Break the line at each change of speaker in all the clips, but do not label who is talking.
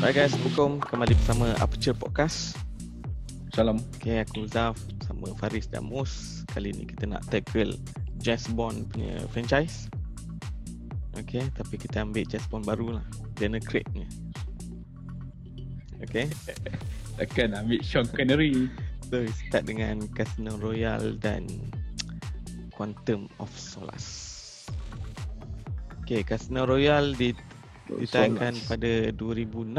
Alright guys, Assalamualaikum Kembali bersama Aperture Podcast
Salam.
Okay, aku Zaf Sama Faris dan Mus Kali ni kita nak tackle Jazz Bond punya franchise Okay, tapi kita ambil Jazz Bond baru lah Daniel Craig ni Okay,
Takkan nak ambil Sean Connery.
so we start dengan Casino Royale dan Quantum of Solace Okay, Casino Royale di ditayangkan
Solas.
pada 2006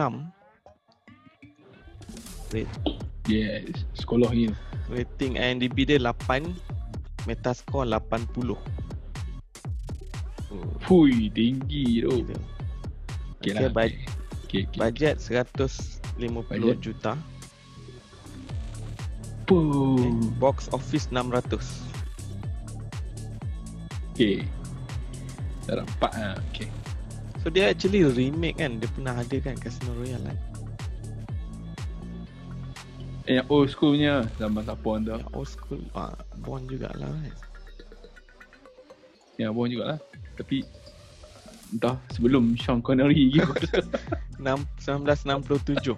Yes. Sekolah ni.
Rating IMDb dia 8 Metascore 80 Oh,
Fui, tinggi tu.
gila.
Okay,
Okay,
lah.
baj-
okay, okay.
Bajet 150
Bajet?
juta
Puh.
okay. Eh, Box office 600
Okay. Dah nampak lah. Okay.
So dia actually remake kan Dia pernah ada kan Casino Royale kan
Eh, yang old school punya. Zaman siapa anda.
Yang old school ah, Bond jugalah kan
Yang abang jugalah. Tapi Entah sebelum Sean Connery gitu
Enam- 1967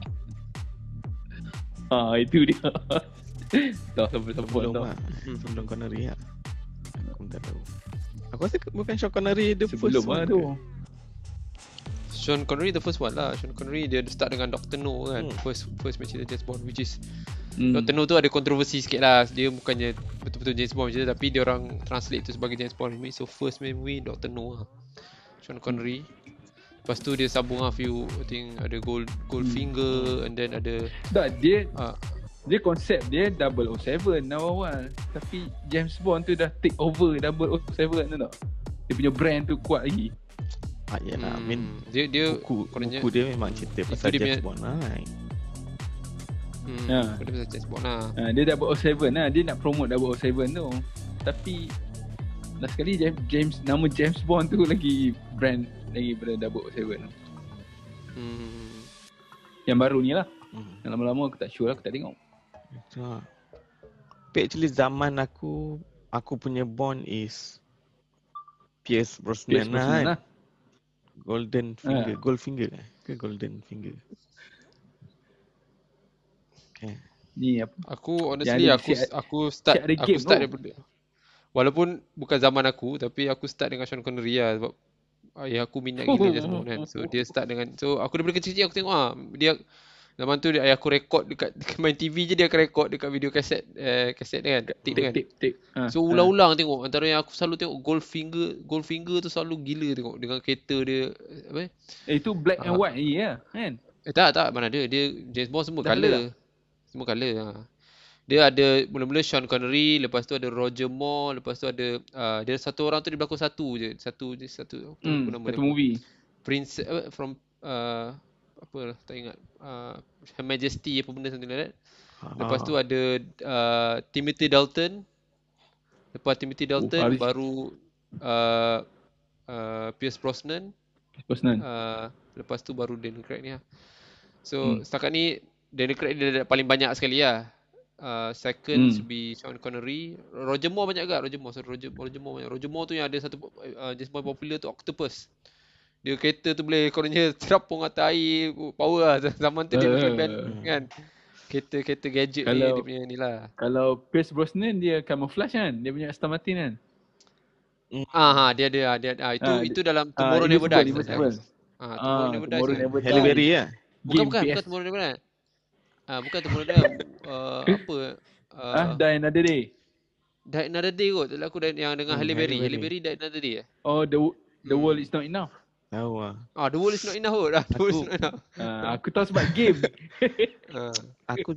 ha, Itu dia Entah sampai siapa
Sebelum
dah
lah Sebelum Connery lah Aku pun tak tahu Aku rasa ke- bukan Sean Connery dia
Sebelum
first
lah
one
tu
ke?
Sean Connery the first one lah Sean Connery dia start dengan Dr. No kan
Hmm.
hmm. First first macam James Bond Which is
Hmm.
Dr. No tu ada kontroversi sikit lah Dia bukannya betul-betul James Bond macam tu Tapi dia orang translate tu sebagai James Bond remake So first memory Dr. No lah Sean Connery Lepas tu dia sambung lah few I think ada Gold Goldfinger And then ada
Tak dia
uh,
Dia konsep dia 007 awal-awal Tapi James Bond tu dah take over 007 tu tak Dia punya brand tu kuat lagi
Ah, yalah, I
Hmm.
mean
hmm, Dia dia
buku,
kononnya-
buku dia memang cerita
Itu
pasal
dia
James
punya-
Bond lah kan.
hmm,
Ha.
Dia pasal James Bond lah
ha, Dia 007 lah Dia nak promote 007 tu Tapi Last sekali James, James Nama James Bond tu lagi Brand Lagi pada 007 tu
hmm.
Yang baru ni lah
Hmm.
Yang lama-lama aku tak sure lah Aku tak tengok
So, tapi actually zaman aku, aku punya Bond is Pierce Brosnan, Pierce
Pierce
lah.
Brosnan lah.
kan. Golden Finger, Goldfinger eh? ke Golden Finger?
Ni apa
Aku honestly
ada
aku
siap-
aku start
siap ada
aku
game
start
tau.
daripada walaupun bukan zaman aku tapi aku start dengan Sean Connery lah sebab ayah aku minat gila James Bond kan. So dia start dengan so aku daripada kecil-kecil aku tengok ah dia zaman tu dia ayah aku rekod dekat, dekat main TV je dia akan rekod dekat video kaset eh, kaset dia kan tape dia
Tip
kan.
tip tip ha,
So ulang-ulang tengok antara yang aku selalu tengok Goldfinger Goldfinger tu selalu gila tengok dengan kereta dia apa eh?
ha. Eh tu black and
Ah.
white ni ya kan
Eh tak tak mana ada dia James Bond semua
Dah
colour.
colour
Semua colour ha. Dia ada mula-mula Sean Connery, lepas tu ada Roger Moore, lepas tu ada uh, dia satu orang tu dia berlakon satu je, satu je satu apa
hmm,
nama
Satu
dia?
movie
Prince apa, from uh, apa lah, tak ingat. Uh, Her Majesty apa benda something like that.
Ah.
Lepas tu ada uh, Timothy Dalton. Lepas Timothy
Oh,
Dalton
Haris.
baru uh, uh, Pierce Brosnan.
Personal
Uh, lepas tu baru Daniel Craig ni lah. So hmm. setakat ni Daniel Craig dia dah paling banyak sekali lah. Uh, second
Hmm.
hmm. should be Sean Connery. Roger Moore banyak agak. Roger Moore. Sorry, Roger, Roger Moore banyak. Roger Moore tu yang ada satu uh, James Bond popular tu Octopus. Dia kereta tu boleh kononnya terapung atas air. oh, Power lah. Zaman tu dia
Eh.
uh. band kan. Kereta-kereta gadget
Kalau-
ni dia punya ni lah.
Kalau Pierce Brosnan dia camouflage kan Dia punya Aston Martin kan
Ah, ha, dia ada. ah, Dia, ah, itu
Ah,
itu dalam
Ah,
Tomorrow Never
Invincible,
Dies.
Invincible.
Ah,
Ah,
Tomorrow Never Dies.
Tomorrow
kan?
Never
Halle
Die.
Berry lah.
Bukan
Game
bukan
PS.
bukan Tomorrow Never Dies. Ah bukan Tomorrow Never Dies. Uh, apa? Uh,
Ah, Die Another Day.
Die Another Day kot. Tak aku dan- yang dengan
Hmm,
Halle Berry.
Halle
Halle Berry Die Another Day. eh?
Oh, the the
Hmm.
world is not enough.
Tahu lah.
Ah The World is Not Enough kot. Ah, The World is
Aku-
Not Enough.
Ah, aku tahu sebab game.
Ah,
Aku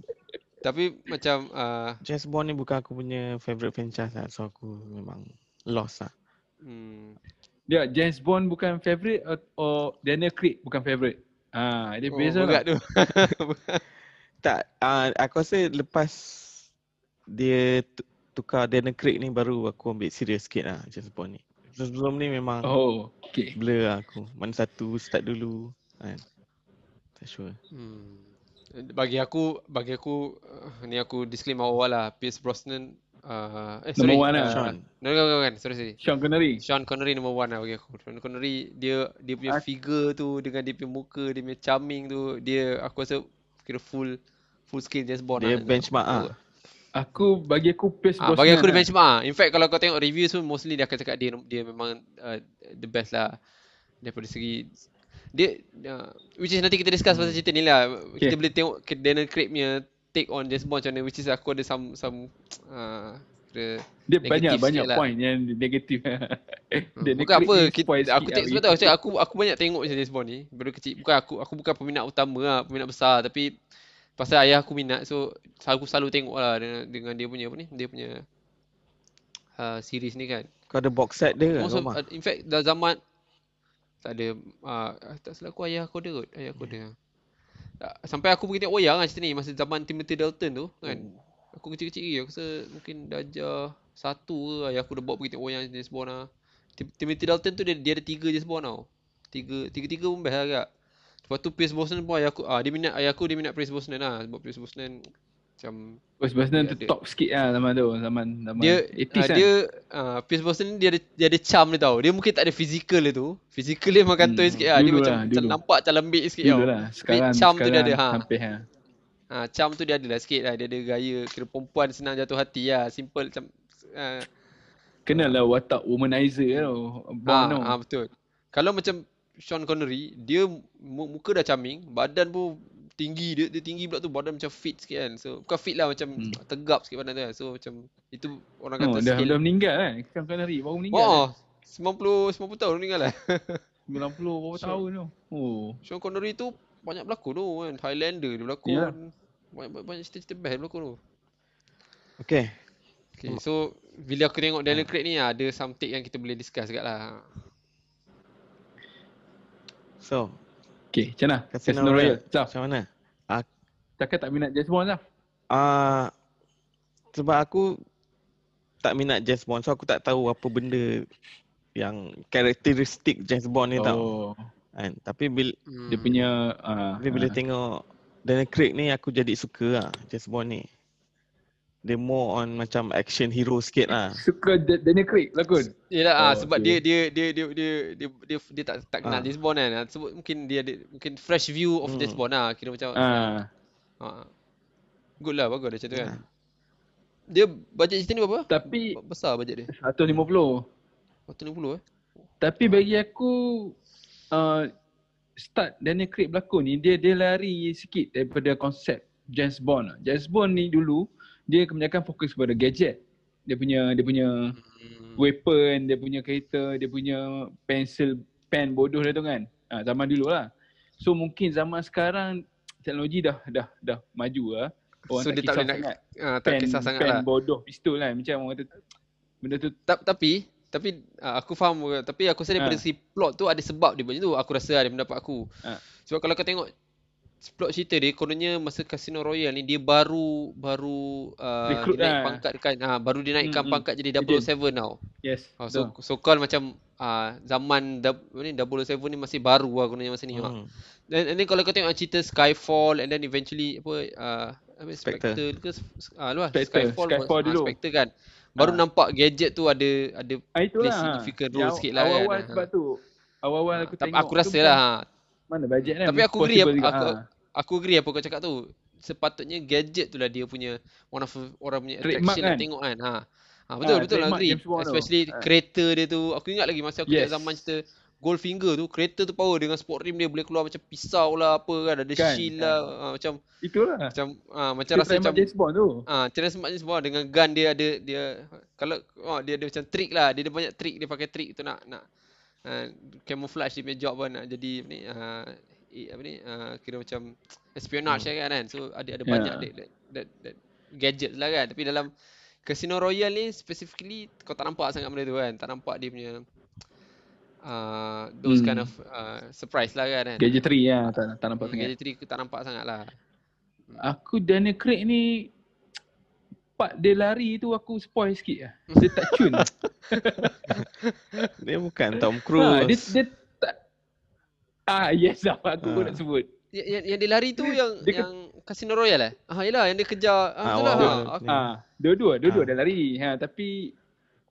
tapi macam ah
James Bond ni bukan aku punya favourite franchise lah. So aku memang lost lah.
hmm,
Dia James Bond bukan favorite or, or Daniel Craig bukan favorite. Ah, dia
oh,
beza
berat
lah.
tu.
Tak, uh, aku rasa lepas dia tu- tukar Daniel Craig ni baru aku ambil serius sikit lah James Bond ni. Sebelum ni memang oh.
Oh, okay.
blur lah aku. Mana satu start dulu kan. Tak sure.
Hmm. Bagi aku, bagi aku, ah, ni aku disclaimer awal lah. Pierce Brosnan Uh, eh, sorry.
Number one lah.
Sean.
No, no, no, no, sorry, sorry.
Sean Connery.
Sean Connery nombor one lah bagi aku. Sean Connery dia dia
Ah.
punya figure tu dengan dia punya muka, dia punya charming tu, dia aku rasa kira full full skill James Bond
Dia
lah.
benchmark ah.
Aku bagi aku Pierce
Ah,
Brosnan.
bagi aku dia
lah.
benchmark ah. In fact kalau kau tengok review pun mostly dia akan cakap dia dia memang uh, the best lah daripada segi dia uh, which is nanti kita discuss pasal cerita ni lah.
Okay.
Kita boleh tengok ke Daniel Craig punya take on James Bond macam mana which is aku ada some some uh, kira
Dia
negative
banyak
sikit
banyak
lah. Hmm.
point yang negatif. Dia
Bukan
negatif
apa
ni
kita,
spoil
aku
sikit lah
tak sebab
bagi
tahu cakap aku aku banyak tengok macam James Bond ni baru kecil bukan aku aku bukan peminat utama lah peminat besar tapi pasal ayah aku minat so aku selalu tengok lah dengan, dengan dia punya apa ni dia punya uh, series ni kan
Kau ada box set dia kan, ke
Most of,
rumah?
uh, in fact dah zaman tak ada uh, tak salah aku ayah aku ada kot ayah aku ada Tak, sampai aku pergi tengok wayang lah cerita ni masa zaman Timothy Dalton tu kan aku kecil-kecil lagi aku rasa mungkin darjah satu ke ayah aku dah bawa pergi tengok wayang James Bond lah Tim- Timothy Dalton tu dia, dia ada tiga James Bond tau tiga tiga-tiga pun best lah agak lepas tu Pierce Brosnan pun ayah aku ah, dia minat ayah aku dia minat Pierce Brosnan lah sebab Pierce Brosnan macam
Pierce Brosnan
Dia
tu
ada.
top sikit lah zaman tu. Zaman zaman
dia
80s
uh,
kan.
dia uh, Pierce Brosnan ni dia ada dia ada charm dia tau. Dia mungkin tak ada physical dia tu. Physical dia memang kantoi
Hmm,
sikit lah. Dia
dulu
macam
lah,
macam
dulu.
nampak macam lembik sikit
Dulu
tau.
lah. Sekarang,
charm tu
sekarang
dia ada, ha.
hampir. Ha.
Ha, charm tu dia ada lah sikit lah. Dia ada gaya kira perempuan senang jatuh hati lah. Simple macam uh,
Kenalah watak womanizer tau. Bond
ah,
tau.
ah, betul. Kalau macam Sean Connery, dia mu- muka dah charming, badan pun tinggi dia, dia tinggi pula tu badan macam fit sikit kan. So bukan fit lah macam
Hmm.
tegap sikit badan tu kan. So macam itu orang kata
Oh, dah,
skill.
dah meninggal kan. Sean Connery baru meninggal. eh?
Oh, 90 90 tahun dia meninggal lah.
90 berapa
Sean-
tahun tu. Oh.
Sean Connery tu banyak berlakon tu kan. Highlander dia berlakon.
Ya.
Banyak banyak, banyak cerita-cerita best dia berlakon tu.
Okey.
Okay, so bila aku tengok Daniel Craig ni ada some take yang kita boleh discuss kat lah.
So,
Okay, macam mana?
Casino
Casino
Royale.
Royale. Zaf,
macam mana?
takkan tak minat James Bond lah.
Ah, sebab aku tak minat James Bond so aku tak tahu apa benda yang karakteristik James Bond ni oh. tau
Oh,
kan tapi bila
Hmm.
dia punya... ah,
tapi bila
ah.
tengok Daniel Craig ni aku jadi suka lah James Bond ni dia more on macam action hero sikit lah
ah, Suka Da- Daniel Craig lakon.
Yalah oh,
Oh,
ah, sebab
okay.
dia, dia dia dia dia dia dia dia tak tak kenal
Ah.
James Bond kan. Sebab mungkin dia ada mungkin fresh view of
Hmm.
James Bond lah. Kira macam
Ah,
ah. Good lah bagus dia macam tu kan.
Ah.
Dia bajet cerita ni berapa?
tapi
Besar bajet dia.
150.
150 eh.
Tapi bagi aku uh, start Daniel Craig berlakon ni dia dia lari sikit daripada konsep James Bond. lah. James Bond ni dulu dia kebanyakan fokus pada gadget. Dia punya dia punya
Hmm.
weapon, dia punya kereta, dia punya pencil pen bodoh dia tu kan. Ha, zaman dulu lah. So mungkin zaman sekarang teknologi dah dah dah maju lah. Orang tak
So dia tak
kisah
boleh nak
sangat.
ah, tak
Pen,
kisah sangat
pen
lah.
bodoh pistol kan. Macam orang kata benda tu
Ta- tapi tapi uh, aku faham uh, tapi aku rasa daripada
Ha.
si plot tu ada sebab dia macam tu aku rasa ada pendapat aku.
Ha.
Sebab kalau kau tengok plot cerita dia kononnya masa Casino Royale ni dia baru baru uh,
Recruit
dia naik
lah.
pangkat kan ha, baru dia
Mm,
naikkan
mm.
pangkat jadi
Agent.
007 tau.
yes.
Oh, so so call macam uh, zaman da, apa ni 007 ni masih baru lah kononnya masa ni.
hmm.
Hmm. Dan and then kalau kau tengok cerita Skyfall and then eventually apa uh, apa Spectre,
Spectre.
ke ah uh, luar
Spectre.
Skyfall,
Skyfall
ah,
dulu.
Spectre kan. Baru
Ha.
nampak gadget tu ada ada
Ah, itulah.
play significant role
Yang
sikit lah kan.
Awal-awal
Ha.
sebab tu. Awal-awal
Ha,
aku
tapi
tengok.
aku
tu
rasa
bukan
lah ha.
Mana bajet kan.
Tapi aku agree
possible
aku,
juga,
aku,
ha.
aku agree apa kau cakap tu. Sepatutnya gadget tu lah dia punya one of orang punya
Trademark
attraction nak
kan?
tengok kan. Ha. Ha betul
Ha,
betul
trademark
agree.
James Bond tu.
Especially
Ha.
kereta dia tu. Aku ingat lagi masa aku yes.
Yes.
zaman cerita Goldfinger tu kereta tu power dengan sport rim dia boleh keluar macam pisau lah apa kan ada
Kan, kan.
shield lah ha, macam
Itulah.
macam ha, macam
Kita
rasa macam
James Bond tu.
Ah, ha, cerita semaknya semua dengan gun dia ada dia kalau oh, dia ada macam trick lah, dia ada banyak trick dia pakai trick tu nak nak uh, camouflage dia punya job pun nak jadi apa ni uh, apa ni uh, kira macam espionage hmm. kan kan. So ada ada
Ya.
banyak that, that, that, that gadgets lah kan. Tapi dalam Casino Royale ni specifically kau tak nampak sangat benda tu kan. Tak nampak dia punya uh, those hmm.
Hmm.
kind of uh, surprise lah kan. kan?
Gadgetry lah. Tak, tak nampak
Hmm,
sangat.
gadgetry tak nampak sangat lah.
Aku Daniel Craig ni. Part dia lari tu aku spoil sikit lah. Dia tak cun.
dia bukan Tom Cruise
ha, dia, dia tak. Ah yes lah. Aku
Ha.
pun nak sebut.
Yang, yang, yang dia lari tu yang
Dia ke-
yang Casino Royale eh? Ah, yelah yang dia kejar. Ah,
Ah,
betul lah.
awal-awal
Ah,
ni.
Ha, dua-dua, dua-dua
Ha.
dia lari. Ha, tapi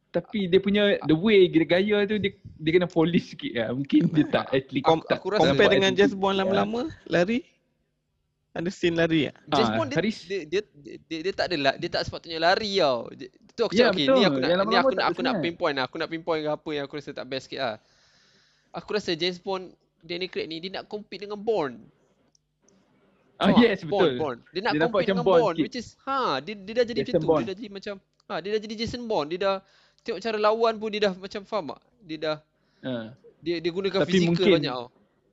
tapi dia punya the way dia gaya tu dia, dia kena polish sikit lah. Mungkin dia tak atlet
Com-
tak.
aku rasa
Compare
buat
dengan
atlet-
James Bond lama-lama lari ada scene lari tak?
James
Ah,
Bond dia,
Haris.
dia, dia, dia, dia, dia tak ada la, dia tak sepatutnya lari tau. Dia, tu aku
Ya,
cakap yeah,
betul.
ni aku nak
Yang
ni
lama-lama
aku
tak
nak aku nak
bersenang.
pinpoint lah. Aku nak pinpoint ke apa yang aku rasa tak best sikit lah. Aku rasa James Bond Danny Craig ni dia nak compete dengan Bond.
Ah,
Faham?
yes,
Bond,
betul.
Bond. Dia nak
Dia nampak
compete
macam
dengan
Bond
Bond,
sikit.
which is ha dia, dia dah jadi
Jason
macam tu.
Bond.
Dia dah jadi macam ha dia dah jadi Jason Bond. Dia dah tengok cara lawan pun dia dah macam faham tak? Dia dah
Ha.
dia dia gunakan
Tapi
fizikal
mungkin-
banyak tau.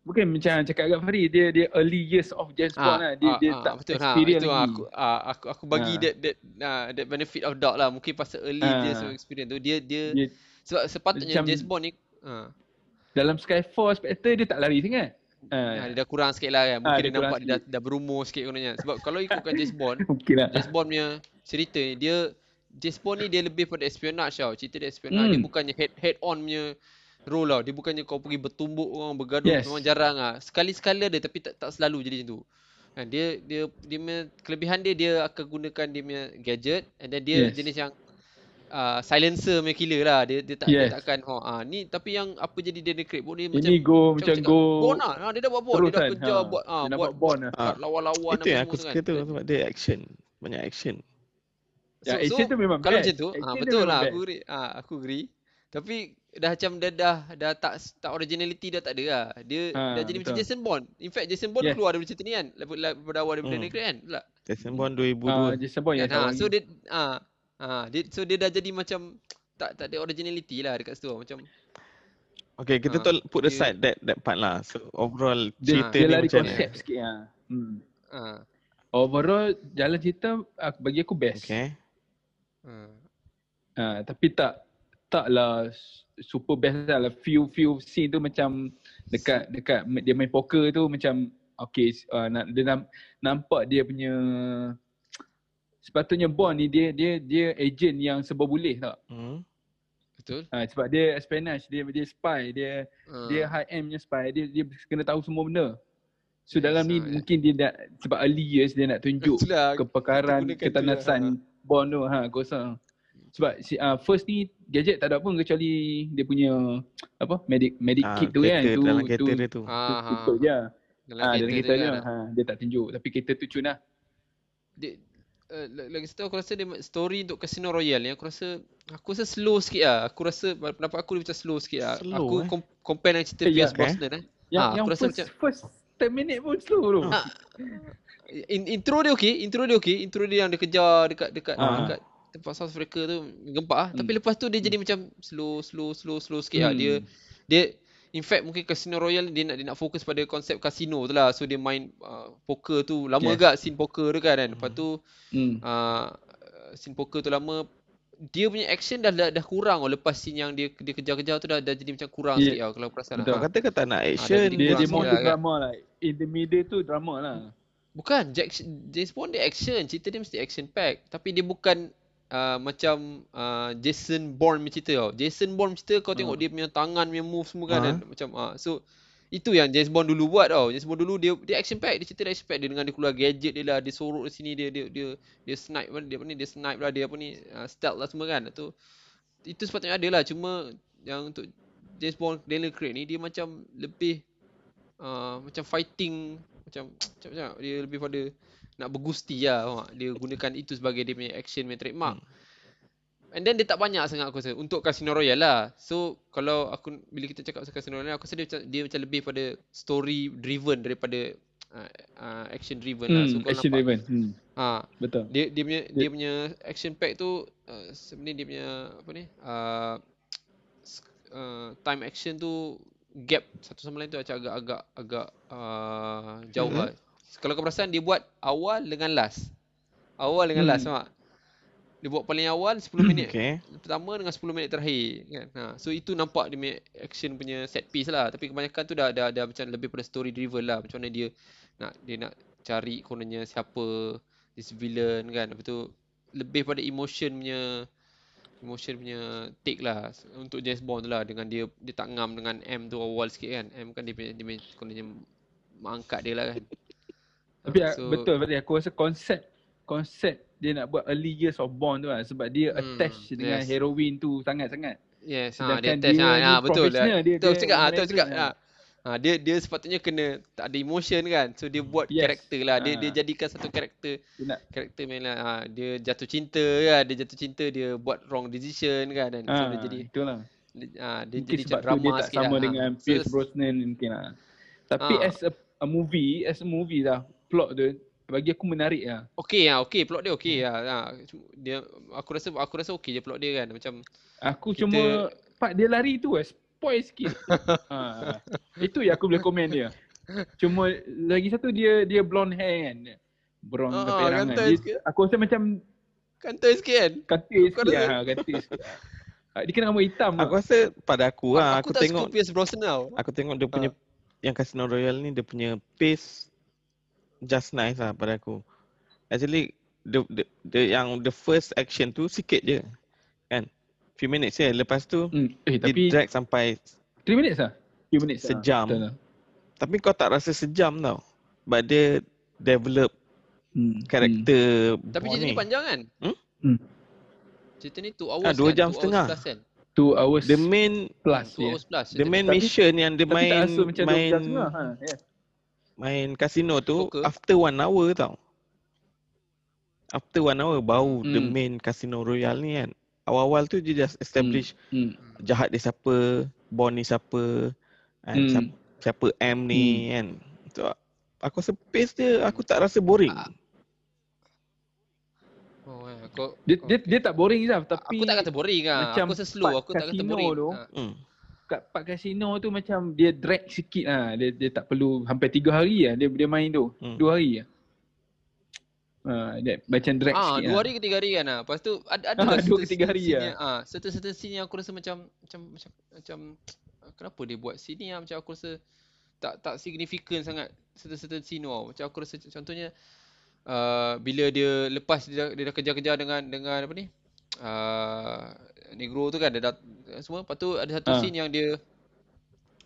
Mungkin macam cakap kat Fahri, dia dia early years of James Bond lah. Dia, dia tak
Ah, betul,
experience
ha, itu,
lagi.
Aku, ha, aku aku bagi
Ha.
that that uh, that benefit of doubt lah. Mungkin pasal early
Ha.
dia so experience tu dia dia,
Dia,
sebab sepatutnya
Macam- Ah.
James Bond ni ha,
dalam Skyfall Spectre dia tak lari sangat.
ha,
Ha.
dia dah kurang sikit lah kan.
dia
Mungkin dia, nampak
kurang
dia dah, dah berumur sikit kononnya. Sebab kalau ikutkan James Bond,
Mungkin lah.
James Bond punya cerita ni dia James Bond ni dia lebih pada espionage tau. Cerita dia espionage
Hmm.
dia bukannya head head on punya role tau. Dia bukannya kau pergi bertumbuk orang bergaduh
Yes.
memang jarang ah. Sekali-sekala ada tapi tak tak selalu jadi macam tu. Ha, dia dia dia punya kelebihan dia dia akan gunakan dia punya gadget and then dia
Yes.
jenis yang uh, silencer punya killer lah. Dia dia tak
Yes.
dia takkan ha ah, ni tapi yang apa jadi dia decrypt pun dia macam
Ini go macam
cakap,
go.
Bond lah. Ha, dia dah buat Bond. Dia dah
terusan.
kerja
Ha.
buat ah
Dia
buat
nampak Bond lah.
Ah,
lawan-lawan
itu yang
apa
aku
semua
suka
kan.
tu sebab dia action. Banyak action.
Ya,
So-
action
so-
tu memang
kalau
best.
macam tu, ha,
Action
betul
memang
lah
best.
aku agree. Ha, aku agree. Tapi dah macam dah dah, dah tak tak originality dah tak ada lah. Dia
Ha,
dah jadi
betul.
macam Jason Bond. In fact Jason Bond
Yes.
keluar daripada cerita ni kan. Lepas- Daripada awal daripada
Hmm.
hmm. kan. Pula.
Jason Bond
Ah,
2002.
Jason Bond yang
Kan, ha,
kawan
so
ni.
dia ha, ha, dia so dia dah jadi macam tak tak ada originality lah dekat situ macam
okay, kita
ah,
tu put
dia-
aside that that part lah. So overall
dia,
cerita
dia
ni
lari
macam mana?
konsep sikit ha. Hmm.
ha,
Overall jalan cerita ah, bagi aku best.
Okay.
ha.
Ah, tapi tak taklah super best lah. Like Few few scene tu macam dekat dekat ma- dia main poker tu macam okay uh, dia nam- nampak dia punya sepatutnya Bond ni dia dia dia agent yang serba boleh tak.
Hmm.
betul.
Ah, sebab dia espionage, dia dia spy, dia
Ha.
dia
Hmm.
high end punya spy dia dia kena tahu semua benda so dalam ni
So,
mungkin dia nak sebab early years dia nak tunjuk
Itulah,
kepakaran
kita gunakan tu
ketanasan bond tu ha kosong sebab si, uh, first ni gadget tak ada pun kecuali dia punya apa medic medic
Ah,
kit tu kan
kereta-
tu
dalam
tu Ah.
kereta dia tu.
ha,
tu
ha.
tutup je
Dalam
ha dalam
kereta
kereta
dia
je
kan.
ha dia tak tunjuk tapi kereta tu cun lah
dia uh, la- lagi satu aku rasa dia ma- story untuk Casino Royale ni aku rasa aku rasa slow sikit lah. Aku rasa pendapat aku dia macam slow sikit lah.
Slow,
aku
eh?
com- compare dengan cerita
Eh, ya,
Pierce
eh?
Brosnan eh.
yang
Ah,
yang
aku rasa
first
macam-
first 10 minit pun slow tu
Ah.
In- intro dia okey, intro dia okey, intro dia yang dia kejar dekat dekat
Ah.
dekat tempat South Africa tu gempak ah.
Hmm.
Tapi lepas tu dia jadi macam slow slow slow slow sikit lah.
Hmm.
Dia dia in fact mungkin Casino Royale dia nak dia nak fokus pada konsep kasino tu lah. So dia main uh, poker tu lama
Yes.
agak scene poker tu kan. kan? Lepas tu
hmm.
uh, scene poker tu lama dia punya action dah dah, dah kurang oh. lepas scene yang dia dia kejar-kejar tu dah dah jadi macam kurang
Yeah.
sikit tau kalau perasan
Kau
Betul.
lah.
kata kau tak nak action.
Ah, dia
jadi kurang
dia more
sikit
tu
lah, kan?
drama lah in the middle tu drama lah
Bukan Jack, James Bond dia action, cerita dia mesti action pack tapi dia bukan uh, macam uh, Jason Bourne punya cerita tau. Jason Bourne punya cerita kau
Ah.
tengok dia punya tangan punya move semua kan,
Ah.
kan? macam ah so itu yang James Bond dulu buat tau. James Bond dulu dia dia action pack, dia cerita dia action pack dia dengan dia keluar gadget dia lah, dia sorok di sini dia dia dia dia snipe mana dia apa ni dia snipe lah dia apa ni uh, stealth lah semua kan. Tu itu sepatutnya ada lah cuma yang untuk James Bond Daniel Craig ni dia macam lebih uh, macam fighting macam macam macam dia lebih pada nak bergusti lah faham tak? dia gunakan itu sebagai dia punya action punya trademark and then dia tak banyak sangat aku rasa untuk Casino Royale lah so kalau aku bila kita cakap pasal Casino Royale aku rasa dia macam dia macam lebih pada story driven daripada uh, uh, action driven lah so
hmm,
kau
action
nampak
driven hmm.
ah
betul
dia dia punya dia punya action pack tu uh, sebenarnya dia punya apa ni? Uh, uh, time action tu gap satu sama lain tu macam agak agak agak uh, jauh
Mhm.
lah. Kalau kau perasan dia buat awal dengan last. Awal dengan
Hmm.
last mak. Dia buat paling awal 10 minit
Okay.
pertama dengan 10 minit terakhir kan. Ha, so itu nampak dia punya action punya set piece lah tapi kebanyakan tu dah dah, dah macam lebih pada story driven lah macam mana dia nak dia nak cari kononnya siapa this villain kan. Lepas tu lebih pada emotion punya emotion punya take lah untuk James Bond tu lah dengan dia dia tak ngam dengan M tu awal sikit kan. M kan dia punya dia punya kononnya mak angkat dia lah kan. Ha,
Tapi so,
So-
betul tadi aku rasa konsep konsep dia nak buat early years of Bond tu lah sebab dia
Hmm,
attached dengan
yes.
heroin tu sangat-sangat.
Yes, ha, dia
Sedangkan
test
dia
ha,
ni
ha, betul.
professional,
Dia,
dia-
dia, tu
dia
aku cakap, ha, tu aku
manager,
cakap.
ha.
Ha. ha. dia dia sepatutnya kena tak ada emotion kan. So dia buat
Yes.
yes. karakter lah. Dia
Ha.
dia jadikan satu karakter
Dia nak
karakter main lah. Ha, dia jatuh cinta kan, dia jatuh cinta dia buat wrong decision kan dan ha. so dia jadi
itulah.
dia- ha, dia
Ah, lah. Mungkin
jadi
sebab
macam
tu
drama
dia tak
sikit
sama
lah.
dengan
So,
Pierce Brosnan mungkin lah. Tapi
Ah.
as a, a movie, as a movie lah plot tu bagi aku menarik lah.
Okey ah, okey plot dia okey ah. Ha. Cuma Dia aku rasa aku rasa okey je plot dia kan. Macam
Aku
Kita-
cuma part dia lari tu eh, spoil sikit. ha. Itu yang aku boleh komen dia. Cuma lagi satu dia dia blonde hair kan. Brown
Ah,
uh, perangan.
gantai
Dia,
sikit.
aku rasa macam
kantoi sikit kan.
katil
Kau
sikit
rasa-
lah. Katil sikit. Ah, Dia kena rambut hitam
Aku
aku...
rasa pada aku lah, aku,
tak
tengok
suka Pierce Brosnan tau.
aku tengok dia
Ah.
punya yang Casino Royale ni dia punya pace just nice lah pada aku. Actually the, the, the yang the first action tu sikit je kan. Few minutes je lepas tu
Hmm. Eh
dia
tapi
drag sampai
3 minutes lah? 3 minutes lah.
Sejam.
Betul lah.
tapi kau tak rasa sejam tau. But dia develop
Hmm.
karakter
Tapi
Bond
cerita ni
ni.
panjang kan?
Hmm?
Hmm.
Cerita ni 2 hours
Ah, dua
kan?
jam
Two hours
setengah.
plus kan?
Hmm. 2 hours
The main
plus.
2
Yeah.
hours plus.
the
cerita
main
ni.
Tapi-
mission yang dia
Tapi main, tak
main
rasa macam main,
main
2 jam setengah. Ha. Yeah.
main kasino tu
Poker.
after one hour tau. After one hour baru the
Hmm.
main Casino Royale ni kan. Awal-awal tu dia just establish
Hmm.
jahat dia siapa, Bond ni siapa, kan,
Hmm.
siapa, siapa M ni kan. So, aku rasa pace dia aku tak rasa boring.
Ah, Oh, eh, aku,
Dia,
aku-
dia, dia tak boring lah tapi
aku tak kata boring lah.
macam
Aku rasa slow.
part
Aku tak kata
casino
boring.
tu,
Ah.
hmm.
kat part kasino tu macam dia drag sikit lah. Dia, dia tak perlu hampir tiga hari lah dia, dia main tu.
Hmm.
Dua hari lah. Uh, dia, macam drag
Ah,
sikit
dua
lah.
hari ke tiga hari kan ah. Lepas tu ada ada
Ah, dua
lah certain
ke tiga hari
scene
ah.
yang- Ah, certain certain scene yang aku rasa macam macam macam macam kenapa dia buat scene ni ah macam aku rasa tak tak signifikan sangat certain certain scene tau. Macam aku rasa contohnya uh, bila dia lepas dia, dah- dia dah kejar-kejar dengan dengan apa ni? Uh, negro tu kan dia dah semua. Lepas tu ada satu
Ah.
scene yang dia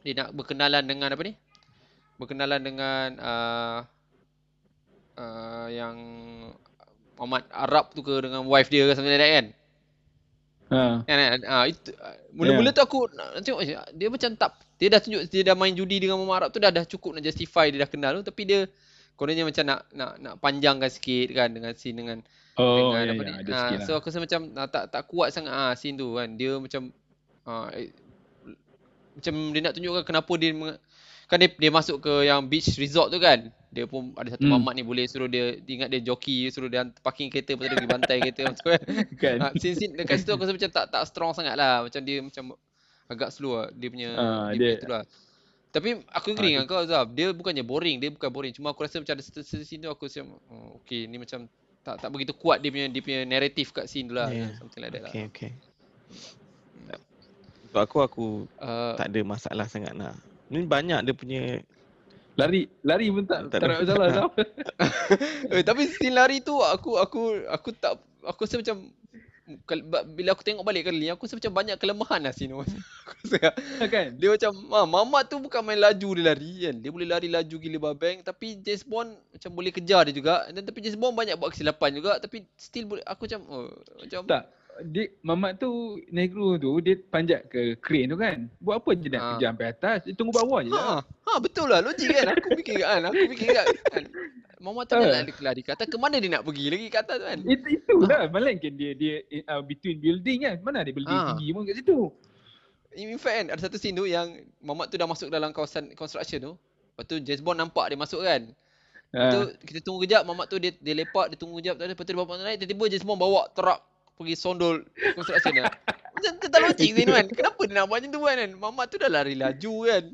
dia nak berkenalan dengan apa ni? Berkenalan dengan uh, uh, yang Muhammad Arab tu ke dengan wife dia ke something like that kan.
Ha.
Kan kan. Ah itu
Ya.
ah, mula-mula tu aku nak tengok macam, dia macam tak dia dah tunjuk dia dah main judi dengan Muhammad Arab tu dah dah cukup nak justify dia dah kenal tu tapi dia kononnya macam nak nak nak panjangkan sikit kan dengan scene dengan
Oh,
dengan
ya,
apa
ya,
ni.
ada
Ah,
sikit
so
lah.
aku rasa macam ah, tak tak kuat sangat ah scene tu kan. Dia macam ah, eh, macam dia nak tunjukkan kenapa dia meng- kan dia, dia masuk ke yang beach resort tu kan. Dia pun ada satu
Hmm.
mamat ni boleh suruh dia dia ingat dia joki suruh dia hantar- parking kereta lepas tu dia pergi bantai kereta macam tu kan.
Kan?
Ah, scene scene dekat situ aku rasa macam tak tak strong sangat lah. Macam dia macam agak slow lah dia punya
Ah,
dia,
dia-
punya tu lah. Tapi aku agree dengan kau Azab. Dia bukannya boring, dia bukan boring. Cuma aku rasa macam ada satu satu scene tu aku macam oh, okay ni macam tak tak begitu kuat dia punya dia punya naratif kat scene tu lah.
Yeah.
Yeah. Something like that
Okay,
lah.
okay. Untuk aku aku
Uh,
tak ada masalah sangat lah. Ni banyak dia punya
Lari, lari pun tak,
Tak
tak, tak
ada-
ada masalah
tak.
tau.
eh, tapi scene lari tu aku aku aku tak aku rasa macam kal- ba- bila aku tengok balik kali ni aku rasa macam banyak kelemahan lah scene tu. aku rasa
kan?
Dia macam ah, Mamat tu bukan main laju dia lari kan. Dia boleh lari laju gila babeng tapi James Bond macam boleh kejar dia juga. Dan tapi James Bond banyak buat kesilapan juga tapi still boleh aku macam oh, macam
Tak. Dia, mamat tu, negro tu, dia panjat ke crane tu kan. Buat apa dia nak
Ah.
kejar sampai atas? Dia tunggu bawah je lah.
Ha, ha betul lah logik kan. Aku fikir kan, aku fikir kan. kan. Mamat tu
Ah.
dah lari, lari kata ke mana dia nak pergi lagi kata tu kan.
Itu, itulah. Melainkan dia, dia uh, between building kan. Mana ada building
Ah.
tinggi pun kat situ.
In fact kan ada satu scene tu yang Mamat tu dah masuk dalam kawasan construction tu. Lepas tu James Bond nampak dia masuk kan. Lepas tu
Ah.
kita tunggu kejap mamak tu dia dia lepak dia tunggu kejap tak ada lepas tu dia bawa naik tiba-tiba je semua bawa terak pergi sondol construction dia. Macam tu tak logik ni kan. Kenapa dia nak buat macam tu kan? Mamak tu dah lari laju kan.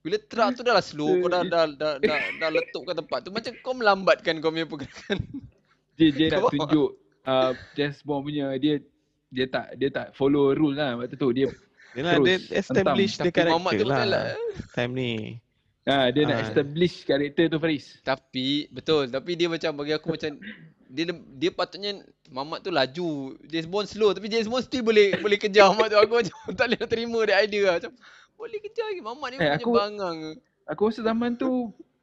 Bila truck tu dah lah slow kau dah dah dah dah, dah letupkan tempat tu macam kau melambatkan kau punya pergerakan.
dia dia nak
Kau faham?
tunjuk uh, James Bond punya dia dia tak dia tak follow rule lah waktu tu dia
Yelah, lah,
Terus,
dia establish
hentam.
dia
Tapi mamat
karakter
tu betul lah.
lah time ni.
ha, dia nak
Ah.
establish karakter tu Faris.
Tapi betul tapi dia macam bagi aku macam dia dia patutnya Mamat tu laju James Bond slow tapi James Bond still boleh boleh kejar Mamat tu aku macam tak boleh nak terima dia idea lah. macam boleh kejar lagi Mamat ni
Eh,
macam
aku-
bangang ke.
Aku rasa zaman tu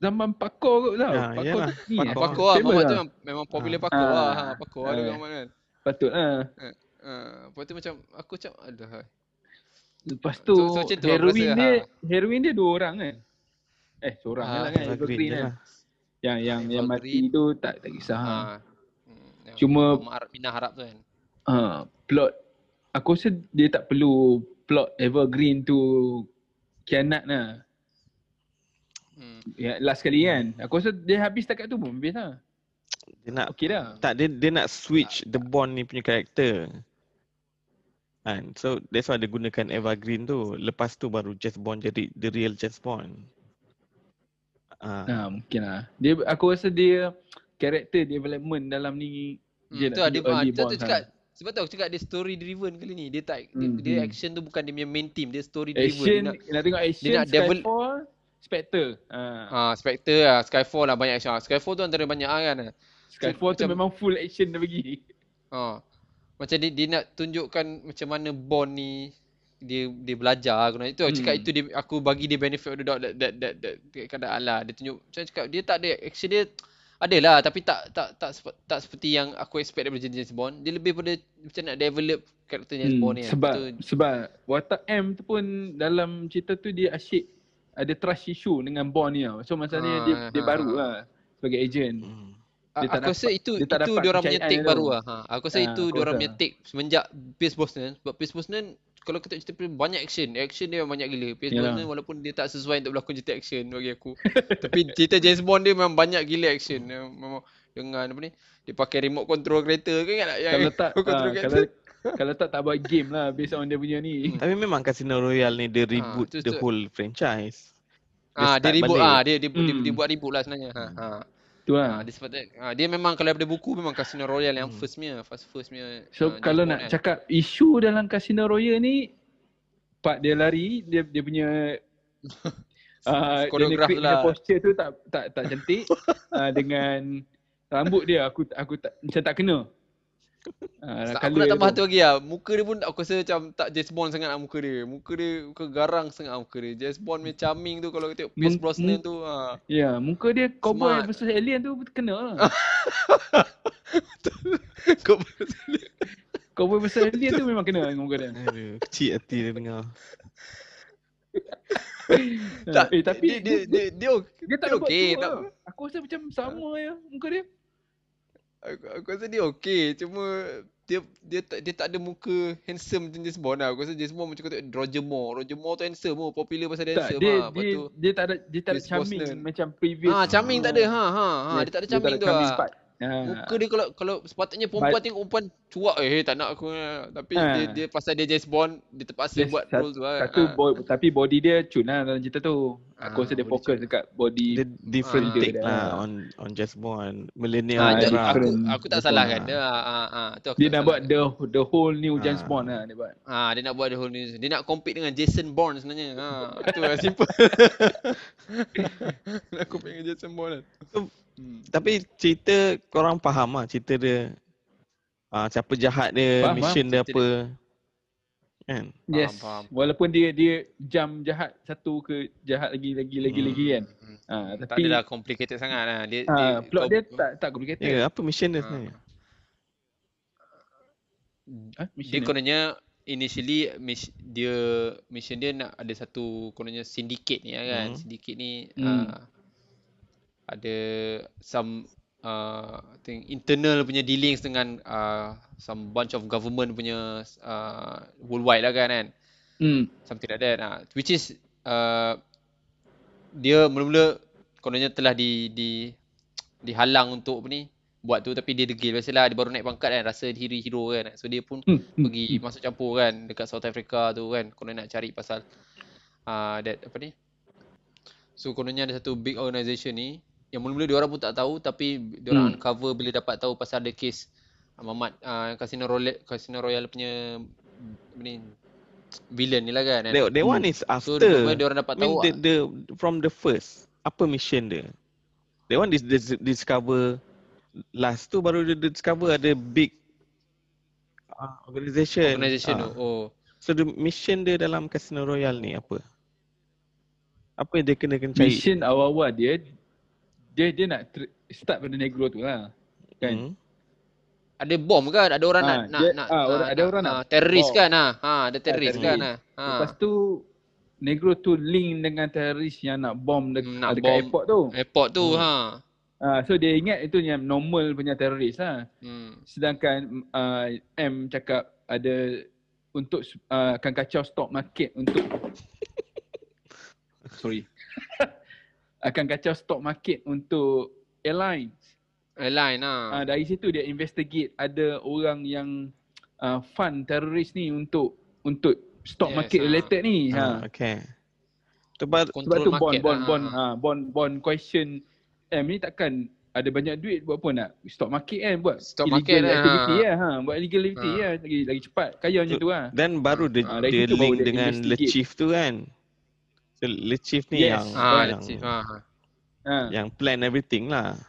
zaman parkour kot tau.
Ah,
parkour
yalah,
tu ni eh.
parkour.
Pakor lah.
Famous
Mamat tu
lah.
memang, memang popular
Ah.
pakor lah.
Ah.
Ha, pakor lah
Ah.
dia orang kan.
Patut lah.
Uh, lepas tu macam aku macam aduh.
Lepas tu,
So- so macam tu lah
heroin
aku rasa,
dia,
ha.
heroin dia dua orang kan. Eh, seorang
Ah,
je lah kan,
Evergreen je
Evergreen kan.
lah.
Yang yang yang mati
Evergreen.
tu tak tak kisah. Ha.
Ha. Hmm, yang
Cuma-
Mak Arab Minah Arab tu kan.
ha, plot aku rasa dia tak perlu plot evergreen tu kianat lah.
Hmm.
Ya, last kali kan. Aku rasa dia habis setakat tu pun habis lah.
Dia nak
Okey dah.
tak dia dia nak switch the Bond ni punya karakter. Kan? So that's why dia gunakan Eva Green tu. Lepas tu baru James Bond jadi the real James Bond. Ah,
Ha, mungkin lah. Dia, aku rasa dia karakter development dalam ni
Hmm,
dia
tu ada
tunjuk
ha,
early kan.
tu, tu
Bond
cakap sebab tu aku cakap dia story driven kali ni. Dia tak
Hmm,
dia, dia
hmm.
action tu bukan dia punya main team, dia story driven.
Action,
Dia
nak,
nak-
tengok action,
dia nak develop-
Skyfall, Spectre. Ha,
Ah, Spectre lah, Skyfall lah banyak action. Ah, Skyfall tu antara banyak lah kan.
Skyfall tu
macam-
memang full action dia bagi.
Ha. Macam dia, dia nak tunjukkan macam mana Bond ni dia dia belajar lah aku nak itu aku cakap
Hmm.
itu dia, aku bagi dia benefit of the doubt that that that, that, that keadaan lah dia tunjuk macam cakap dia tak ada action dia ada lah tapi tak tak tak sepe- tak seperti yang aku expect daripada James Bond dia lebih pada macam nak develop karakter James Bond ni kan.
Hmm, sebab
Lepas tu,
sebab watak M tu pun dalam cerita tu dia asyik ada trust issue dengan Bond ni tau. So maksudnya
Ah,
dia dia
ah,
baru
ah.
lah sebagai agent.
hmm.
A-
Dia tak
aku rasa
dapat-
itu
dia tak
itu
dapat
dia orang punya
kepercayaan
take
dia
baru
tu.
lah. Ha, aku rasa
Ah,
itu
aku
dia orang
rasa.
punya take semenjak Pierce Brosnan sebab Pierce Brosnan kalau kita cerita Pierce- banyak action, action dia banyak gila. Pierce
Yalah.
Brosnan walaupun dia tak sesuai untuk berlakon cerita action bagi aku. Tapi cerita James Bond dia memang banyak gila action. Dia memang dengan apa ni? Dia pakai remote control kereta ke kan tak?
Kalau tak
remote
ah,
control kereta.
kalau kalau tak tak buat game lah based on dia punya ni.
Hmm.
Tapi memang Casino Royale ni dia reboot
Ah, tu-
the
tu.
whole franchise.
ah dia
start
reboot
balik.
ah dia dia, dia,
Hmm.
dia buat reboot lah sebenarnya. Ha ha.
Tu lah.
Ah, dia sebab ah, dia memang kalau daripada buku memang Casino Royale yang first punya, first first punya. ah,
Hmm. So
James
kalau
Bond
nak
kan.
cakap isu dalam Casino Royale ni part dia lari, dia dia punya ah, dia punya create
Koreograf tu
punya
lah.
posture tu tak tak tak cantik Ah, dengan rambut dia aku aku tak macam tak kena. Ah,
Tak, aku
colour
nak
dia
tambah
tu.
tu lagi lah. Muka dia pun aku rasa macam tak James Bond sangat lah muka dia. Muka dia, muka garang sangat lah muka dia. James Bond punya charming tu kalau kita tengok Pierce
Mung-
Brosnan
mung-
tu. Ha.
Ya, muka dia cowboy
Smart.
versus alien tu kena lah.
Kau-
cowboy versus alien tu memang kena dengan muka dia.
Aduh, kecil hati dia dengar.
tak,
eh tapi
dia, dia, dia, dia,
dia, dia tak
dia
dapat ha.
okey,
okay,
tak- Ah.
Aku rasa macam sama ya muka dia.
aku, aku rasa dia okey. Cuma dia dia tak dia tak ada muka handsome macam James Bond lah. Aku rasa James Bond macam kau tengok Roger Moore. Roger Moore tu handsome pun. Popular pasal dia
Tak,
handsome
dia,
lah. Lepas
dia,
tu.
dia tak ada dia tak ada
Pierce
charming
Brosnan.
macam previous.
Ha, charming tak ada. Ha, ha, ha. Dia, tak ada charming tu lah.
part. Ha.
Muka dia kalau kalau sepatutnya perempuan
But-
tengok perempuan cuak eh tak nak aku eh." tapi
Ah.
dia, dia pasal dia James Bond dia terpaksa
Dia
buat
sat-
role tu lah.
Satu
Ah.
bo- tapi body dia cun lah dalam cerita tu. Aku
Ah,
rasa dia
body
fokus
cun.
dekat body
Dia different
Ah.
take lah on on James Bond. Millennial
Ah,
Ah,
dia-
era.
aku
different.
aku tak
James
salah
Bond
kan.
lah.
Dia ah, ah, ah, tu aku
dia
tak
nak
salah.
buat the the whole new James
Ah.
Bond lah dia buat.
Ah dia nak buat the whole news. Dia nak compete dengan Jason Bourne sebenarnya. Ha tu lah simple. nak compete dengan Jason Bourne. Kan.
So-
Hmm.
Tapi cerita korang faham lah cerita dia. Ah, siapa jahat dia,
Faham,
mission dia
cerita
apa. Kan?
Faham,
Yes.
faham.
Walaupun dia dia jam jahat satu ke jahat lagi lagi lagi lagi kan.
Hmm.
Ha,
Tak
tapi
adalah complicated sangat lah. Dia,
ha, plot dia
kau-
tak tak complicated.
Ya, apa mission dia
Ah.
sebenarnya?
Ha?
Dia kononnya initially mis- dia mission dia nak ada satu kononnya syndicate ni lah kan.
Hmm.
Syndicate ni
Hmm.
uh, ada some uh, I think internal punya dealings dengan uh, some bunch of government punya uh, worldwide lah kan kan.
Hmm.
Something like that. Uh, which is uh, dia mula-mula kononnya telah di di dihalang untuk apa ni buat tu tapi dia degil biasalah dia baru naik pangkat kan rasa diri hero kan so dia pun
Hmm. hmm,
pergi masuk campur kan dekat South Africa tu kan konon nak cari pasal uh, that apa ni so kononnya ada satu big organisation ni yang mula-mula diorang pun tak tahu tapi
Hmm.
diorang uncover bila dapat tahu pasal ada kes uh, Mamat uh, Casino Royale Casino Royale punya apa ni villain ni lah kan
That, that one is
so
after.
dia diorang
I
dapat
mean
tahu ah,
the, the from the first apa mission dia? That one is dis- discover last tu baru dia dia discover ada big uh, organisation.
Ah.
organisation tu oh
So the mission dia dalam Casino Royale ni apa? Apa yang dia kena kena cari?
Mission awal-awal dia dia dia nak tr- start pada negro tu lah.
Hmm.
Kan?
Ada bom kan? Ada orang
Ah,
nak nak
dia-
nak
ah, orang-
ah,
ada orang nak
ah, teroris
bom.
kan ah. Ha, ada
teroris.
teroris kan ah. Ha.
Lepas tu negro tu link dengan teroris yang nak bom de-
Hmm, nak
dekat
bom.
airport tu.
Airport tu
Hmm.
ha.
Ah, so dia ingat itu yang normal punya teroris lah.
Hmm.
Sedangkan uh, M cakap ada untuk uh, akan kacau stock market untuk sorry akan kacau stock market untuk airlines.
Airline ah.
Uh, dari situ dia investigate ada orang yang uh, fund teroris ni untuk untuk stock
Yes,
yes, market
ah.
related ni. Ha.
Ha. Okay. Sebab
Sebab
Control
tu bond
market
bond
ah.
bond ha, bond bond question M ni takkan ada banyak duit buat apa nak stock market kan buat
Stock
illegal
market lah,
activity
ha.
lah ha. buat illegal activity
Ha.
lah lagi lagi cepat kaya macam tu lah
Dan baru dia,
Ah, dari
dia
situ baru
link
dia
dengan Le
investigate.
Chief tu kan. So, Le Chief ni
Yes.
yang,
Ah,
yang,
let's see. Ha.
ha.
yang plan everything lah.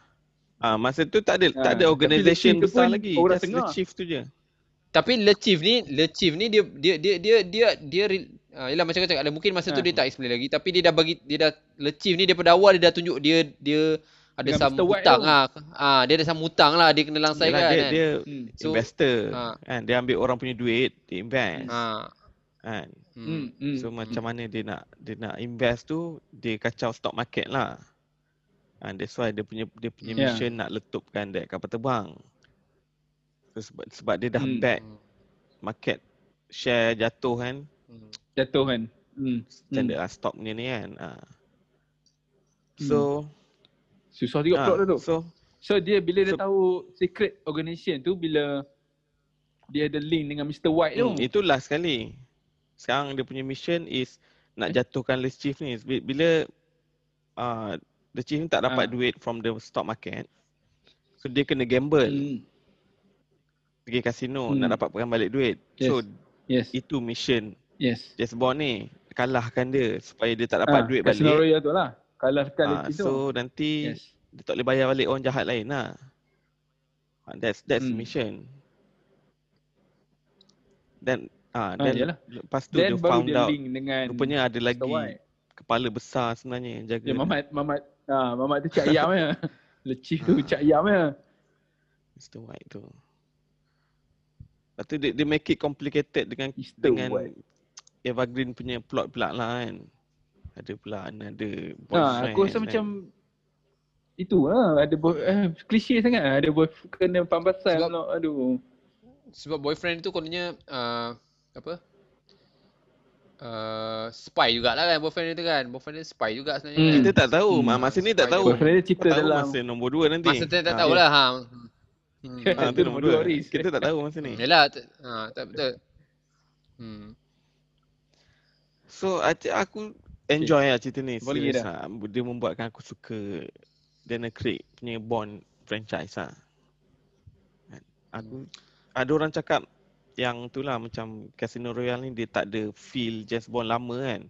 Ah, masa tu tak ada tak
Ah, tapi
ada
Le
organisation
Chief tu
besar
pun
lagi.
orang
Just Le
tengah.
Chief tu je.
Tapi Le Chief ni, Le Chief ni dia dia dia dia dia dia re- ah, yelah macam kau cakap, mungkin masa tu
Ah.
dia tak explain lagi tapi dia dah bagi dia dah Le Chief ni daripada awal dia dah tunjuk dia dia ada
Dengan
sama
Mr. White
hutang
tu.
ah. Ah, dia ada sama hutang lah dia kena langsai
Yelah,
kan.
dia,
kan.
dia
Hmm.
So,
investor.
ah.
Kan? Dia ambil orang punya duit, dia invest.
Ha.
Kan?
Hmm.
hmm.
So macam mana dia nak dia nak invest tu dia kacau stock market lah. And that's why dia punya dia punya
Yeah.
mission nak letupkan dekat kapal terbang. So, sebab sebab dia dah
Hmm.
back market share jatuh kan
Hmm.
jatuh kan hmm.
standard hmm. stock punya ni kan. Ah.
Hmm.
So
susah juga
ah,
plot dia tu
so
so dia bila dia
So-
tahu secret organisation tu bila dia ada link dengan Mr. White tu
hmm, itu last sekali. Sekarang dia punya mission is
Hmm.
nak jatuhkan Le Chief ni Bi- bila uh, The Chief ni tak dapat
Ah.
duit from the stock market. So dia kena gamble.
Hmm.
pergi kasino
Hmm.
nak dapatkan balik duit.
Yes.
So
yes
itu mission
yes
James Bond ni kalahkan dia supaya dia tak dapat
Ah,
duit
Casino
balik.
Royale tu lah kalahkan
Ah,
ha, itu
so nanti
yes
dia tak boleh bayar balik orang jahat lain lah. Ah, That's that's
Hmm.
mission. Dan ah
Ah,
dan
yalah.
lepas tu
Then
dia
baru
found
dia
out
link dengan
rupanya ada
Mr.
lagi
White.
kepala besar sebenarnya yang jaga.
Ya Mamat Mamat ah Mamat tu cak yam ya. Lecif tu cak yam ya.
Mr. White tu. Lepas tu dia, dia make it complicated dengan
Mr.
dengan
White.
Evergreen punya plot pula lah kan. Ada pula ada boyfriend.
Ha aku rasa
kan.
macam itu lah ada boy, eh, klise sangat lah. ada boy kena pambasan
Sebab-
pula aduh.
Sebab boyfriend tu kononnya uh, apa? Uh, spy jugalah kan boyfriend dia tu kan. Boyfriend dia spy juga sebenarnya
Hmm.
kan.
Kita tak tahu.
Hmm.
Hmm. Masa ni tak
Spider-
tahu.
Boyfriend dia cerita
Kita tahu
dalam
masa nombor dua nanti.
Masa tu tak
Ah,
tahulah ha. Hmm.
ah,
Itu nombor dua, Riz.
Kita tak tahu masa ni.
Yalah, tu- ha, tak betul. Hmm.
So I think aku enjoy lah cerita ni.
Boleh
Serius
dah.
lah. Dia membuatkan aku suka Dana Craig punya Bond franchise lah. Aku ada orang cakap yang tu lah macam Casino Royale ni dia tak ada feel James Bond lama kan.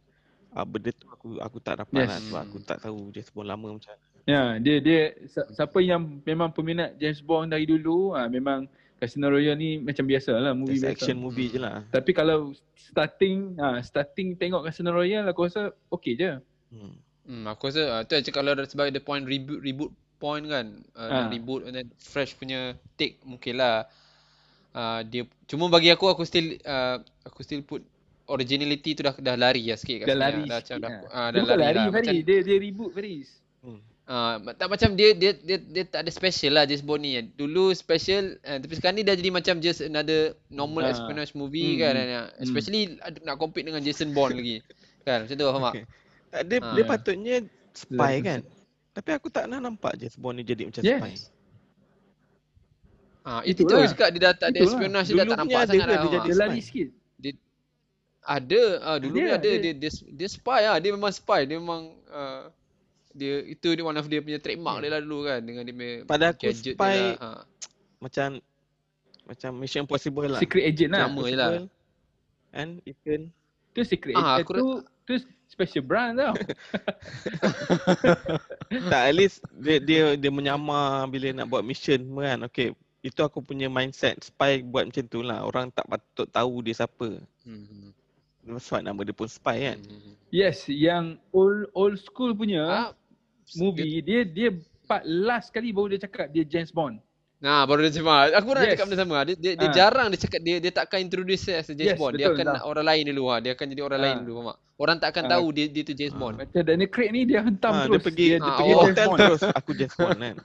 Ah, benda tu aku aku tak dapat
Yes.
lah sebab aku tak tahu James Bond lama macam mana.
Ya, dia dia si- siapa yang memang peminat James Bond dari dulu ah memang Casino Royale ni macam biasa lah movie
Just
biasa.
action movie je lah.
Tapi kalau starting ah starting tengok Casino Royale aku rasa okey je.
Hmm.
Hmm, aku rasa uh, tu aja kalau ada sebagai the point reboot reboot point kan. Uh,
Ah.
ha. reboot and then fresh punya take mungkin lah. Uh, dia cuma bagi aku aku still uh, aku still put originality tu dah dah lari lah sikit kat
Dah
sini
lari
lah. dah macam
sikit
dah,
lah.
ah,
Dia
dah
bukan
lari,
lari
lah. Macam,
Faris, dia dia reboot Faris.
Hmm.
Ah, ma- tak macam dia dia dia dia tak ada special lah James Bond ni. Dulu special uh, tapi sekarang ni dah jadi macam just another normal
Ah.
espionage movie
Hmm,
kan.
hmm,
Hmm. Especially uh, nak compete dengan Jason Bond lagi. Kan macam tu faham tak?
Okay. Tak, Eh, dia,
Ah.
dia patutnya spy
Dia-
kan. Tapi aku tak nak nampak James Bond ni jadi macam
Yes.
spy.
Ah, itu tu
Itulah.
cakap dia dah tak ada
Itulah.
espionage dia dah
Dulu
tak
punya
nampak
ada
sangat
ke
lah.
dia
faham tak?
Dia
Spy.
lari sikit.
Ada ah dulu
Ada,
dia ada
ada.
dia dia dia spy ah dia memang spy dia memang ah, dia itu dia one of dia punya trademark
Hmm.
dia lah dulu kan dengan dia punya
Pada aku,
gadget
spy
dia lah. Ah.
Macam macam Mission Impossible lah.
Secret agent lah.
Sama. je lah.
Impossible. And Ethan.
Tu secret
Ah,
agent
aku
tu tu special brand tau.
tak at least dia dia dia menyamar bila nak buat mission semua kan. Okay. Itu aku punya mindset spy buat macam tu lah. Orang tak patut tahu dia siapa.
Hmm.
Sebab nama dia pun spy kan.
Hmm.
Yes, yang old old school punya
Ah,
movie dia dia part last kali baru dia cakap dia James Bond.
Nah, baru dia cakap. Aku pun nak
Yes.
cakap benda sama. Dia dia, dia
Ah.
jarang dia cakap dia dia takkan introduce dia as a James
Yes,
Bond. Dia
betul,
akan
dah.
nak orang lain dulu ha. Dia akan jadi orang
Ah.
lain dulu mak. Orang tak akan
Ah.
tahu dia dia tu James
Ah.
Bond.
Macam Daniel Craig ni dia hentam
Ha,
terus.
dia pergi dia,
Ah,
pergi
awak-
hotel terus aku James Bond kan.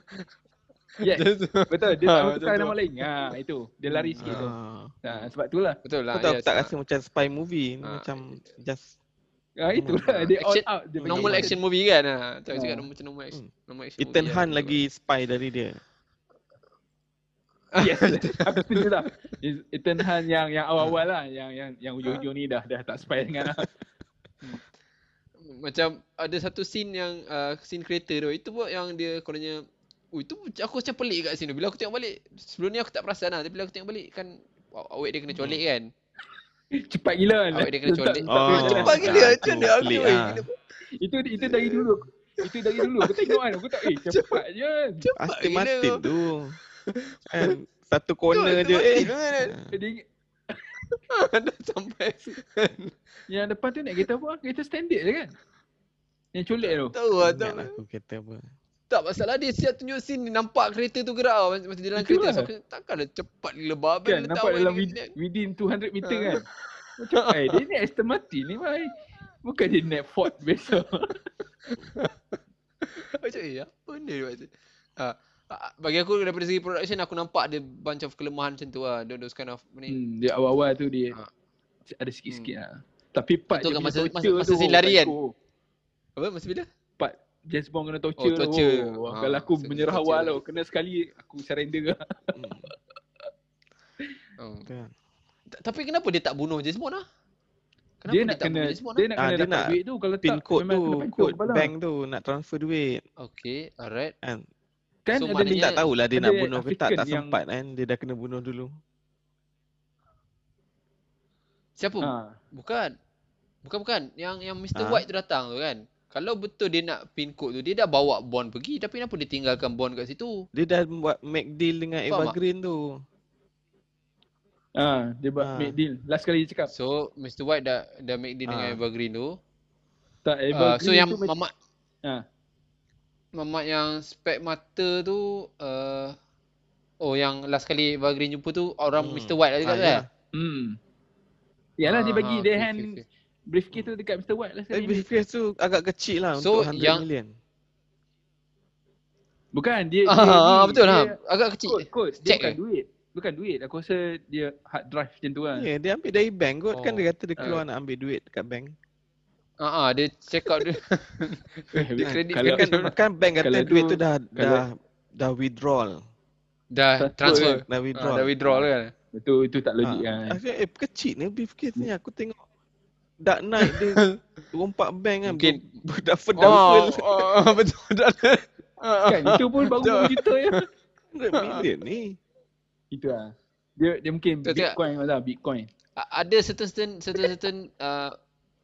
Yes. Betul, dia
Ah,
tak
macam
tukar
tu.
nama lain. Ha, itu. Dia lari sikit tu.
Ah.
Ha, sebab itulah.
Betul lah.
Kau tahu aku
yes,
tak
ah.
rasa macam spy movie
Ah.
macam just
Ha, itulah. Dia all
Oh Action-
out. Dia pergi.
normal action movie kan. Ha. Tak
Ah.
cakap normal- macam normal action. Normal action.
Ethan
movie lah.
Hunt lagi spy dari dia.
Yes. Aku setuju lah. Is- Ethan Hunt yang yang awal-awal lah. Yang yang yang ujung-ujung ni dah dah tak spy dengan lah.
macam ada satu scene yang uh, scene kereta tu itu pun yang dia kononnya Oh itu pun- aku macam pelik kat scene tu. Bila aku tengok balik sebelum ni aku tak perasan lah tapi bila aku tengok balik kan aw- awet dia kena colik
Hmm.
kan.
Cepat gila. kan.
Awet dia kena
Letak- letak
colik.
dia
Oh.
jalan.
Cepat gila
Ah,
macam
tu
dia aku.
pelik
eh,
ah.
kena-
Itu itu dari dulu. Itu dari dulu. Aku tengok kan. Aku tak eh cepat je.
Aston
gila
Martin
kau.
tu. Kan satu
Betul,
corner
Aston
je eh.
Martin tu kan.
Dia,
Dah sampai
yang depan tu naik kereta apa? Kereta standard je kan? Yang colik tu.
tahu lah
Ingat
tahu.
lah aku kata apa.
Tak masalah dia siap tunjuk scene dia nampak kereta tu gerak tau. masa masa dia dalam kereta
Itulah.
so, aku- takkanlah cepat gila babi
Kan nampak dalam within, within 200 meter kan. Macam eh dia ni Aston Martin ni bhai. Bukan dia naik Ford biasa.
Macam eh apa benda dia buat tu? Ah, ah, bagi aku daripada segi production aku nampak ada bunch of kelemahan macam tu lah. Those, those kind of ni.
hmm, dia awal-awal tu dia
Ah.
ada sikit-sikit lah. Tapi part dia punya
Betul kan, masa- masa-
torture
masa
tu,
scene lari kan?
psycho.
Apa masa bila?
Part James Bond kena torture,
Oh, torture.
tu. Oh,
Ah,
kalau aku
scene
menyerah
torture.
awal tu, kena sekali aku surrender lah.
Hmm,
Oh.
kan.
Ta- Tapi kenapa dia tak bunuh James Bond lah? Kenapa
Dia nak kena
James Bond
dia
lah?
nak
Ah,
kena
dia
dapat
nak
duit tu kalau
Pin
tak
code
memang
tu,
kena pancung
code
kepala.
bank tu nak transfer duit
Okay, alright.
kan.
Kan ada
So,
Tapi
maknanya-
ni
tak tahulah dia
ada
nak bunuh ke tak,
African
tak
yang-
sempat kan. Dia dah kena bunuh dulu.
Siapa?
ha.
Bukan. Bukan bukan. Yang yang Mr.
Ah.
White tu datang tu kan. Kalau betul dia nak pin code tu, dia dah bawa Bond pergi tapi kenapa dia tinggalkan Bond kat situ?
Dia dah buat make deal dengan
Faham
Eva
tak?
Green tu.
ha. dia buat
Ah.
make deal. Last kali dia cakap
So Mr. White dah dah make deal dengan
Ah.
Eva Green tu.
tak
Uh,
Eva
so
Green
yang
Ha. tu macam-
mamat
Ah.
Mamat yang spek mata tu uh, Oh yang last kali Eva Green jumpa tu orang
Hmm.
Mr. White lah juga
Ah,
tu
ya.
kan?
Hmm. Yalah dia
Ah,
bagi
ah,
dia
okay,
hand
okay, okay.
briefcase tu dekat Mr. White
Tapi
lah
Eh,
sekali. dia-
briefcase tu agak kecil lah
So,
untuk 100
yang-
million.
Bukan dia
Ah,
dia
ah,
ni,
betul
dia
lah. Agak kecil.
Kod, kod.
Check
Dia bukan
ke?
duit. Bukan duit. Aku rasa dia hard drive macam tu lah.
Eh,
Ya, yeah, dia ambil dari bank kot kan
Oh.
dia kata dia
Ah.
keluar nak ambil duit dekat bank.
Ah, ah, dia check out dia. dia kredit
Kalau-
kan
Kan, kan bank kata
kalau
duit
tu-
tu dah
kalau-
dah dah withdrawal.
dah transfer.
Dah
Ah,
withdrawal.
dah withdrawal kan.
Itu itu tak logik
Ah,
kan.
Actually, eh, kecil ni briefcase ni aku tengok Dark Knight dia rompak bank kan.
Mungkin-
Duffel
Oh,
Duffel
oh, betul dah. Ah,
Kan itu pun baru
Betul.
2 juta ya.
100 million ni.
Itu lah. Dia dia mungkin
Tak, tak.
Bitcoin lah, Bitcoin.
A- ada certain certain certain certain uh,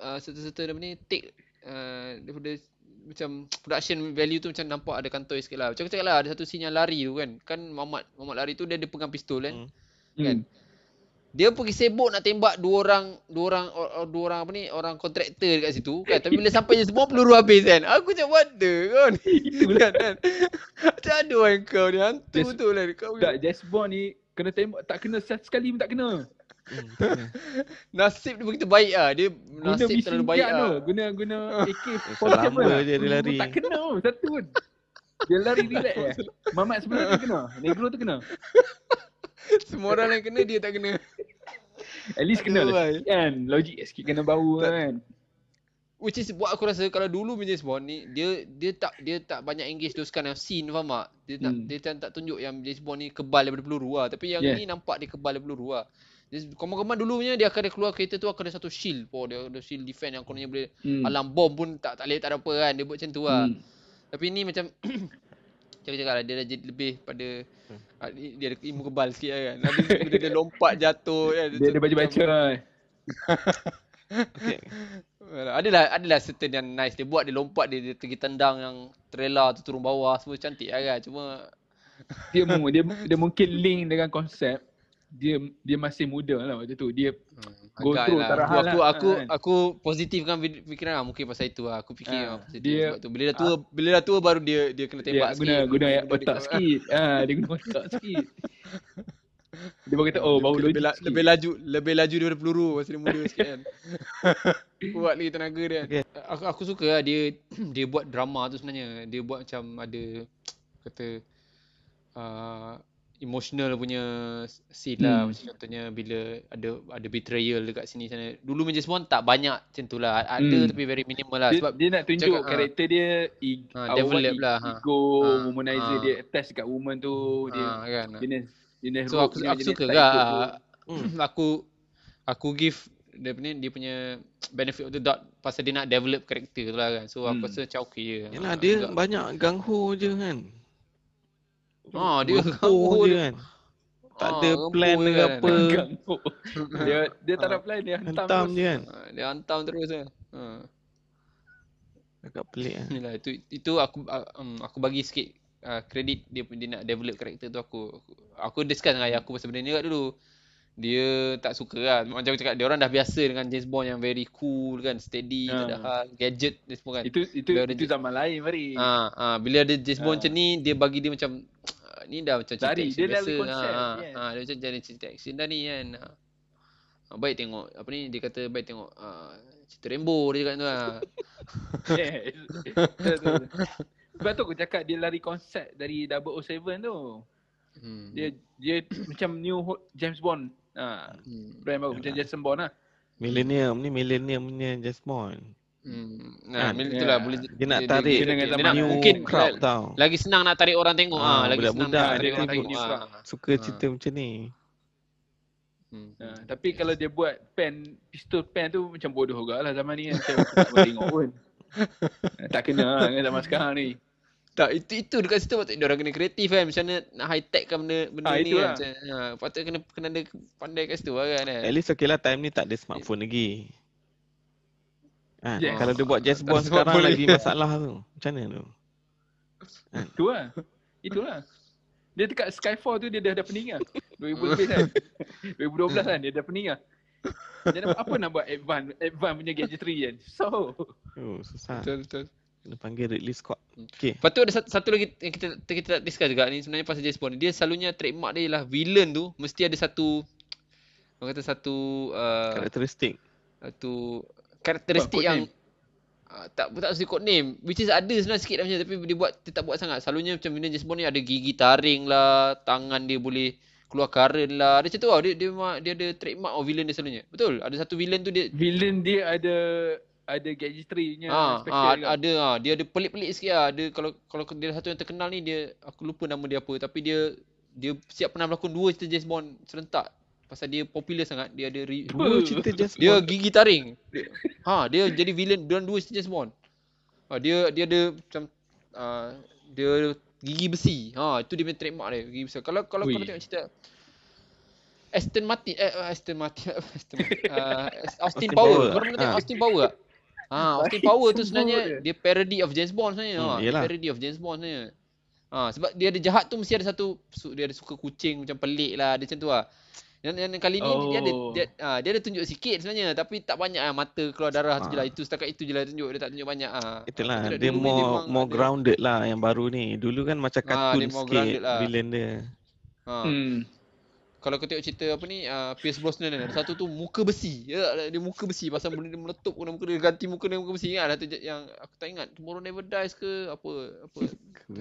uh, certain certain apa ni take uh, daripada macam production value tu macam nampak ada kantoi sikit lah. Macam aku cakap lah ada satu scene yang lari tu kan. Kan Mamat Mamat lari tu dia ada pegang pistol kan.
Hmm.
Kan?
Hmm.
Dia pergi sibuk nak tembak dua orang dua orang or, or, dua orang apa ni orang kontraktor dekat situ kan. Tapi bila sampai je semua peluru habis kan. Aku macam what the kau ni. Itulah kan. Macam ada orang kau ni hantu
Yes.
tu lah kau.
Tak, James Bond ni kena tembak tak kena satu sekali pun tak kena.
Hmm, ya.
Nasib dia begitu baik ah. Dia
Guna
nasib
misi
terlalu baik
baik
ah.
tu. Guna guna AK-47
Selama je dia
Peluru
lari.
lah. Tak kena pun satu pun. Dia lari relax je. Mamat sebelah tu kena. Negro tu kena.
Semua orang lain kena dia tak kena.
At least kena
Aduh,
lah
wai.
sikit kan. Logik sikit kena bau kan.
Which is buat aku rasa kalau dulu punya James Bond ni dia dia tak dia tak banyak engage those kind of scene faham tak? Dia tak
Hmm.
dia tak, tak tunjuk yang James Bond ni kebal daripada peluru lah. Tapi yang
Yeah.
ni nampak dia kebal daripada peluru lah. Dia komang-komang dulunya dia akan ada keluar kereta tu akan ada satu shield. Oh dia ada shield defense yang kononnya boleh
Hmm.
alam bom pun tak tak boleh tak ada apa kan. Dia buat macam tu lah.
Hmm.
Tapi ni macam Cakap cakap lah dia dah jadi lebih pada ah, ni- dia ada ilmu kebal sikit lah kan. Habis tu dia, dia lompat jatuh kan.
Dia ada baca-baca kan.
Okay.
Alah, Adalah adalah certain yang nice dia buat dia lompat dia, dia pergi tendang yang trailer tu turun bawah semua cantik lah kan. Cuma
Dia, mu- dia, dia mungkin link dengan konsep dia dia masih muda lah waktu tu. Dia
Hmm,
Go
agak
through
lah.
tak
aku,
rahal
aku
lah,
aku
kan?
aku positifkan pi- fikiran ah mungkin pasal itu lah. Aku fikir
Ah,
ah, pasal itu
dia-
sebab tu. Bila dah tua, bila dah tua baru dia dia kena
dia
tembak
guna
sikit.
guna
Dia- dia-
otak
dia-
sikit. Ah dia guna otak sikit. Dia baru kata oh
Dia
bau
lebih,
logik
la-
sikit.
lebih laju lebih laju daripada peluru masa dia muda sikit kan. buat lagi tenaga dia.
Okay.
Aku aku suka lah dia dia buat drama tu sebenarnya. Dia buat macam ada kata uh, emotional punya scene lah
Hmm.
macam contohnya bila ada ada betrayal dekat sini sana. Dulu James Bond tak banyak macam tu lah. Ada
Hmm.
tapi very minimal lah
dia,
sebab
dia nak tunjuk
cakap, ah.
karakter dia i,
Ah,
awal
develop
i-
lah, ha.
ego
Ah,
womanizer
ah.
dia attach kat woman tu dia
ah, kan.
jenis jenis
So aku, aku suka juga
Hmm.
aku aku give dia punya dia punya benefit of the doubt pasal dia nak develop karakter tu lah kan. So aku
Hmm.
rasa macam okey je.
Yalah
Ah,
dia
agak-
banyak gang ho je kan.
ah dia
Ho je kan. Tak
Ah,
ada
rempul
plan
je
ke
kan.
apa.
Ganggu. Dia dia tak
Ah.
ada plan dia hantam.
Hentam
terus.
je kan.
Ah, dia hantam terus kan. Ah.
Agak pelik kan.
Inilah itu itu aku ah, um, aku bagi sikit ah, kredit dia dia nak develop karakter tu aku aku, aku discuss dengan ayah aku pasal benda ni kat dulu. Dia tak suka lah. Macam aku cakap dia orang dah biasa dengan James Bond yang very cool kan, steady, tak ada
Ah.
hal, gadget dan semua kan.
Itu itu
Dia ada
itu
je-
zaman lain Fari.
Ah, ah bila ada James Bond
Ah.
macam ni dia bagi dia macam ah, ni dah macam cerita
Lari, dia
action
kan? lari
biasa.
konsep,
ah,
yes.
ah, dia macam jadi cerita action dah ni kan. Ah. Ah, baik tengok apa ni dia kata baik tengok ah, cerita Rambo dia cakap tu lah.
Yes. Betul, betul, betul. Sebab tu aku cakap dia lari konsep dari 007 tu.
Hmm.
Dia dia macam new ho- James Bond. Ha,
hmm.
brand baru macam Jason Bond lah.
Millennium ni millennium punya James Bond.
Hmm.
Kan?
Nah, kan? itulah
Ya.
boleh
Dia nak tarik
dia, dia,
dengan
dia,
zaman
nak
New
mungkin
crowd tau.
lagi senang nak tarik orang tengok
Ah,
ah, lagi senang
budak-budak
nak tarik
dia
orang
tengok
tengok.
new
ah.
crowd.
Suka
Ah.
cerita macam ni.
Hmm.
Ha, tapi kalau dia buat pen pistol pen tu macam bodoh jugalah zaman ni kan. Macam aku tak boleh tengok pun. Ha, tak kena lah dengan zaman sekarang ni.
tak itu itu dekat situ patut dia orang kena kreatif kan macam mana nak high tech kan benda benda
Ah,
ni kan
itulah.
macam ha patut kena kena ada pandai kat situ lah kan. eh.
At least okay lah time ni tak ada smartphone lagi. Ha,
Yes.
Kalau dia buat James
Tak ada
Bond sekarang
smartphone
lagi
lagi.
masalah tu. Macam mana tu?
Tu lah. Itulah. Dia dekat Skyfall tu dia dah dah pening lah. 2000 lebih kan. 2012 kan dia dah pening lah. Dia nak, apa nak buat advance advance punya gadgetry kan. So
Oh, susah.
Betul Hmm. betul.
Dia panggil Ridley Scott. Okay.
Lepas tu ada satu, satu lagi yang kita kita, kita tak discuss juga ni sebenarnya pasal James Bond. Dia selalunya trademark dia ialah villain tu mesti ada satu orang kata satu uh,
Karakteristik.
satu Uh, karakteristik
Buat code
yang uh, tak tak mesti code name which is ada sebenarnya sikit lah macam tapi dia buat dia tak buat sangat. Selalunya macam benda James Bond ni ada gigi taring lah, tangan dia boleh keluar current lah. Dia macam tu lah. Dia, dia, memang- dia ada trademark of villain dia selalunya. Betul. Ada satu villain tu dia
villain dia ada ada gadgetry-nya
Ah,
Ya, special
ah,
juga.
ada ah. Dia ada pelik-pelik sikit ah. Dia kalau kalau dia satu yang terkenal ni dia aku lupa nama dia apa tapi dia dia siap pernah berlakon dua cerita James Bond serentak pasal dia popular sangat. Dia ada re,
Dua?
Dua cerita James
dia
Bond.
gigi taring. Ha, dia jadi villain dalam dua cerita James Bond. Ha, dia dia ada macam uh, dia gigi besi. Ha, itu dia punya trademark dia, gigi besi. Kalau kalau kau
Ui.
tengok cerita Aston Martin eh eh, Aston Martin Aston Martin uh, Austin
Austin
Power.
Power.
Kau pernah
Ha.
tengok Austin Power tak? Ha, Austin
Baik,
Power tu
sebut
sebenarnya dia parody of James Bond sebenarnya.
Hmm,
Hmm, ha,
yelah.
parody of James Bond sebenarnya. Ha, sebab dia ada jahat tu mesti ada satu su- dia ada suka kucing macam pelik lah dia macam tu lah. Yang, yang kali ni dia ada
Oh.
dia, ha, dia ada tunjuk sikit sebenarnya tapi tak banyak ah mata keluar darah tu je lah.
Ah.
Itu setakat itu je lah tunjuk dia tak tunjuk banyak ah.
Itulah,
Aku tak
dia
dulu ni
more
memang
more
ada-
grounded lah yang baru ni. Dulu kan macam
Ah,
kartun
dia more
sikit
grounded lah.
villain dia.
Ha.
Hmm.
Kalau kau tengok cerita apa ni uh, Pierce Brosnan ni ada satu tu muka besi. Ya dia muka besi pasal benda dia meletup kena muka dia ganti muka dia muka besi kan ada tu je- yang aku tak ingat Tomorrow Never Dies ke apa apa.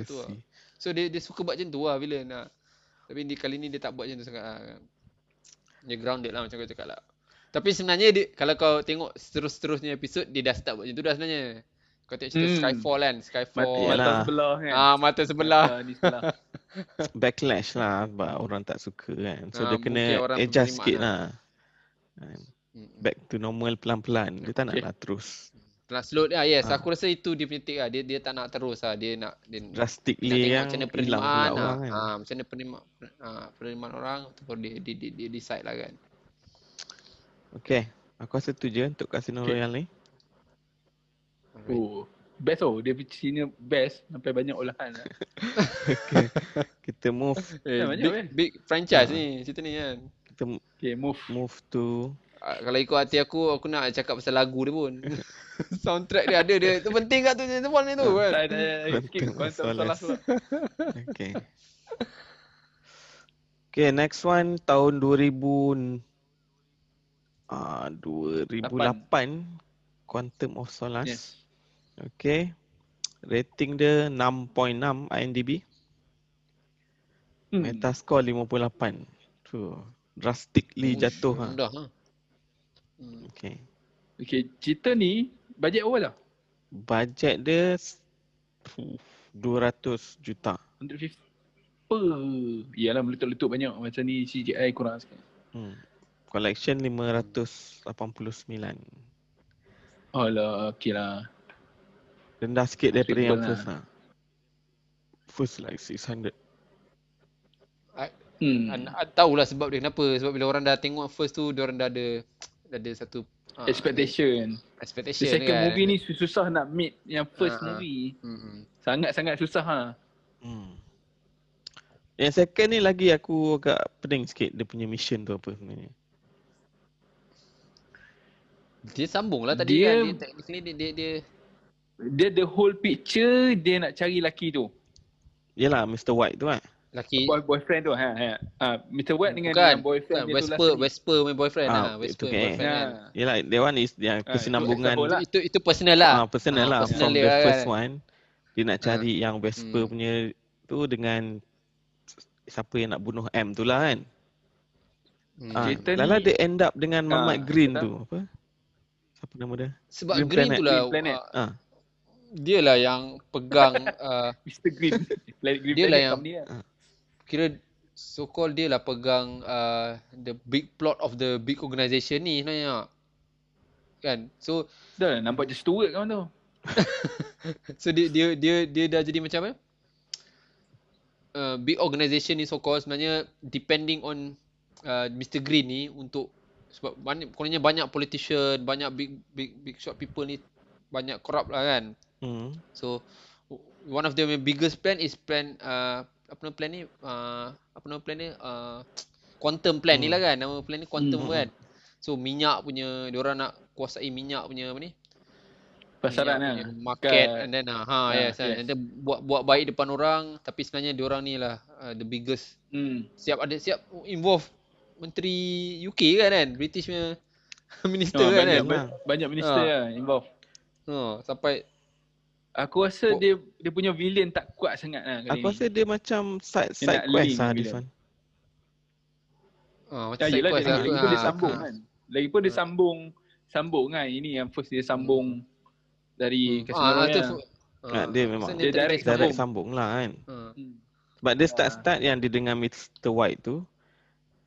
tu lah.
Besi.
So dia dia suka buat macam tu lah villain lah. Tapi di kali ni dia tak buat macam tu sangat lah. Dia grounded lah macam kau cakap lah. Tapi sebenarnya dia, kalau kau tengok seterus-terusnya episod dia dah start buat macam tu dah sebenarnya. Kau tengok cerita
Hmm.
Skyfall kan, Skyfall.
Mata,
Yalah.
mata sebelah kan.
Ah mata sebelah.
Mata ni sebelah.
Backlash lah sebab orang tak suka kan. So
Ah,
dia kena
mungkin orang
adjust
terima
sikit
lah.
lah. Kan, Back to normal pelan-pelan. Dia tak nak
Okay.
lah terus.
Telah slow ah yes,
Ah.
aku rasa itu dia punya take lah. Dia dia tak nak terus lah. Dia nak dia nak
Drastically
tengok
yang
macam mana
hilang
penerimaan
pula orang
ah.
kan.
Ah, macam mana penerimaan ah, penerimaan orang tu baru dia, dia, dia, dia decide lah kan.
Okay. Aku rasa tu je untuk Casino
Okay.
Royale ni.
Oh. Best oh. Dia Cina best sampai banyak olahan lah.
Kita move
Eh,
banyak
big,
kan?
Eh, big franchise
Ah.
ni cerita ni kan.
kita
Okay, move.
move to
Ah, Kalau ikut hati aku, aku nak cakap pasal lagu dia pun. Soundtrack dia ada, dia tu penting kat tu James Bond ni tu
Ah,
kan.
Tak, tak, tak. Skip.
Quantum
Quantum Solace.
Solace. Okay. Okay, next one tahun 2000 ah 2008 Quantum of Solace.
Yes.
Okay. Rating dia 6.6 IMDb.
Hmm.
Metascore 58. Tu drastically jatuh ha.
Rendah ha.
Hmm.
Okay.
Okay, cerita ni bajet awal lah.
Bajet dia s- 200 juta.
150. Yalah meletup-letup banyak macam ni CGI kurang sikit.
Hmm. Collection 589.
Alah, okay lah.
Rendah sikit daripada yang
Reasonable
first lah. First like 600.
Hmm.
Hmm. Tahulah sebab dia kenapa. Sebab bila orang dah tengok first tu, dia orang dah ada dah ada satu ah,
Expectation.
expectation
The second
kan.
movie ni sus- susah nak meet yang first
Ah, ah.
movie.
Mm-mm.
Sangat-sangat susah ha.
Hmm. Yang second ni lagi aku agak pening sikit dia punya mission tu apa sebenarnya.
Dia sambung lah tadi
Dia-
kan. Dia technically dia dia, dia
Dia the whole picture dia nak cari laki tu.
Yelah Mr. White tu kan.
laki
Boy boyfriend tu ha ha. ha. Mr. White dengan,
bukan, Ah,
dengan boyfriend
bukan,
dia tu
Whisper,
last
Whisper main boyfriend
Ah,
ah, ha,
itu
Whisper
kan.
ni.
boyfriend
Ha.
kan.
Yelah that one is yang
Ah,
kesinambungan
example
Itu,
lah.
itu itu personal lah.
Ah, personal
Ah,
lah
personal
from
dia
the
lah
first
kan.
one. Dia nak cari yang Vespa
Hmm.
punya tu dengan s- siapa yang nak bunuh M tu lah kan.
Hmm.
Ah,
Cerita
Lala
ni-
dia end up dengan Mamat
Ah,
Green
betul.
tu. Apa? Siapa nama dia?
Sebab
Green
Green,
Planet.
tu lah
Green Planet.
ah,
Ah,
dia lah yang pegang ah,
Mr. Green. Like Green
Dia lah
Planet
yang-
company lah.
kira so called dia lah pegang uh, the big plot of the big organisation ni sebenarnya. Kan? So
Dah lah, nampak je Stewart kawan tu.
so dia dia dia dia dah jadi macam apa? Uh, big organisation ni so called sebenarnya depending on uh, Mr Green ni untuk sebab banyak kononnya banyak politician, banyak big big big shot people ni banyak corrupt lah kan.
hmm.
So w- one of the biggest plan is plan uh, apa nama plan ni uh, apa nama plan ni uh, quantum plan ni lah kan nama plan ni quantum
Hmm.
kan. So minyak punya diorang nak kuasai minyak punya apa ni?
Pasaran
minyak
lah.
punya Market
Kat-
and then uh, ha
Ah,
yes, yes.
yes.
And then buat buat baik depan orang tapi sebenarnya diorang ni lah uh, the biggest
Hmm.
siap ada siap involve menteri UK kan kan British punya minister
Ah,
kan
banyak,
kan.
kan?
ba- banyak minister
Ah.
lah involved.
Ha sampai
Aku rasa
Oh.
dia dia punya villain tak kuat sangat lah kali
Aku
ni.
rasa dia macam side
Dia
side
nak
quest
link
lah
bila.
this one.
ha macam
Ya, yelah,
side quest
dia,
lah.
nak
lagi pun dia
Ah,
sambung
ah.
kan. Lagi pun dia
Ah.
sambung sambung kan. Ini yang first dia sambung dari Casino
Ah,
Royale.
tu-
Ah, dia memang.
pasal
Dia
tak-
direct
tak-
Direct sambung
Sambung.
lah kan.
Ah.
Hmm.
Sebab dia
Ya.
start-start yang dia dengan Mr. White tu.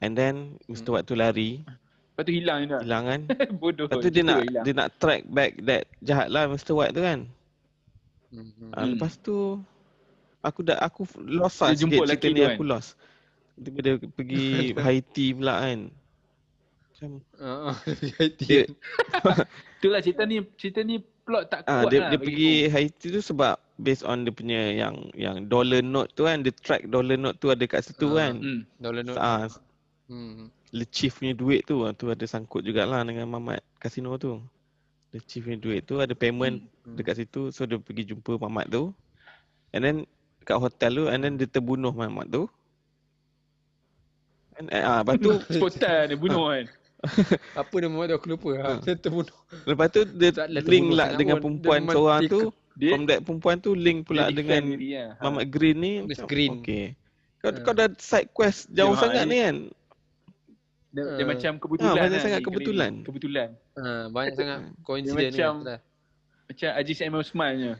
And then Mr.
Hmm.
White tu lari.
Lepas tu hilang juga.
Hilang kan.
Bodoh.
Lepas tu dia
cerita
nak
hilang.
dia nak track back that jahat lah Mr. White tu kan.
Mhm.
Ah,
Hmm.
lepas tu aku dah aku f- lost lah
Dia jumpa
sikit cerita
lelaki
ni
tu kan?
aku lost. Dia, dia pergi Haiti pula kan. Macam
Ah, ah, reality.
dia
Itulah cerita ni cerita ni plot tak
ah
kuat
dia,
lah.
dia
bagi
pergi
aku.
Haiti tu sebab based on dia punya yang yang dollar note tu kan dia track dollar note tu ada kat situ
Ah,
kan.
Hmm.
Dollar note.
Ah
Hmm.
Lecif punya duit tu ah, tu ada sangkut jugalah dengan Mamat Kasino tu. Lecif punya duit tu ada payment
Hmm.
dekat situ so dia pergi jumpa Mamat tu. And then kat hotel tu and then dia terbunuh Mamat tu. And ah lepas tu
Spontan dia bunuh kan.
Apa nama dia aku lupa. Ha.
Ah.
Dia terbunuh.
lepas tu dia
Tak
link
lah terbunuh
lah
sangat
dengan
pun.
perempuan
Dia
seorang
mati
tu.
Dia
From that perempuan tu link pula
dia defend
dengan
diri lah. Ha.
Mamat Green ni.
Miss
Macam,
Green. Ya,
Okay. Kau,
Ah.
kau dah side quest jauh
Dia-
sangat
dia-
ni kan.
Dia, dia
Ah.
macam kebetulan.
Ah, banyak sangat
lah ni kali ni.
kebetulan.
Kebetulan.
Ha, banyak sangat coincident ni.
macam-
Lah.
Macam Aziz M. Osman je.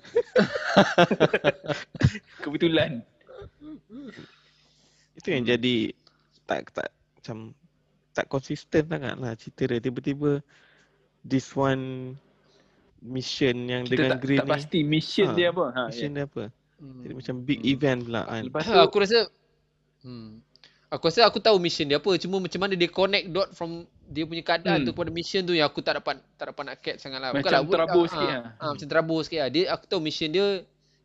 kebetulan.
Itu
Hmm.
yang jadi tak tak macam tak konsisten sangat lah cerita dia. Tiba-tiba this one mission yang
Kita
dengan
tak,
Green
tak
ni.
pasti mission
Ah,
dia apa. Ha,
Mission
yeah.
dia apa?
lah, Hmm.
Jadi macam big event pula kan.
Lepas tu,
Ha, aku rasa hmm. Aku rasa aku tahu mission dia apa cuma macam mana dia connect dot from dia punya keadaan
Hmm.
tu kepada mission tu yang aku tak dapat tak dapat nak catch sangat lah.
Macam
Bukanlah,
terabur
ah,
sikit
ah,
lah.
ah, macam terabur sikit lah. Dia aku tahu mission dia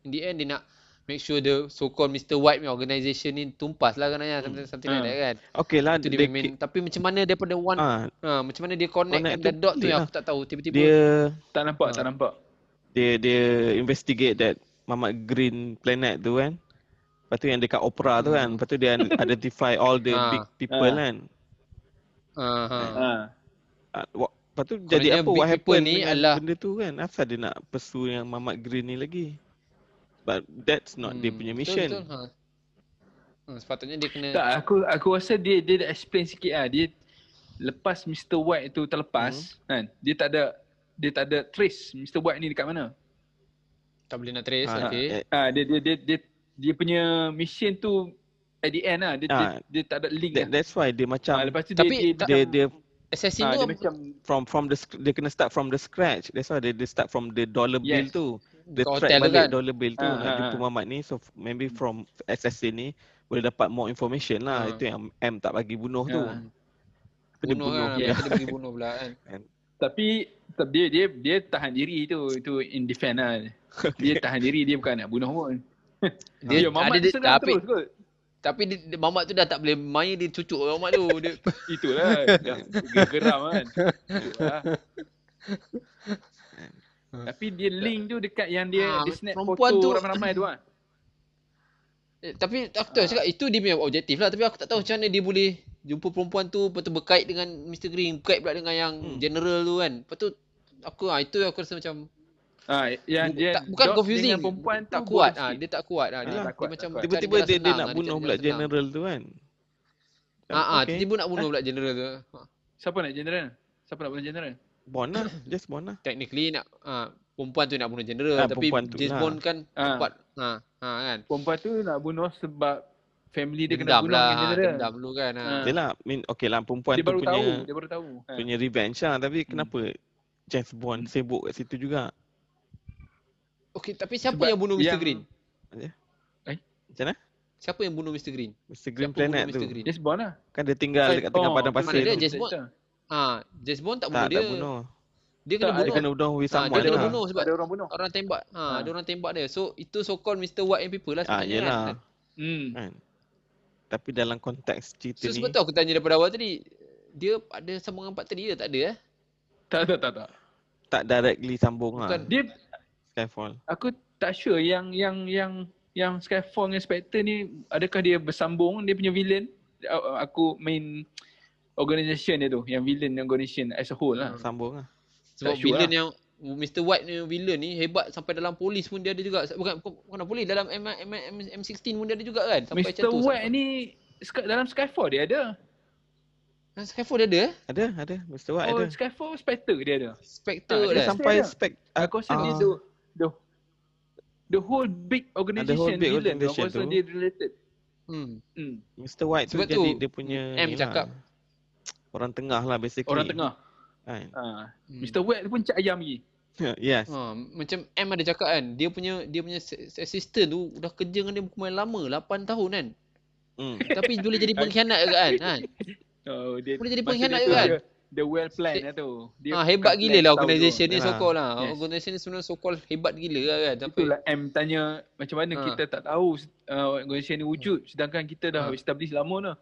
in the end dia nak make sure the so called Mr White punya organisation ni tumpas lah kan something, something like
Ah.
that kan.
Okay lah
Itu
dia,
dia main, main. Tapi macam mana daripada one ah.
ah,
macam mana dia connect,
Connect
connect the
tu
dot tu
pelik
yang
lah.
aku tak tahu tiba-tiba
dia
Tak nampak,
Ha.
Ah.
tak nampak.
dia dia investigate that Mamat Green planet tu kan. Lepas tu yang dekat opera tu kan. Lepas tu dia identify all the
Hmm. Ah.
big people
Ah.
kan.
ah, ha.
Ha.
Ah, wa- Lepas tu jadi
Kononnya
apa
big
what
people
happen
ni
ni
adalah-
benda tu kan. Asal dia nak pursue yang Mamat Green ni lagi. But that's not dia
Hmm,
punya
betul,
mission.
betul, ha. Hmm, sepatutnya dia kena
Tak, aku aku rasa dia dia dah explain sikit lah. Dia lepas Mr White tu terlepas,
Hmm.
kan. Dia tak ada dia tak ada trace Mr White ni dekat mana.
tak boleh nak trace
Ah,
okey.
eh,
Ha, dia, dia dia dia dia punya mission tu at the end lah. Dia,
Ah.
dia, dia tak ada link
that,
lah.
that's why dia macam
Ha, lepas tu dia,
Tapi
dia,
tak-
dia
macam-
dia
Assassin
ah,
tu
dia macam
from from the sc- dia kena start from the scratch. That's why dia, dia start from the dollar bill
Yes.
tu. Dia
Dekat
track
hotel tu
balik
kan. Hmm.
dollar bill tu
Ah,
nak
ah,
jumpa
ah.
Mamat ni. So f- maybe from SSA ni boleh dapat more information lah.
Ah.
Itu yang M tak bagi bunuh tu.
Ah.
Tapi dia
bunuh kan.
bunuh.
Dia pergi bunuh pula kan.
Tapi tapi dia dia dia tahan diri tu itu in defense lah. Dia tahan diri dia bukan nak bunuh pun.
Dia
Yo, Mamat
ada dia,
serang
tapi
terus kot.
tapi dia, dia, Mamat tu dah tak boleh main dia cucuk orang Mamat tu. Dia
Itulah dah geram kan. Itulah. Tapi dia link tu dekat yang dia
Ah,
dia snap
perempuan
foto
tu-
ramai-ramai tu ah.
Eh, tapi aku
Ah.
tahu cakap itu dia punya objektif lah tapi aku tak tahu macam mana dia boleh jumpa perempuan tu lepas tu berkait dengan Mr Green berkait pula dengan yang
Hmm.
general tu kan lepas tu aku ah itu aku rasa macam
Ah, yang
bu-
dia
tak, bukan
dot
confusing
dengan perempuan tu
tak kuat
boleh
ah dia tak kuat
Ah,
ah dia,
tak
dia
kuat,
macam
tak kuat.
Tiba-tiba
bukan
dia, dia
senang,
nak
ah,
bunuh
cakap
pula
dia senang.
general tu kan.
ah ah
okay.
tiba-tiba nak bunuh pula general tu Ah,
Siapa nak general? Siapa nak bunuh general?
Bond lah. Just Bond lah.
technically nak ah perempuan tu nak bunuh general
Ah,
tapi
perempuan tu
James
lah.
Bond kan
Ah.
kuat ah ah kan
Perempuan tu nak bunuh sebab family dia kena
dendam
bunuh
lah
dengan
ah,
general.
dendam dulu kan ah
Ah.
Yelah. Min, okay lah perempuan
Dia
tu
baru
punya
tahu, dia baru tahu. Ha.
punya revenge lah. Tapi kenapa James Bond sibuk kat situ juga?
okey tapi siapa
Sebab
yang bunuh Mr
yang-
Green
Macam mana?
siapa yang bunuh Mr Green
Mr. Green
Siapa
Planet
bunuh
tu.
Mr. Green?
Just born lah.
Kan dia tinggal dekat tengah
Oh,
padang
tu
pasir
mana
tu.
dia
cerita.
James Bond? ah James Bond tak bunuh
Tak,
dia Ah,
tak bunuh.
Tak,
dia kena
Dia
bunuh
kena bunuh with
Ah,
someone
dia kena
lah.
bunuh sebab
Ada orang bunuh.
orang tembak. Ha,
Ah.
ada orang tembak dia. So itu so called Mr White and people lah
Ah,
sebenarnya
yelah.
kan.
Hmm.
Kan? Tapi dalam konteks cerita
So
ni,
sebab tu aku tanya daripada awal tadi, dia ada sambungan part tadi ke tak ada eh?
Tak tak tak tak.
tak directly sambung lah.
Bukan-
Dia
Skyfall.
aku tak sure yang yang yang yang Skyfall dengan Spectre ni adakah dia bersambung dia punya villain A- aku main organisation dia tu yang villain organisation as a whole lah
Sambung lah.
Sebab
sure
villain
lah.
yang Mr White ni villain ni hebat sampai dalam polis pun dia ada juga. Bukan bukan bukan dalam polis dalam M, M, M, M16 pun dia ada juga kan sampai
Mr.
tu.
White ni Sky- dalam Skyfall dia ada
Ah, Skyfall dia ada eh?
Ada, ada. Mr. White
oh
ada.
Skyfall Spectre dia ada
Spectre
Dia
Ah, Yes,
kan?
sam-
sampai
ada.
spek
aku rasa dia
ah.
tu the the whole big organisation
whole big
villain tu.
organisation
aku rasa
tu.
dia related
Hmm.
hmm.
Mr. White tu
Sebab
jadi
tu,
dia punya ni
M cakap.
Lah. Orang tengah lah basically.
orang tengah
Kan?
ha.
Hmm.
Mr. White tu pun cak ayam lagi
yes.
Ha, macam M ada cakap kan, dia punya dia punya s- assistant tu dah kerja dengan dia bermain lama, 8 tahun kan.
Hmm.
Tapi boleh jadi pengkhianat juga kan. Ha.
oh, dia,
Boleh
masa
jadi
dia
pengkhianat
tu,
juga kan.
dia, the well plan
Dia-
lah tu dia
Ha, hebat
bukan
gila
plan
lah
tahu tu.
organisation ni
Ha.
sokol lah.
Yes.
Organisation ni sebenarnya sokol hebat gila lah kan. Tapi
Itulah M tanya macam mana
Ha.
kita tak tahu uh, organisasi ni wujud sedangkan kita dah
Ha.
establish lama dah.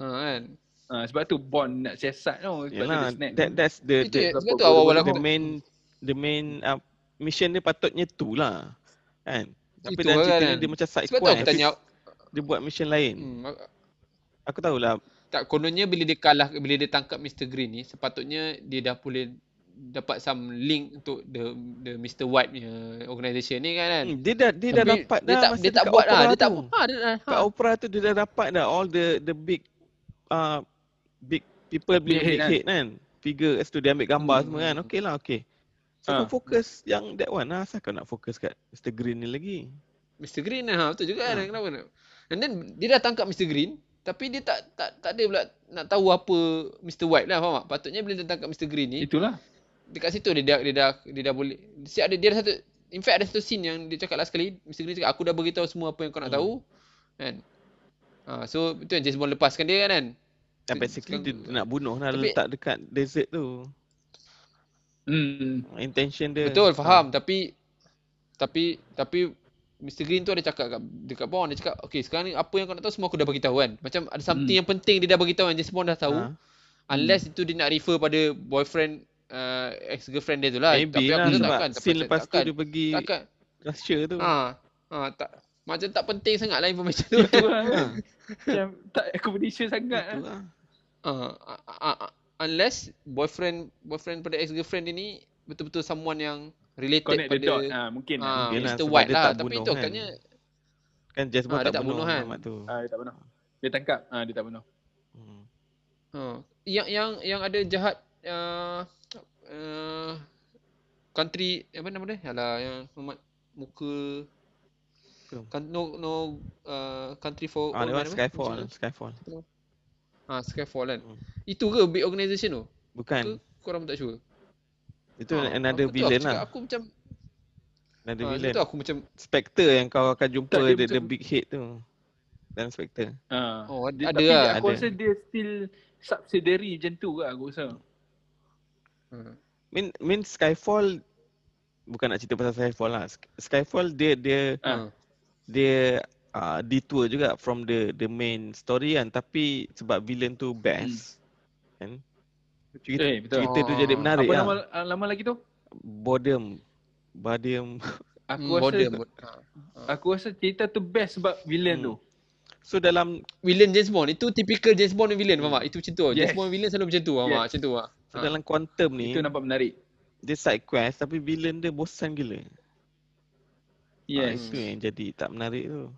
ha, kan.
Ha, sebab tu Bond nak siasat tau sebab dia
Yelah,
ada snap.
that, that's the,
Itu
the,
ya, sebab tu
Bodoh-bodoh
awal-awal
the
aku
main the main uh, mission dia patutnya tu lah. Kan? Tapi
Itu
dalam
lah
cerita
kan.
ni dia macam lah. side
sebab tu
quest.
aku tanya
Dia buat mission lain.
hmm, aku-
Aku tahulah.
tak kononnya bila dia kalah bila dia tangkap Mr Green ni sepatutnya dia dah boleh dapat some link untuk the the Mr White punya organisation ni kan kan.
Hmm, dia dah dia dah
Tapi
dapat
dia
dah
tak
masa
dia tak
dekat
buat ah,
opera
dia tak
tu.
buat. Ha, dia dah.
Kat
Ha.
opera tu dia dah dapat dah all the the big uh, big people big,
Big
big
head
head, kan. Figure kat situ dia ambil gambar
Hmm. Ha.
semua kan. Okey lah okey. So
Ah.
kau fokus yang that one lah. Asal kau nak fokus kat Mr. Green ni lagi?
Mr Green lah, ha, betul juga
Ha.
ha. kenapa nak. And then dia dah tangkap Mr Green tapi dia tak tak tak ada pula nak tahu apa Mr White lah faham tak? Patutnya bila dia tangkap Mr Green ni
Itulah.
dekat situ dia dah dia dah dia dah boleh si ada dia ada satu in fact ada satu scene yang dia cakap last kali Mr Green cakap aku dah beritahu semua apa yang kau nak
Hmm.
tahu kan ha, so itu yang James Bond lepaskan dia kan, kan?
Dan basically dia, dia nak bunuh lah
Tapi-
letak dekat desert tu.
Hmm.
Intention dia.
betul faham tapi tapi tapi Mr. Green tu ada cakap dekat, dekat Bond dia cakap okay sekarang ni apa yang kau nak tahu semua aku dah bagi tahu kan. Macam ada something
Hmm.
yang penting dia dah bagi tahu yang James Bond dah tahu.
Ha.
Unless itu dia nak refer pada boyfriend uh, ex-girlfriend dia tu lah.
Maybe lah
aku tu
sebab
takkan. Tapi
scene
tak-
lepas tu
takkan.
dia pergi
Takkan.
Russia tu.
Ha. Ha, tak. Macam tak penting sangat lah information tu.
Itu lah. Macam tak accommodation sangat
Itu
lah.
lah.
Ah, ah, ah, ah, unless boyfriend boyfriend pada ex-girlfriend dia ni betul-betul someone yang related
Connect the
pada
dot. Ha, mungkin lah.
ah,
Mungkin lah,
Mr.
sebab
White
dia
lah.
tak
Tapi
bunuh
itu
kan.
agaknya
Kan Jasper
Ah, dia
tak,
tak
bunuh
bunuh kan.
Mamat tu.
Ah, dia tak pernah. Dia tangkap. Ah, dia tak pernah.
Oh,
Hmm.
Ha. Yang yang yang ada jahat uh, uh, country apa nama dia? Alah yang Muhammad muka
Film.
kan, no no uh, country for
Ah,
Old
dia orang
Man apa?
Skyfall,
Macam
Skyfall.
mana? Ah Skyfall kan.
Hmm.
Itu ke big organisation tu? Ke
Bukan.
korang tak sure?
Itu
Ah,
another
aku tu aku
villain
cakap
lah.
Aku macam
Another
ah,
villain.
itu aku macam
Spectre yang kau akan jumpa
Tak, dia
the, the
macam-
big head tu. Dan Spectre.
Ah.
Oh, ada-
Dia-
ada
tapi
lah,
dia- Aku
ada.
rasa dia still subsidiary macam tu lah aku rasa.
ah,
Min, min Skyfall bukan nak cerita pasal Skyfall lah. Sk- Skyfall dia dia
Ah.
ah.
dia uh, detour juga from the the main story kan tapi sebab villain tu best. Kan? Cerita,
Hmm. Eh, betul.
cerita tu jadi
Oh.
menarik
Apa
lah.
nama ah, lama lagi tu?
Boredom. Boredom.
Aku
Hmm,
rasa
border bod- ah.
aku rasa cerita tu best sebab villain
Hmm.
tu.
So dalam
Villain James Bond itu typical James Bond villain faham tak? Itu macam tu. Yes. James
Yes.
Bond villain selalu macam tu faham tak?
Yes.
Macam tu ah.
so dalam Quantum ni
Itu nampak menarik.
dia side quest tapi villain dia bosan gila. Ah,
Yes.
itu yang jadi tak menarik tu.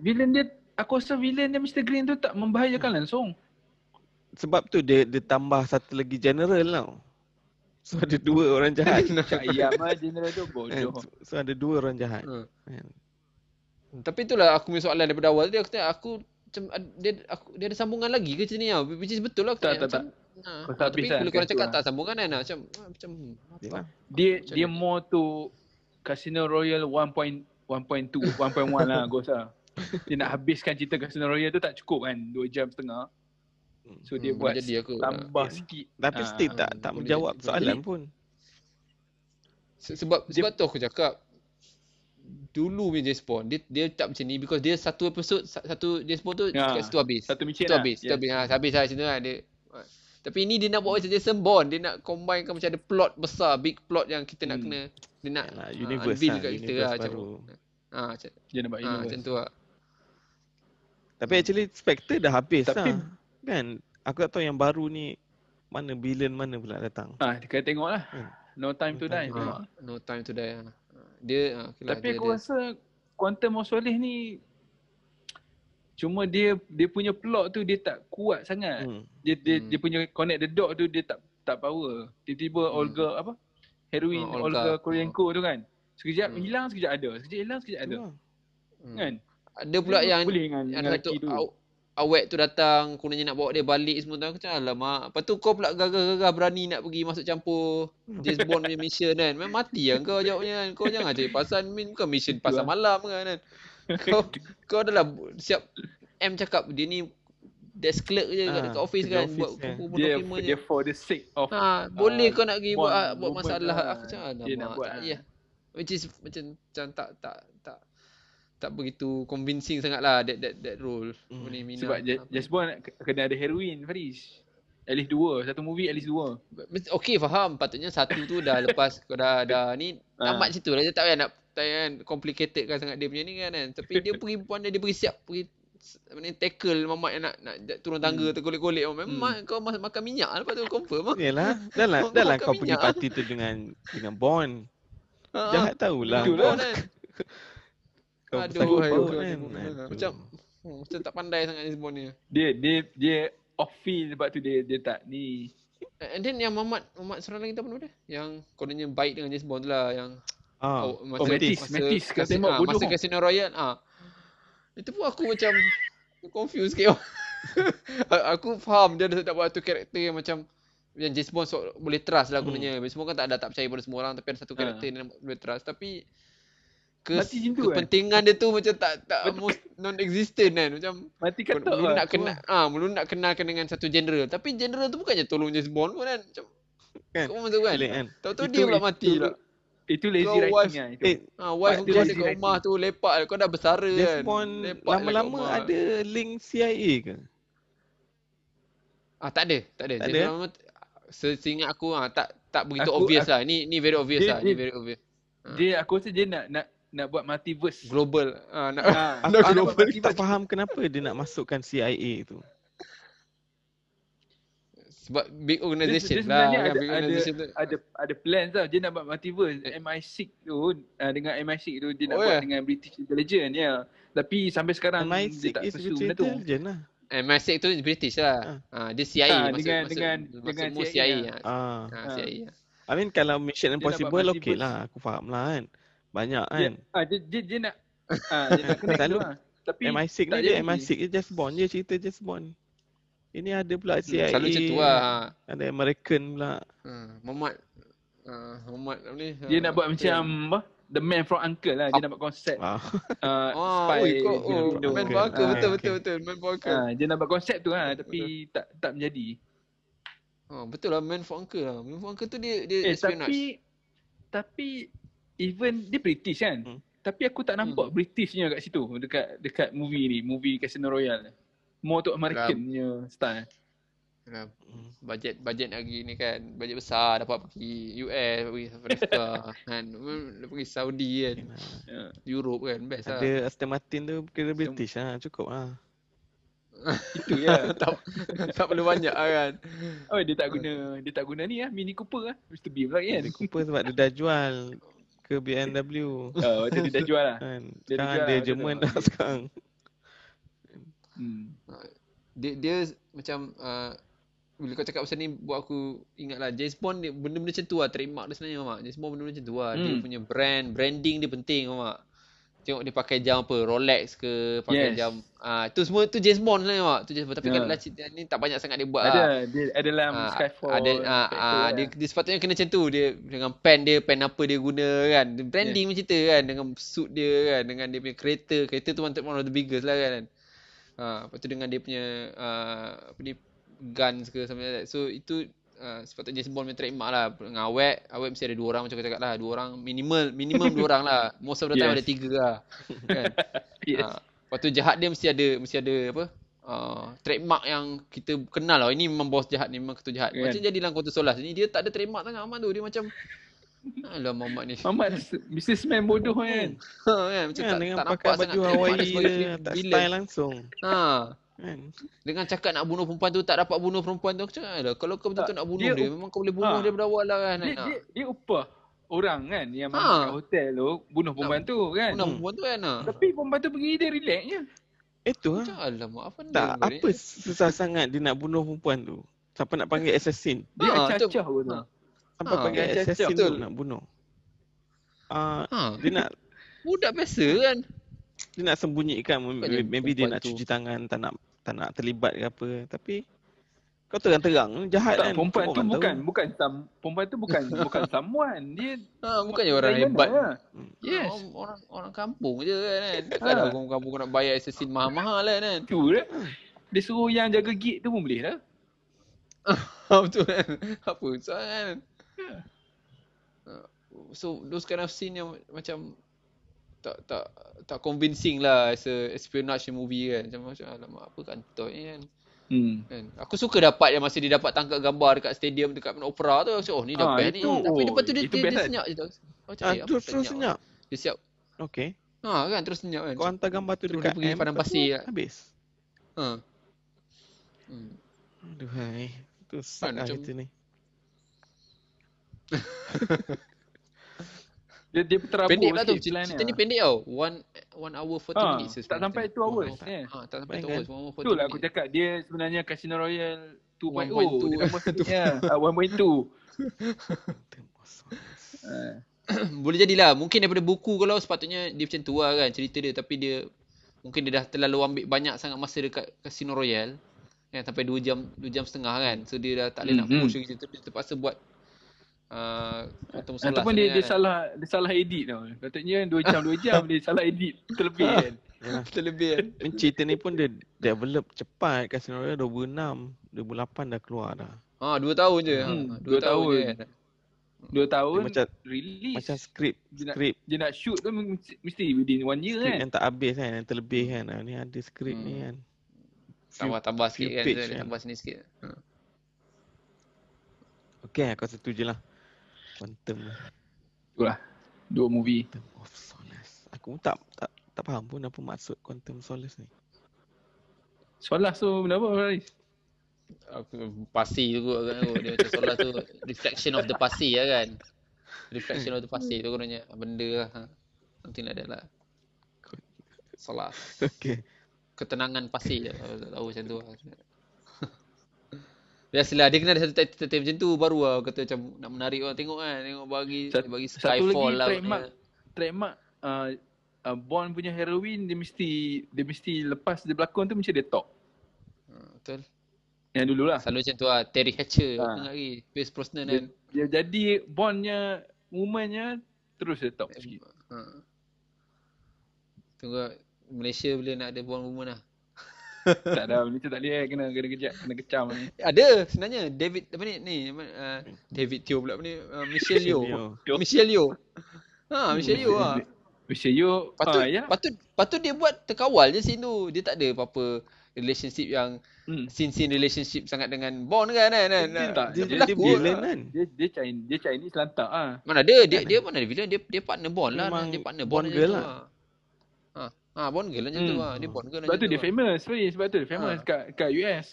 Villain dia aku rasa villain dia Mr Green tu tak membahayakan langsung.
Sebab tu dia dia tambah satu lagi general tau. So ada dua orang jahat.
Cak ayam lah general tu
kan?
bodoh.
So, so ada dua orang jahat.
Ha.
Hmm.
Kan?
Hmm, Tapi itulah aku punya soalan daripada awal dia aku tanya aku macam ad- dia aku dia ada sambungan lagi ke macam ni ah which is betul lah aku
Tak,
tanya,
tak, tak.
macam, ah,
Kau tak
tapi
habis kan
bila korang
kat
cakap
situ,
tak sambungan kan ah, macam ah, macam hmm, apa
Yelah.
Dia
Macam
dia
ni.
more tu Casino Royale 1.1.2, 1.1 lah aku rasa. Dia nak habiskan cerita Casino Royale tu tak cukup kan 2 jam setengah. So dia
Hmm,
buat
jadi aku
tambah
Ya.
sikit.
Tapi
Ah,
still tak
ah,
tak
boleh
menjawab
jadi, boleh
soalan
jadi.
pun.
Se- sebab
Dia-
sebab tu aku cakap dulu punya James Bond dia dia tak macam ni because dia satu episode sa- satu James Bond tu
Ya,
kat situ habis.
satu mission
Situ
lah.
habis, situ
Yes.
habis. Ha, habis lah situ lah dia. Ha. Tapi ini dia nak buat macam Jason Bond, dia nak combinekan macam ada plot besar, big plot yang kita nak
Hmm.
kena dia nak
Yalah,
ah,
universe
unveil
lah,
kat kita
universe
lah macam.
baru.
Ah, macam,
Dia nampak
ah,
universe.
macam tu lah.
Tapi
Hmm.
actually Spectre dah habis
Tapi-
lah. Kan? Aku tak tahu yang baru ni mana villain mana pula datang.
Ah, kita kena tengok lah.
Hmm.
No time to
No time
die.
to
Tengok.
Ah, no time to die. ah. Ah, Dia ah, okay lah,
Tapi
dia
aku
ada-
rasa Quantum of Solace ni cuma dia dia punya plot tu dia tak kuat sangat.
Hmm.
Dia dia,
Hmm.
dia punya connect the dot tu dia tak tak power. Tiba-tiba
Hmm.
Olga apa? Heroin
Ah, Olga.
Olga Kurylenko tu kan. Sekejap
Hmm.
hilang sekejap ada. Sekejap hilang sekejap ada.
Ada.
Hmm.
Kan?
Ada pula
Dia
yang
boleh dengan,
yang
dengan
satu
Raki Kan, tu.
aw- awet tu datang kononnya nak bawa dia balik semua tu aku macam alamak lepas tu kau pula gagah-gagah berani nak pergi masuk campur James Bond punya mission kan memang mati lah kau jawabnya kan kau jangan cari pasal min bukan mission pasal
Itulah.
malam kan kan kau kau adalah bu- siap M cakap dia ni desk clerk je kat
Ah,
dekat office
kerja
kan
office
buat
je.
kumpul-kumpul
Dia,
dokumen je
dia for the sake of
Ha, boleh
Ah,
kau nak pergi buat
buat-
ah, buat
buat
masalah
lah.
aku macam
Dia
ada
nak buat
buat.
lah.
Ya. Which is macam macam tak tak tak tak begitu convincing sangat lah that that that role.
Hmm.
Apa ni, Mina,
sebab Ja-
apa ni.
James Bond kena ada heroin Faris. At least dua, satu movie at least dua.
Mesti- Okay faham patutnya satu tu dah lepas kau dah dah ni
Ah.
tamat situ lah dia tak payah nak tak payah kan complicated kan sangat dia punya ni kan, kan. tapi dia pergi puan dia, dia pergi siap pergi s- apa ni tackle mamat yang nak nak turun tangga
Hmm.
tergolek-golek Oh, memang kau mas- makan minyak lah lepas tu confirm ah.
Yalah, dah lah,
Kau
dah lah
makan
kau pergi
minyak.
parti tu dengan dengan Bond.
Ha, ha.
Jahat tahulah.
Betul
Bond.
lah.
kan.
Kau
Aduh,
bersangkut
aduh,
paut
aduh,
kan.
aduh.
Aduh.
Macam- Hmm, macam tak pandai sangat James Bond ni.
Dia dia dia off field sebab tu dia dia tak ni.
And then Eh, yang Mamat Mamat seorang lagi tu apa nama dia? Yang kononnya baik dengan James Bond tu lah yang
Ah,
Oh, Matisse, Matisse, kau tembak bodoh
masa
kau.
Casino Royale ah. Itu pun aku macam confused sikit. A- aku faham dia dah tak buat satu karakter yang macam yang James Bond so, boleh trust lah
Hmm.
kononnya. James Bond kan tak ada tak percaya pada semua orang tapi ada satu
Ha.
karakter yang boleh trust tapi kes,
Mati macam tu, kan?
kepentingan dia tu macam tak tak almost non-existent kan macam
Mati
Kau-
katak
Mulu
lah.
nak kena ah mulu nak kenalkan dengan satu general. Tapi general tu bukannya tolong James Bond pun kan. Macam
Kan?
Kau masuk kan.
pelik kan.
Tahu-tahu
Itu-
dia pula
itu-
mati pula.
Itu lazy
Your wife-
writing lah itu.
Eh,
Ah,
Part
wife kau
dia
ada
lazy
kat
writing.
rumah tu lepak kau dah besara
James
kan.
Bond
Lepak
lama-lama
lah kat rumah.
ada link CIA ke?
Ah tak ada, tak ada.
Tak
James
ada, eh?
Bond lama- seingat aku ah tak tak begitu
Aku-
obvious
aku-
lah. Ni ni very obvious
Dia-
lah, ni
dia-
very obvious.
Dia aku rasa dia nak nak nak buat multiverse.
Global. Ah nak
Aku,
Ha,
Dah
aku,
global.
aku, tak faham kenapa dia nak masukkan CIA tu.
sebab big
Dia,
organisation
dia
lah.
sebenarnya
kan,
ada,
big
ada,
organisation tu.
ada ada plans tau. Dia nak buat multiverse. MI6 tu uh, dengan MI6 tu dia nak
Oh,
buat
yeah.
dengan British Intelligence ya. Tapi sampai sekarang dia
MI6
tak
is
pursue
British
benda tu.
Intelligence lah.
MI6 Eh, tu British lah. Ah dia CIA
Ah, dengan-
masuk masuk
dengan-
masuk
dengan
semua
CIA
CIA.
lah.
Ah,
Ah ah,
Ah.
CIA.
I mean kalau Mission
Dia nak buat
Impossible okey
multiverse.
lah, aku faham lah kan. Banyak
Ya,
Dia,
kan.
ah, dia, dia, dia nak ah, dia nak connect tu
Selalu
lah. Tapi
MI6 ni
tak
dia
jadi.
MI6 dia just Bond je cerita just Bond. Ini ada pula
Hmm,
CIA.
Selalu macam tu lah. Ah.
Ada American pula.
Ah, Muhammad ah Muhammad apa ni.
dia
Ah,
nak buat
apa
macam apa? The Man from Uncle lah. Dia
Up.
nak buat konsep
Ah.
uh,
Oh,
spy.
ui,
dengan
kau, oh,
window.
man
Uncle.
for uncle,
Ah,
betul,
okay.
betul, betul, man for uncle.
Ah, dia nak buat konsep tu lah tapi tak tak menjadi.
Oh, betul lah, man for uncle lah. Man for uncle tu dia, dia
Eh
espionage.
tapi tapi even dia British kan.
Hmm.
Tapi aku tak nampak
Hmm.
Britishnya kat situ dekat dekat movie ni, movie Casino Royale. ni. More tu American punya style.
Nah, Bajet, bajet lagi ni kan, bajet besar, dapat pergi US, pergi South Africa, kan. Dia pergi Saudi kan,
Ya.
Europe kan, best lah.
Ada Aston Martin tu kira British lah, cukup lah.
Itu ya.
tak, tak perlu banyak lah kan.
Oh dia tak guna dia tak guna ni ah Mini Cooper ah. Mr Bean pula
Ya.
kan.
Dia Cooper sebab dia dah jual ke BMW.
Ah, waktu dia dah jual lah.
Kan.
Dia
Sekarang
jual
dia
lah,
Jerman
betul.
dah sekarang.
Hmm.
Dia, dia macam, ah, bila kau cakap pasal ni, buat aku ingat lah, James Bond, dia, benda-benda macam tu lah, trademark dia sebenarnya, Mak. James Bond benda-benda macam tu lah. Dia
Hmm.
punya brand, branding dia penting, Mak. Tengok dia pakai jam apa, Rolex ke, pakai
Yes.
jam, ah tu semua tu James Bond sebenarnya, Mak. Tu James Bond. Tapi
Ya.
kadang-kadang cerita ni tak banyak sangat dia buat lah.
Ada dia ada dalam
Ah,
Skyfall.
Ada ah,
macam
ah,
tu
dia,
lah.
dia sepatutnya kena macam tu. Dia dengan pen dia, pen apa dia guna kan. Dia Branding yeah. cerita kan dengan suit dia kan, dengan dia punya kereta. Kereta tu one, one of the biggest lah kan. Ha, lepas tu dengan dia punya uh, apa ni guns ke something like that. So itu uh, sepatutnya James Bond punya trademark lah. Dengan awet, awet mesti ada dua orang macam kau cakap lah. Dua orang minimal, minimum dua orang lah. Most of the time
Yes.
ada tiga lah. Kan?
Yes.
Ha. Lepas tu jahat dia mesti ada mesti ada apa? Uh, trademark yang kita kenal lah. Ini memang bos jahat ni memang ketua jahat.
Kan.
Macam jadilah kau tu solas. Ni dia tak ada trademark sangat amat tu. Dia macam Alah Mamat ni.
Mamat tu businessman bodoh kan.
Ha, kan? Macam
Kan
tak,
dengan
tak
pakai
nampak sangat
baju
trademark
Hawaii
sebagai
dia tak
villain.
style lah. langsung.
Ha.
Kan.
Dengan cakap nak bunuh perempuan tu tak dapat bunuh perempuan tu. Aku cakap alah kalau kau betul-betul
Tak,
nak bunuh
dia
dia,
up-
memang kau boleh bunuh
Ah.
ha.
dia daripada awal lah kan.
dia,
nak.
dia, dia upah orang kan yang
Ha.
makan kat hotel tu bunuh perempuan tu
Hmm.
kan.
Ah, Bunuh perempuan tu kan. Ha.
Tapi perempuan tu pergi dia relax je.
Eh tu lah.
Macam alah mak apa benda
Tak,
kau ni?
apa susah sangat dia nak bunuh perempuan tu. Siapa nak panggil assassin?
Dia
Ha,
ha,
tu-
acah-acah pun tu.
ha.
Siapa
Ha,
panggil
dia acah-acah.
assassin
Betul.
tu nak bunuh? Ah,
Ha.
dia nak
Budak biasa kan.
dia nak sembunyikan m-
Bukannya
maybe dia
perempuan
nak
tu.
cuci tangan tak nak tak nak terlibat ke apa tapi kau terang-terang jahat
Tak,
kan
perempuan
Kau
tu
orang
bukan
tahu.
perempuan sam, perempuan tu bukan bukan someone. Dia
Ha, bukannya orang hebat.
lah. Yes.
Yes. Orang, orang orang kampung je kan. Takkanlah
Ha.
orang kampung nak bayar assassin mahal-mahal kan. kan?
Tu lah. Dia suruh yang jaga gate tu pun boleh lah.
Ha, betul kan. Apa soal kan. Ha, So those kind of scene yang macam tak tak tak convincing lah as a espionage movie kan. Macam macam alamak apa kantor ni kan.
Hmm.
kan. Aku suka dapat yang masa dia dapat tangkap gambar dekat stadium dekat Mount Opera tu. Aku cakap oh ni dah
Ah,
best ni.
itu-
Tapi lepas tu dia,
itu
dia,
best
dia
kan?
senyap je tau. Aku
ah,
cakap, eh, apa
terus terus senyap.
Dia siap.
Okey.
Ha kan terus senyap kan.
Kau hantar gambar tu
Terus
dekat
dia pergi
M,
padang
lepas tu
pasir lah.
Habis.
Ha. Hmm.
Aduh hai. Tu sak lah
macam-
kita ni.
Dia dia terabur
Pendek lah tu.
sikit plan
Cerita
dia.
ni pendek tau. One, one hour 40
Ah,
minutes. je
tak
sebenarnya
sampai
cerita
two
ni.
hours.
tak.
eh.
Ha, tak sampai
Bayangkan.
2 hours. One hour 40
Betul lah aku
minutes.
cakap dia sebenarnya Casino Royale 2.0
1.2.
dia nama sikitnya. Ah, 1.2 Ah.
Boleh jadilah. Mungkin daripada buku kalau sepatutnya dia macam tu lah kan cerita dia. Tapi dia mungkin dia dah terlalu ambil banyak sangat masa dekat Casino Royale. Kan, sampai 2 jam 2 jam setengah kan. So dia dah tak boleh nak
Mhm.
push lagi cerita. Dia terpaksa buat uh, atau musola
Ataupun dia, dia salah dia salah edit tau. Patutnya 2 jam 2 jam dia salah edit terlebih kan.
Yalah.
terlebih kan.
Dan cerita ni pun dia develop cepat Casino Royale 2006, 2008 dah keluar dah.
Ha, 2 tahun je.
Hmm,
Hmm,
dua
2 tahun,
tahun.
je kan.
Dua tahun
macam
release.
macam skrip
dia, nak,
skrip
dia nak shoot tu mesti, mesti within one year
skrip
kan.
yang tak habis kan yang terlebih kan ah, ni ada skrip ni
Hmm.
kan
Tambah-tambah
few
sikit kan.
page
Dia
kan.
tambah sini sikit. Ha.
okey aku setuju lah quantum
Itulah. Dua movie.
Quantum of Solace. Aku pun tak tak tak faham pun apa maksud Quantum Solace ni.
Soalah so benda apa Faris?
Aku pasir tu kot kan tu. Dia macam solat tu reflection of the pasir lah kan. Reflection of the pasir tu kononnya benda lah. Ha. Something like that lah. Solat.
Okey.
Ketenangan pasir je. Kalau tak tahu macam tu lah. Biasalah dia kena ada satu title macam tu baru lah kata macam nak menarik orang tengok kan. Tengok bagi
Sat-
bagi
satu
skyfall
lagi
lah.
trademark.
kononnya.
Trademark uh, uh, Bond punya heroin dia mesti dia mesti lepas dia berlakon tu macam dia talk.
Ha, betul.
Yang dululah.
Selalu macam tu lah. Terry Hatcher.
Ha.
Ha. Apa lagi? Pierce Brosnan
Dia,
kan.
dia jadi Bondnya womannya terus dia talk sikit.
Ha. Tunggu lah. Malaysia bila nak ada born woman lah.
tak ada macam tak boleh eh. kena kena kejap kena kecam ni.
Ada sebenarnya David apa ni ni uh, David Teo pula apa ni uh, Michelle Yeoh.
Teo.
Michelle Yeoh. Ha Michelle Yeoh ah.
Mesti you Hmm.
Patut,
ah, ya.
patut patut dia buat terkawal je scene tu. Dia tak ada apa-apa relationship yang
Hmm.
scene-scene relationship sangat dengan Bond kan kan. kan?
Dia tak.
Dia,
Dia
dia, dia
berlakon.
villain kan.
Dia dia Chinese, dia Chinese lantak ah.
Mana ada dia dia mana ada villain dia dia partner Bond lah.
Memang
Dia partner
Bond
Bond,
girl
lah. Ha. Ha Bond girl macam tu
Hmm.
ah. Dia Bond girl
Sebab tu
macam
dia
ah.
famous, Faris. Sebab tu dia famous
Ha.
kat kat US.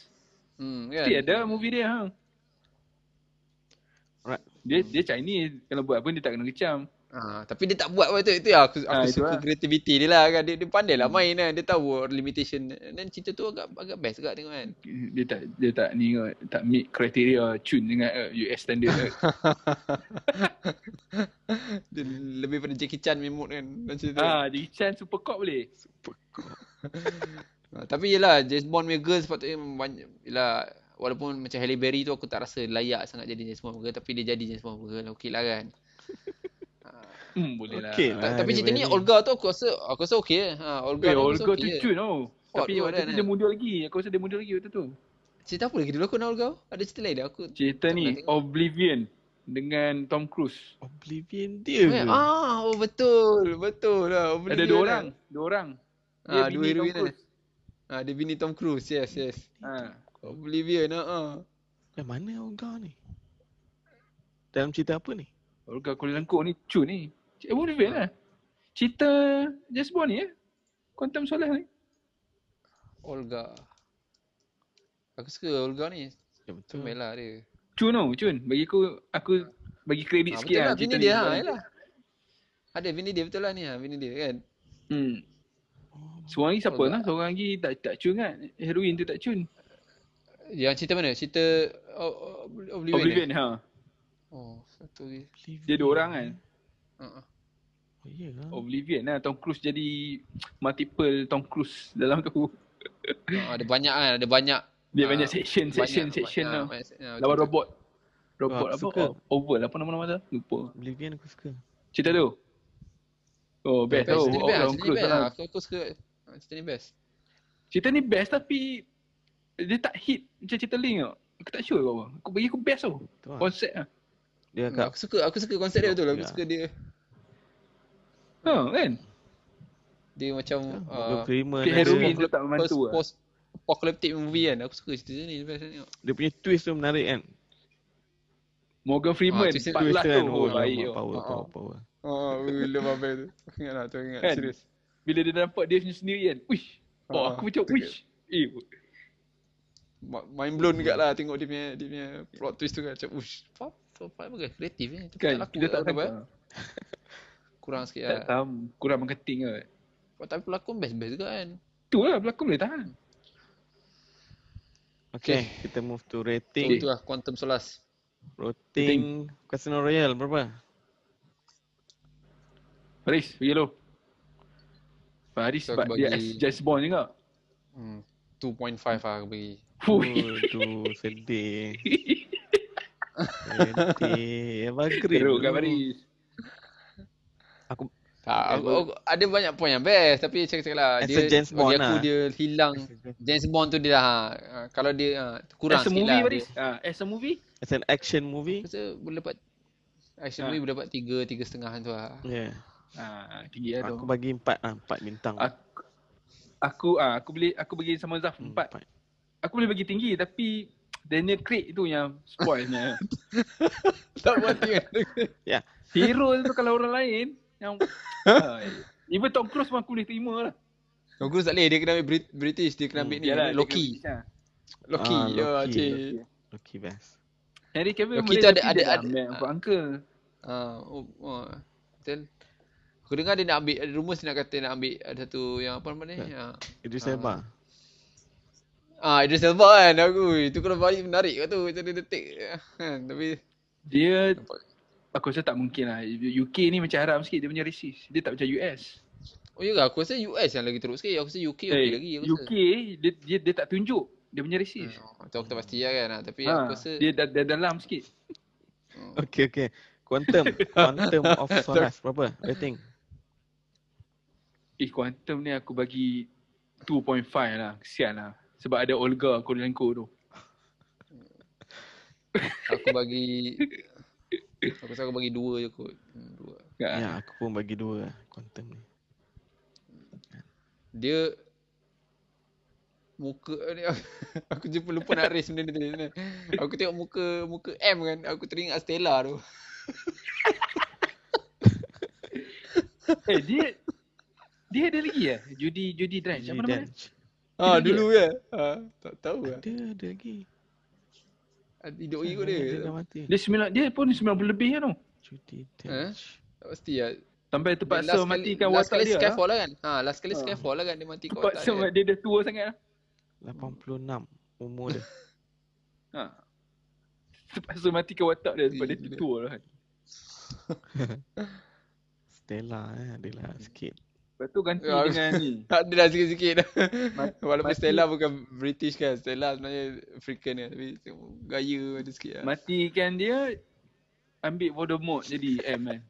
Hmm kan.
Mesti ada movie dia hang.
Alright.
Dia dia Chinese kalau buat pun dia tak kena kecam.
Ha, tapi dia tak buat apa tu. Itu yang aku aku
Ah, itu
suka
lah.
creativity dia lah kan. Dia, dia pandai lah main kan. Dia tahu limitation dan cerita tu agak agak best juga tengok kan.
Dia tak dia tak ni kot, tak meet kriteria tune dengan uh, US standard. kot.
Dia lebih pada Jackie Chan punya mood kan. Dan cerita. Ha.
ah, Jackie Chan super cop boleh.
Ha, tapi yelah James Bond punya girl sepatutnya banyak yelah walaupun macam Halle Berry tu aku tak rasa layak sangat jadi James Bond girl tapi dia jadi James Bond girl. Okey lah kan.
Hmm, boleh lah.
Okey
Tak,
lah.
tapi
dia
cerita ni
very-
Olga tu aku rasa aku rasa okey. eh. Ha Olga
Eh,
tu aku rasa
Olga tu
okey. je.
tune tau.
Hot
Tapi
pun
waktu
kan,
tu
eh.
dia mundur lagi. Aku rasa dia mundur lagi waktu tu.
Cerita apa lagi dulu aku nak Olga? Ada cerita lain dah aku.
Cerita
Tak pernah
ni
tengok.
Oblivion dengan Tom Cruise.
Oblivion dia
Oh, ya.
ke?
Ah, oh betul. Betul lah.
Ada dua orang, dua orang. Dia
Ah, dua
bini Tom
heroin lah.
Cruise.
Ah, dia bini Tom Cruise. Yes, yes.
Ha.
Oblivion ah. ah.
Yang mana Olga ni? Dalam cerita apa ni?
Olga Kuala Lengkok ni cun ni. Cik Wolverine lah. Cerita James Bond ni ya. Quantum Solace ni.
Olga. Aku suka Olga ni.
Ya betul.
Comel lah dia.
Cun tau, cun. Bagi aku, aku bagi kredit
Ah,
sikit
betul
lah
lah
cerita
bini
ni.
dia ha, yalah. Ada bini dia betul lah ni ha, bini dia kan.
Hmm.
Oh,
Seorang lagi siapa
Olga.
lah? Seorang lagi tak tak cun kan? Heroin tu tak cun.
Yang cerita mana? Cerita oh, oh, Oblivion.
Oblivion
Eh?
ha.
Oh, satu lagi.
Oblivion.
Dia dua orang kan?
Ha. ah.
Oh, ya lah.
Oblivion lah. Tom Cruise jadi multiple Tom Cruise dalam tu.
Ah, ada banyak kan, ada banyak.
Dia
Ah,
banyak section, section,
banyak-
section
ah,
tau.
banyak se- ah,
Lawan
betul-
robot. Robot
Ah,
apa?
suka.
O- Oval apa nama nama tu? Lupa.
Oblivion aku suka.
Cerita tu. Oh, best tau.
betul. Cerita ni best,
Orang
cerita ni
Cruise
best lah.
lah.
Aku aku suka ah, cerita ni best.
Cerita ni best tapi dia tak hit macam cerita Link tau. Aku tak sure apa. Aku bagi aku best tau.
Oh.
Tu lah.
Konsep ah.
Dia
Hmm,
kat
Aku suka aku suka konsep dia betul. lah. Aku
Ya.
suka dia
Ha kan?
dia macam
Bukan
ah,
Kramer
Okey,
ada-
heroin tu tak membantu
post,
lah.
post apocalyptic movie kan. Aku suka cerita ni best ni.
Dia punya twist tu menarik kan
Morgan Freeman
Ah, cerita-
part
Twist
last
tu
tu
kan
oh, baik
alamak,
tau.
Power
Ah, ah.
power power
Oh, bila babe tu. Aku ingat lah, tu ingat
Kan?
serius.
Bila dia nampak dia sendiri kan. Wish. Oh
Ah,
aku macam
betul
wish. Eh
Ma- Mind blown juga lah tengok dia punya dia punya plot twist tu kan macam ush. Apa apa apa kan kreatif ni. Tu
kan
tak laku
kita tak
tak
tahu.
apa. Kurang sikit
Tak
lah.
tahu kurang marketing ke.
Oh, Tapi pelakon best-best juga kan.
Tu lah pelakon boleh tahan.
Okay, kita move to
So,
rating
itu lah Quantum Solace.
Rating Casino Royale berapa?
Faris, pergi lu. Faris
So, aku
sebab dia as
bagi-
James Bond juga.
Hmm. 2.5 lah aku bagi.
Fui.
Aduh, sedih Sedih Abang Krim
Teruk kat
tu.
Faris.
Tak, aku, Eh, aku, ada banyak point yang best tapi cakap-cakap lah
As
dia
a James Bond
bagi aku
lah.
dia hilang James Bond tu dia dah ha, ha, kalau dia ha, kurang
As a
sikit
movie
lah.
Faris.
Dia-
Ah, as a movie
As an action movie
Aku rasa boleh dapat Action
Ha.
movie boleh dapat tiga, tiga setengah tu lah.
Yeah.
Ah, tinggi lah
Ya. Aku
tu.
bagi empat ah, empat bintang.
Aku aku ah, aku boleh aku bagi sama Zaf
Hmm,
empat. Aku boleh bagi tinggi tapi Daniel Craig tu yang spoilnya.
Tak mati kan.
Ya.
Hero tu kalau orang lain yang ah, even Tom Cruise pun aku boleh terima lah.
Tom Cruise tak boleh. Dia kena ambil Brit- British. Dia kena
Hmm,
ambil ni.
Yalah, dia
Loki.
kena British lah.
Loki.
Ah,
Ya,
Loki.
cik.
Okay, best.
Henry Cavill
Loki
boleh
tu ada-
tapi dia
ada-
dah
ada-
man, Buat angka.
Ah, oh, oh. Betul. Aku dengar dia nak ambil, ada rumours dia nak kata nak ambil ada satu yang apa nama ni?
Tak.
Ah,
Idris
Ah.
Elba.
ah Idris Elba kan aku. Itu kalau balik menarik kat tu macam dia dia take. Kan, tapi
Dia
nampak.
aku rasa tak mungkin lah. UK ni macam haram sikit dia punya resist. Dia tak macam US.
Oh ya ke? Aku rasa US yang lagi teruk sikit. Aku rasa UK okey
Eh,
lagi aku
UK dia, dia dia tak tunjuk dia punya
rasa.
resist.
Hmm, tu aku tak pasti lah kan. Ah, Tapi
Ha,
aku rasa
dia, dah, dah dalam sikit.
oh,
Okay, okay. Quantum. Quantum of Solace. Berapa rating?
Eh Quantum ni aku bagi 2.5 lah. Kesian lah. Sebab ada Olga Kurilenko tu.
aku bagi aku rasa aku bagi dua je kot. Hmm, dua.
Ya.
Ya, aku pun bagi dua lah, Quantum ni.
Dia muka ni aku jumpa lupa nak raise benda ni tadi. Aku tengok muka muka M kan. Aku teringat Stella tu.
Eh dia dia ada lagi ya? Judy Judy Drench. Apa
Judi
nama dia?
Dench.
Ha
Ada lagi
dulu ya. Ha tak tahu lah.
Ada, ada lagi.
Ah, Hidup ikut
Mana Dia
dia.
dah mati.
Oh, Dia sembilan dia pun 90 lebih kan tu.
Judi Dench.
Tak pasti lah.
Sampai terpaksa
Last kali-
matikan
last
watak
kali
dia. Lah.
Skyfall lah kan. Ha last kali
Ha.
Skyfall lah kan dia mati kat watak
Terpaksa
dia.
dia dah tua sangat lah.
86 umur dia.
Ha. Terpaksa matikan watak dia sebab dia
Gila.
tua lah. kan.
Stella eh, adalah sikit.
Lepas tu ganti
Ya.
dengan ni.
Tak ada dah sikit-sikit dah.
Mat-
Walaupun
mati-
Stella bukan British kan. Stella sebenarnya African kan. Tapi tengok gaya ada sikit lah.
Matikan dia ambil Voldemort jadi M kan.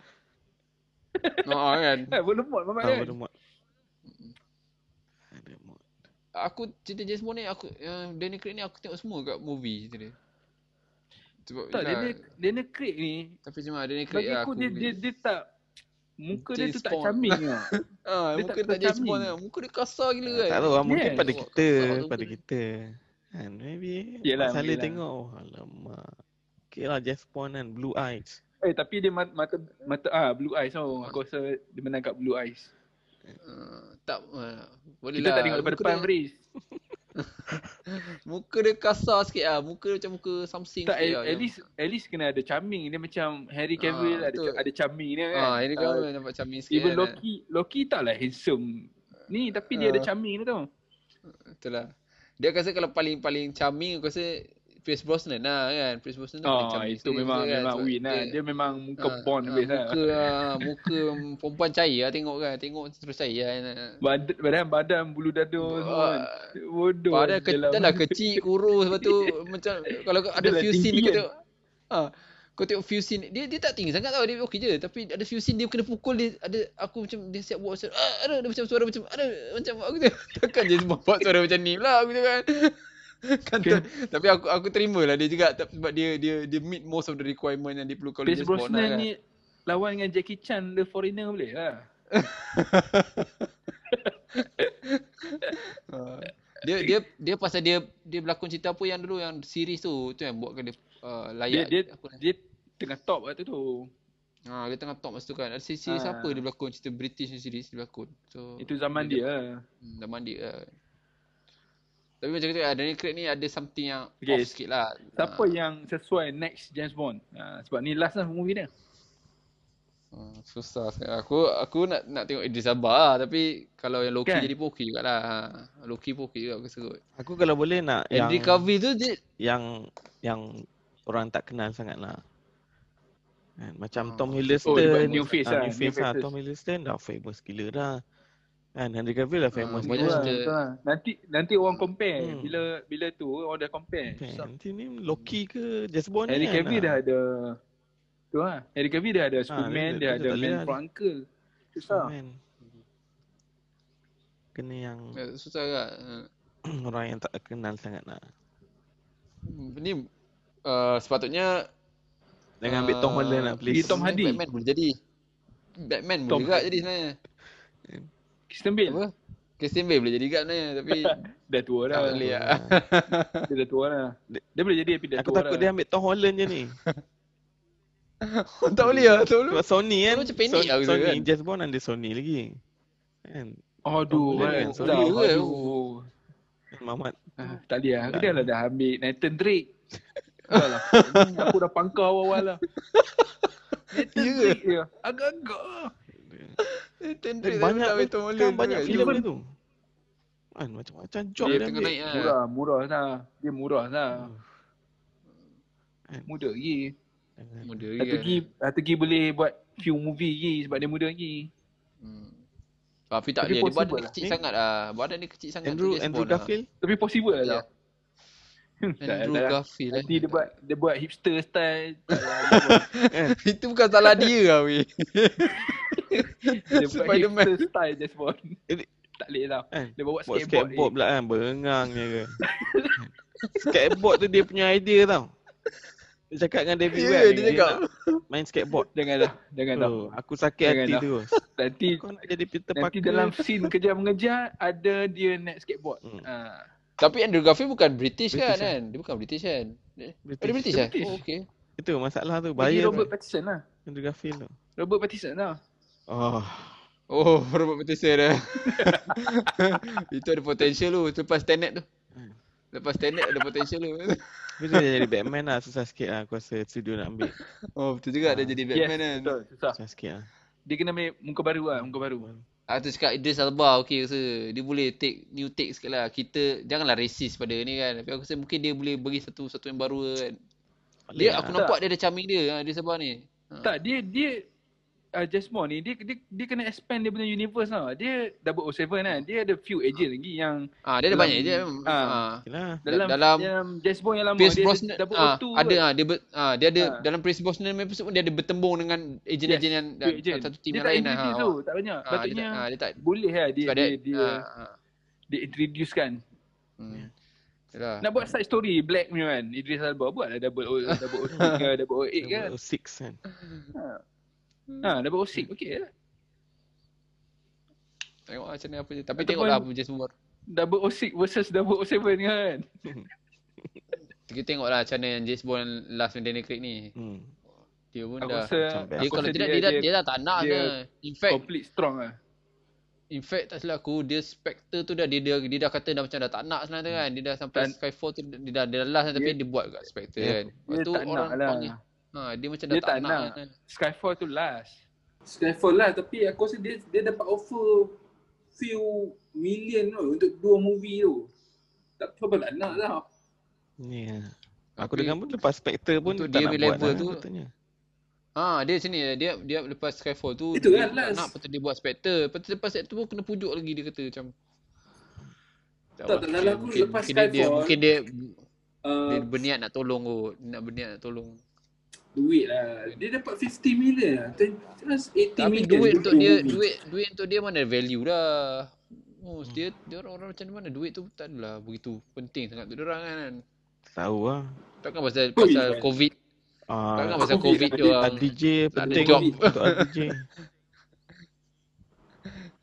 Ha kan.
Eh, Voldemort mamat
Tahu ada
kan.
mod. Ada mod.
Aku cerita James Bond ni aku uh, Daniel Craig ni aku tengok semua kat movie cerita dia. Sebab
Tak
yelah,
dia ni dia ni Craig ni
tapi cuma Daniel Craig
bagi
lah
aku dia dia dia tak muka dia tu
James
tak
Bond.
charming lah.
ha,
dia tak
muka dia tak James
terjamin.
Bond lah. Muka dia kasar gila kan.
Tak tahu lah, mungkin
Yes.
pada
Tengok
kita,
kasar tu
pada
kan.
kita. Kan, maybe.
Yelah,
Yelah, Salah
yelah.
tengok, oh, alamak. Okay lah, Jeff Bond kan, Blue Eyes.
Eh tapi dia mata mata, mata ah blue eyes tau. Aku rasa dia menang kat blue eyes.
Ah, tak ah, boleh
Kita
lah.
tak tengok daripada depan
dia,
Riz.
muka dia kasar sikit ah. Muka dia macam muka something
Tak
sikit
at,
lah,
at
macam-
least at least kena ada charming. Dia macam Harry
Ah,
Cavill lah, ada
betul.
ada charming dia kan.
Ah, ini
Ah,
kau nampak charming sikit.
Even
kan, ah.
Loki Loki taklah handsome. Ni tapi dia ada
Ah.
charming dia tau.
Betul lah. Dia rasa kalau paling-paling charming aku rasa Pierce Brosnan lah kan. Pierce Brosnan tu paling
Oh,
charming.
itu
sikit
memang
kan.
memang
Sebab
win lah. Dia memang muka
ah,
bond
ah,
habis lah.
Muka ah, muka perempuan cair lah tengok kan. Tengok terus cair lah.
Badan, badan, badan bulu dada semua kan. Bodoh.
Ah. Padahal ke,
Dalam-
dah lah kecil, kurus lepas tu macam kalau ada
Dia lah
few scene
tinggi
kau
kan.
tengok ah kau tengok few scene dia dia tak tinggi sangat tau dia okey je tapi ada few scene dia kena pukul dia ada aku macam dia siap buat macam ah, ada dia macam suara macam ada macam aku tu takkan je sebab buat suara macam ni pula aku tu kan kan tu- tapi aku aku terima lah dia juga tak- sebab dia dia dia meet most of the requirement yang diperlukan oleh
Pierce
James Bond lah
Brosnan
kan.
ni lawan dengan Jackie Chan The Foreigner boleh lah.
Ah. dia dia dia pasal dia dia berlakon cerita apa yang dulu yang series tu tu yang buatkan dia uh,
Dia
layak
dia
apa ni?
dia tengah top waktu tu.
Ha, dia tengah top masa tu kan. Ada series
Ah.
ha. apa dia berlakon cerita British ni series dia berlakon. So
Itu zaman dia. lah.
hmm, zaman dia. lah. Tapi macam kata Daniel Craig ni ada something yang
Okay.
off sikit lah.
Siapa
Ah,
yang sesuai next James Bond? Ha, sebab ni last lah movie dia.
hmm, susah sikit. lah. Aku aku nak nak tengok Idris Elba lah, tapi kalau yang Loki
Kan?
jadi pun okey jugalah. Ha, Loki pun okey juga aku rasa kot.
Aku kalau boleh nak yang,
Henry Cavill tu dia
yang yang orang tak kenal sangat lah. Kan, macam
Ah.
Tom
Oh, dia
Hiddleston.
buat new face
ah, New
lah, new
face lah.
faces.
Tom Hiddleston dah famous gila dah. Kan, Henry Cavill dah famous
Ah,
gila.
banyak
Betul lah,
cerita.
betul lah. Nanti nanti orang compare
Hmm.
bila bila tu orang dah compare.
Okay,
So,
Nanti ni Loki ke Just Bond
Harry
ni kan, ha.
Cavill dah ada tu lah. Harry Cavill dah
Ah,
ada Superman,
dia-
dia,
dia
ada
tak boleh
Man
lah
for
dia.
Uncle.
Oh,
Susah.
man. Kena yang
eh, susah kan. Ha.
orang yang tak kenal sangat lah.
Hmm, Ni uh, sepatutnya
Jangan ambil Tom Holland lah
Ah,
please.
Tom Hardy.
Batman boleh jadi. Batman
Tom
boleh juga
Hardy.
jadi sebenarnya.
Kristen Bale
Apa? Christian Bale boleh jadi juga sebenarnya tapi
dah tua dah.
tak boleh lah.
Dia dah tua dah. Dia, dia boleh jadi tapi dah
Aku
tua
takut dia
dah.
ambil Tom Holland je ni.
tak boleh lah, tak boleh.
Sebab Sony kan.
macam pendek
Sony,
lah gitu
Sony
kan.
James Bond ada Sony lagi. Kan. Tom
Aduh, kan.
Holland,
Aduh,
Tom Holland.
aduh.
Mamat.
Ah, tak boleh lah. Aku
Tak.
dah lah dah ambil Nathan Drake. Dah lah. Aku dah pangkau awal-awal lah. Nathan
Ya.
Drake je. Agak-agak lah.
Eh,
Tendrik
banyak
tak boleh
tu.
Tom Holland
Kan
tu
banyak
kan.
filem
Even-
dia tu. Kan macam-macam job
Dia
dia
tengah
ambil.
naik lah.
Murah, murah lah. Dia murah lah.
Kan.
Muda lagi.
Jangan.
Muda kan. lagi.
Satu lagi, ah, satu lagi boleh buat few movie lagi sebab dia muda lagi.
Hmm. Tapi tak
Tapi
boleh. Dia badan
possible
dia
lah.
kecil
Eh?
sangat lah. Badan dia kecil sangat.
Andrew
tu James
Andrew
Bond lah.
Garfield.
Tapi possible lah.
Ya.
tau. Tak,
Andrew
tak lah.
Garfield lah.
Nanti dia buat dia buat hipster style. Tak lah,
Kan,
Itu bukan salah dia lah weh.
dia buat, dia buat
Spiderman.
hipster style just Bond.
Eh,
tak boleh lah.
Kan.
Dia bawa
Buat
skateboard.
skateboard pula kan. Berengang je ke. skateboard tu dia punya idea tau. Dia cakap dengan David
Ya,
Webb.
dia
ni,
cakap.
nak main skateboard.
eh. Janganlah, janganlah.
Oh, aku sakit
Jangan
hati
lah.
tu.
Nanti
Kau nak jadi Peter
nanti
Parker.
dalam scene kejar-mengejar ada dia naik skateboard.
Hmm.
Ah.
Tapi Andrew Garfield bukan British,
British
kan
lah.
kan? Dia bukan British kan? Dia British, dia
British.
British
Dia
lah?
British.
Oh okay.
Itu masalah tu.
Jadi
Bahaya
Robert
tu.
Pattinson lah.
Andrew Garfield tu.
Robert Pattinson lah.
Oh.
Oh, Robert Pattinson eh. Itu ada potential tu selepas Tenet tu. Lepas Tenet ada potential tu.
Tapi dia jadi Batman lah. Susah sikit lah. Aku rasa studio nak ambil.
Oh, betul juga dia
Ah,
jadi Batman kan.
betul. Susah.
Susah sikit lah.
Dia kena ambil muka baru lah, muka baru.
Ah,
Ah tu cakap Idris Elba okey rasa dia boleh take new take sikit lah. Kita janganlah racist pada ni kan. Tapi aku rasa mungkin dia boleh bagi satu satu yang baru kan.
Ya,
Dia
lah.
aku
Tak.
nampak dia ada charming dia ah, Idris Elba ni. Ha.
lah. Tak, dia dia uh, Jasmine ni dia, dia dia kena expand dia punya universe tau. Dia double O seven kan. Dia ada few agent lagi yang
Ah dia ada
Dalam-
banyak je.
ah.
Ah.
Yelah.
dalam dalam,
Dalam-
dalam James Bond yang lama
Pierce
dia
Brosnan
double
ah,
O2
ada ah dia ber, ah dia ada
Ah.
dalam Pierce Brosnan punya episode pun dia ada bertembung dengan
Yes,
ejen-ejen yang
few agent.
satu tim
dia
yang
tak
lain lah.
introduce
Ha.
tu, tak banyak.
Ah, dia
Patutnya
tak, ah, dia tak
boleh lah dia
sebab
dia,
dia,
dia,
ah, ah.
dia introduce kan.
Hmm. Yalah.
Nak buat side story Black punya kan. Idris Elba buatlah double O double O ke double O eight kan.
Double Six kan.
Ha, double O six okey lah.
Tengok lah macam mana apa dia. Tapi
Ataupun-
tengoklah apa James Bond.
Double O six versus double O seven kan.
Kita tengoklah macam mana yang James Bond last dengan Daniel Craig ni.
Hmm.
Dia pun
Aku
dah.
rasa
macam best.
Dia
aku
kalau
rasa
tidak dia, dah dia dah tak nak
dia
dia, In fact,
complete strong lah.
in fact tak silap aku dia Spectre tu dah dia, dia dia dah kata dah macam dah tak nak sebenarnya kan. Dia dah sampai
Dan-
Skyfall tu dia dah dia dah last lah, tapi dia buat kat Spectre
Dia-
kan. Lepas
Dia
tu
tak nak
orang
lah.
panggil. Ha, dia macam dah
Dia
tak,
tak nak.
kan.
Skyfall tu last. Skyfall lah tapi aku rasa dia dia dapat offer few million tu untuk dua movie tu. Tak tahu apa nak nak lah.
Ni lah. Aku
Tapi-
dengar pun lepas Spectre pun
Untuk
tak
dia
nak
punya
buat
level
lah
tu-
katanya.
Ha, dia sini dia dia lepas Skyfall tu
Itu
dia
kan,
tak
last.
nak patut dia buat Spectre. Lepas tu lepas tu pun kena pujuk lagi dia kata macam
Tak,
tahu
tak,
lah,
dalam aku
mungkin-
lepas eh,
mungkin dia- dia,
Skyfall-
mungkin dia dia
Uh,
berniat nak tolong kot. Dia Nak berniat nak tolong.
duit lah. Dia dapat 50 million lah. Ten- Terus 80
Tapi
million.
duit
dia
untuk
beli
dia,
movie.
duit duit untuk dia mana value dah. Oh, dia dia orang-orang macam mana duit tu tak adalah begitu penting sangat untuk dia orang kan.
Tahu lah.
Takkan pasal
Ui,
pasal
man.
COVID, takkan
Ah,
pasal COVID dia orang.
DJ
tak ada
penting
job.
untuk DJ.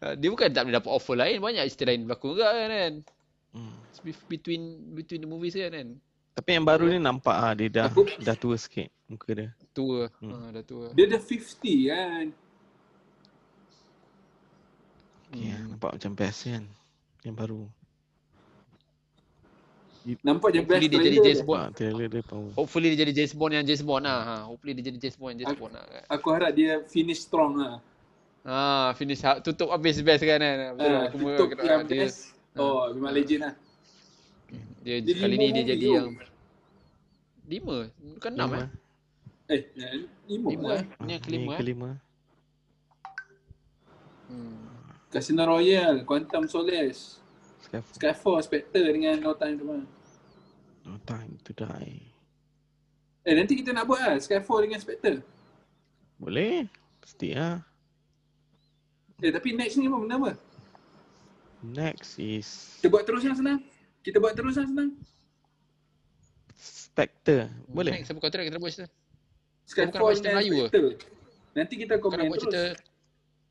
Ah, Dia bukan tak boleh dapat offer lain, banyak cerita lain berlaku juga kan kan.
Hmm.
It's be- Between between the movies kan kan.
Tapi yang baru ni nampak ah dia dah
Aku-
dah tua sikit muka dia.
Tua.
Hmm.
Ha, dah tua.
Dia dah 50 kan.
Hmm.
Okay, ah, nampak macam best kan. Yang baru.
Nampak je best
Hopefully dia jadi
trailer
James
dia.
Bond.
Ah, trailer dia pun.
Hopefully dia jadi James Bond yang James Bond lah. Ha, hopefully dia jadi James Bond yang James
Aku-
Bond lah. Kan.
Aku harap dia finish strong lah.
Ha, finish ha, tutup habis best kan kan.
Ah,
Betul lah. Aku
tutup
kena-
yang
dia,
best. Oh, memang legend lah.
dia,
Dia
Ah. kali
lima
ni dia
movie
jadi
tu.
yang lima, bukan enam eh.
Eh, eh, lima
Lima
lah.
eh. Ni yang kelima eh.
Ah, kelima.
Hmm.
Casino Royale, Quantum Solace,
Skyfall.
Skyfall, Spectre dengan No Time to Die.
No time to die.
Eh, nanti kita nak buat lah Skyfall dengan Spectre.
Boleh. Pasti ah.
Eh, tapi next ni apa benda apa?
Next is
Kita buat terus lah senang. Kita buat terus lah senang.
Spectre. Boleh.
Next apa kau try kita buat cerita.
Skyfall
cerita
dan
Melayu ke?
Spectre. Nanti kita
Kau nak
komen
buat
terus.
cerita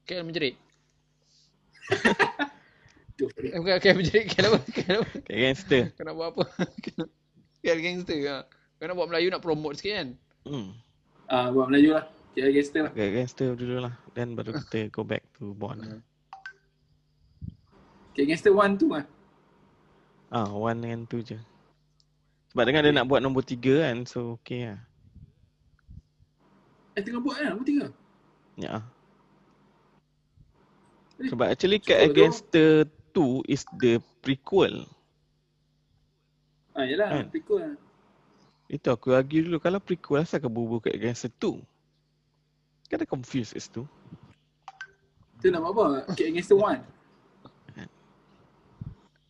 KL menjerit.
Aduh,
Eh, bukan KL menjerit. KL apa? KL apa?
Kat gangster.
Kau nak buat apa? KL gangster ha. Kau nak buat Melayu nak promote sikit kan?
Hmm.
Ah, buat Melayu lah. Kira gangster lah.
Kat gangster dulu lah. Then baru kita go back to Bond.
Kira gangster one tu lah.
Ah, one dengan two je. Sebab dengan dia nak buat nombor tiga kan. So, okay lah.
Eh, tengah buat
lah,
kan? Apa tiga?
Ya. ah.
Eh,
Sebab actually
cukup
Cat
tu.
Gangster 2 is the prequel.
Ah,
Kan?
yelah. Pikul lah.
Itu aku argue dulu. Kalau prequel asal kau bubuh Cat Gangster 2? Kau dah Kan confused as tu.
Tu nama apa? Kira gangster one.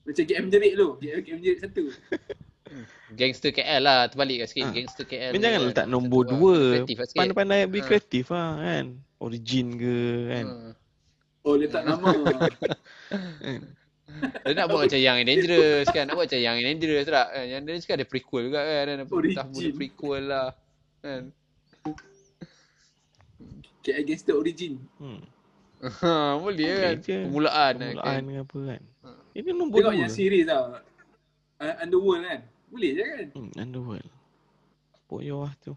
Macam KM jerit dulu. KM jerit satu.
Gangster KL lah. Terbalik lah sikit.
Ah.
Gangster KL.
Kau jangan
kan.
letak nombor
Satu, ah.
dua.
Kreatif lah sikit.
Pandai-pandai be
Ah.
kreatif lah kan. Origin ke kan.
Ah.
Oh, letak nama.
Kan?
Dia nak buat macam Young and Dangerous kan. Nak buat macam Young and Dangerous tak? Kan? Young and Dangerous kan ada prequel juga kan. Ada entah
Origin.
benda prequel lah. Kan?
KL Gangster Origin.
Hmm.
Ha, boleh
Boleh
kan?
je.
Permulaan.
Permulaan
Permulaan.
ke apa kan.
Ah.
Ini nombor
Tengok
dua.
yang series tau. Uh, Underworld kan. Boleh je kan?
Hmm, Underworld. Poyo lah tu.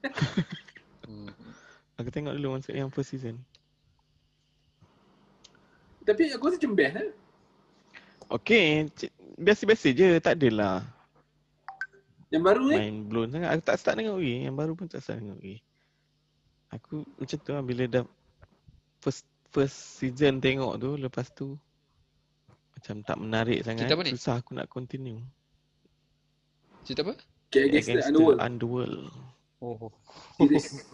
Kan?
Aku tengok dulu masa yang first season.
Tapi aku rasa macam best lah.
Okay, c- biasa-biasa je. Tak adalah
Yang baru ni.
mind blown sangat. Aku tak start dengan Uri. Yang baru pun tak start dengan Uri. Aku macam tu lah bila dah first first season tengok tu lepas tu macam tak menarik sangat.
Cerita apa ni?
Susah aku nak continue.
Cerita apa?
KL Gangster Underworld.
Underworld.
Oh,
Series.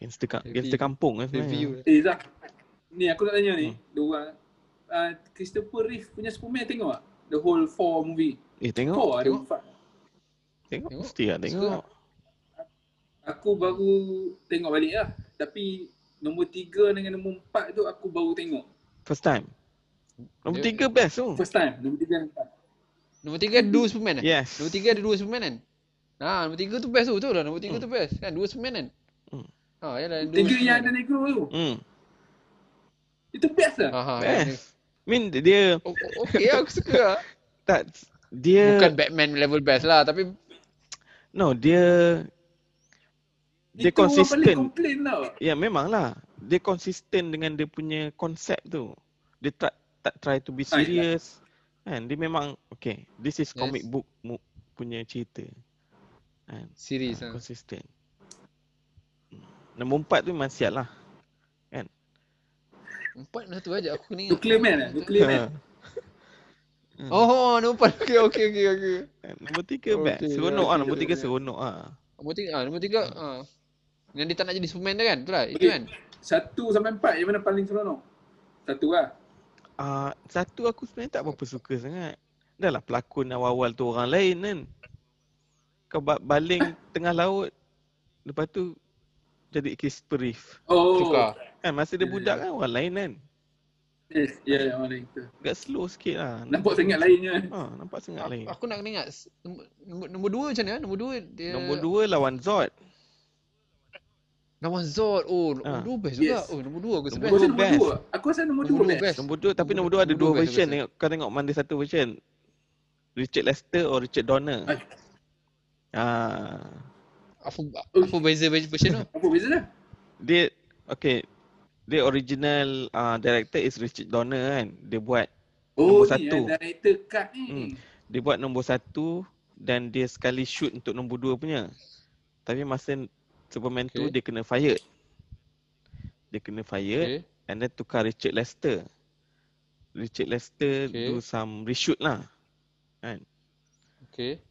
Gangster, ka-
Review.
gangster kampung kan sebenarnya.
review.
Eh Zah. Ni aku nak tanya ni. Dua orang. Uh, Christopher Reeve punya Superman tengok tak? The whole four movie.
Eh tengok,
Four ada
tengok.
empat.
tengok,
Tengok.
mesti lah tengok.
Aku baru tengok balik lah. Tapi nombor tiga dengan nombor empat tu aku baru tengok.
First time. Nombor
Dia-
tiga best oh. tu.
First time. Nombor tiga dan empat.
Nombor tiga ada dua Superman kan?
Yes.
Nombor tiga ada dua Superman kan? Ha, nombor tiga tu best tu. Betul lah. Nombor tiga
Hmm.
tu best. Kan? Dua Superman kan?
Hmm.
Ha, yalah. dua
Tiga
Superman.
yang ada negro tu.
Hmm.
Itu best lah.
Ah,
Ha, ha.
Best. Mean dia
Oh, oh, okay lah. Aku suka lah.
tak dia
Bukan Batman level best lah. Tapi
no dia dia
Itu orang
konsisten.
paling complain tau.
Ya memanglah dia konsisten dengan dia punya konsep tu. Dia tak tak try to be
Ah, ya.
serious. Kan dia memang okay, this is comic book mu, punya cerita. Kan
series
ha,
lah.
konsisten. Nombor empat tu memang siap lah.
Empat nombor satu aja aku ni.
Nuclear Man lah. Nuclear Man.
Ha.
Oh, nombor empat. Okay, okay, okay. okay.
Kan, Nombor tiga
Okay,
best. Seronok
okay,
ah nombor tiga
okay.
seronok ah.
Nombor tiga, ah, nombor tiga.
Mm.
Ha. Yang dia tak nak jadi Superman tu kan? Betul lah. Itu
Boleh.
kan?
Satu sampai empat yang mana paling seronok? Satu lah.
Ah satu aku sebenarnya tak berapa suka sangat. Dah lah pelakon awal-awal tu orang lain kan. Kau ba- baling tengah laut lepas tu jadi Christopher Reeve.
Oh.
Tukar.
Kan masa dia
Ya,
budak
ya.
kan orang lain kan.
Yes, ya yang mana itu.
Agak slow sikit lah.
Nampak sangat lainnya.
Ha, nampak sangat
Aku,
lain.
aku nak kena ingat s- nombor, nombor- nombor dua macam mana? ah? Nombor dua dia
Nombor dua lawan Zod.
Lawan Zod. Oh, nombor
Ah.
dua best
Yes.
juga. Oh, nombor dua aku
Aku
Nombor
sebab.
rasa
dua
nombor
best.
dua. Aku rasa nombor dua
Nombor dua
best.
best.
Nombor dua tapi
Nombor
nombor dua ada
nombor
dua
dua best,
version.
best.
Tengok, kau tengok mana satu version. Richard Lester or Richard Donner.
Ay.
Ah,
Apa, apa beza beza version tu?
Apa beza lah?
dia okay. Dia original uh, director is Richard Donner kan. Dia buat Nombor
Oh, ni
satu.
yang director cut ni.
Hmm. dia buat nombor satu dan dia sekali shoot untuk nombor dua punya. Tapi masa Superman tu
Okay.
dia kena fired. Dia kena fired.
Okay.
And then tukar Richard Lester. Richard Lester
Okay.
okay. do some reshoot lah.
Okay.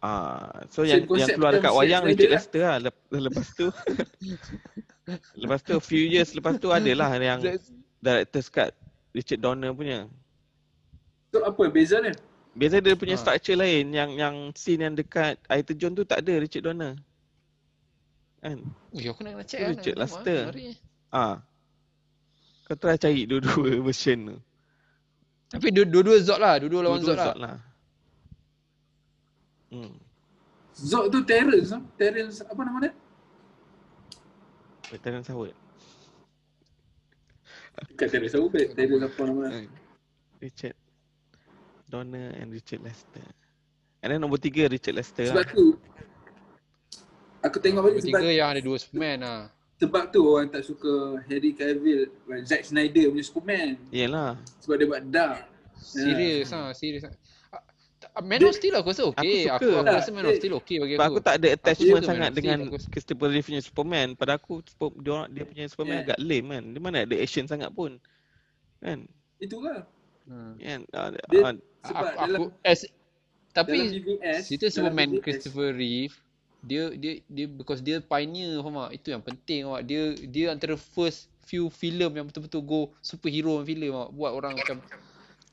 Ah, so
Same
yang yang
concept,
keluar dekat
same
wayang
standard
Richard
lah.
Lester lah. Lep- Lepas tu lepas tu a few years lepas tu adalah yang
That's-
director's cut Richard Donner punya.
So apa beza dia?
Biasa dia punya
Ah.
structure lain yang yang scene yang dekat air terjun tu tak ada Richard Donner. Kan?
Ui, aku nak kena check
Tu
lah. nak
Richard
tengok lah.
Lester.
Mari.
Ah. Kau try cari dua-dua version tu.
Tapi dua- dua-dua Zod lah. Dua-dua lawan
Dua-dua
Zod lah.
lah. Hmm.
Zod tu Terrence ah. Terrence apa nama dia?
Veteran sahut.
Bukan Terrence apa? Terrence apa
Eh,
nama
ya.
dia?
Richard Donner and Richard Lester. And then nombor tiga Richard Lester
Sebab
lah.
tu Aku tengok balik
Nombor
sebab
tiga yang ada dua Superman lah.
Sebab tu orang tak suka Harry Cavill Zack Snyder punya Superman
Yelah.
Sebab dia buat dark
Serius ah, serius ah. Ah, ta- ah, Man of Steel aku rasa okey.
Aku
Aku,
suka.
aku, rasa Man of
Eh,
Steel okey bagi
Sebab aku tak ada attachment
suka
sangat
Man of
dengan
Steel, aku-
Christopher Reeve punya Superman. Pada aku Sup- dia orang dia punya Superman
Yeah.
agak lame kan. Dia mana ada action sangat pun. Kan?
Itulah
Hmm.
Kan? Ah,
Dia-
ah,
Sebab
aku,
dalam,
aku as,
dalam
tapi
BVS
cerita
dalam
Superman
BVS
Christopher Reeve dia dia dia because dia pioneer faham tak? Itu yang penting awak. Dia dia antara first few film yang betul-betul go superhero film awak. Buat orang macam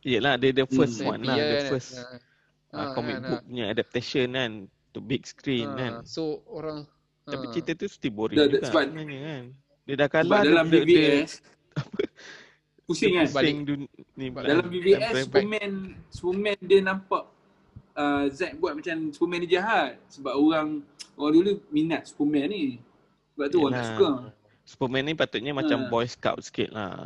Yelah, dia the first
happy
one lah.
kan,
The
kan?
first
Ah.
ah,
Ah,
comic
kan,
book
ah.
punya adaptation kan. To big screen
Ah,
kan.
So orang
Tapi
ah.
cerita tu still boring
Dah- dah-
juga
sebab-
sebenarnya kan. Dia dah
Sebab
kalah dia-
dalam
dia, dia,
BVS Pusing kan
pusing dun- ni
Balik.
dalam
Dalam BVS
time travel.
Superman Superman dia nampak uh, Zack buat macam Superman ni jahat Sebab orang Orang dulu minat Superman ni Sebab tu orang tak
Yelah.
suka
Ah,
Superman ni patutnya macam
Ah.
boy scout sikit lah. Ah,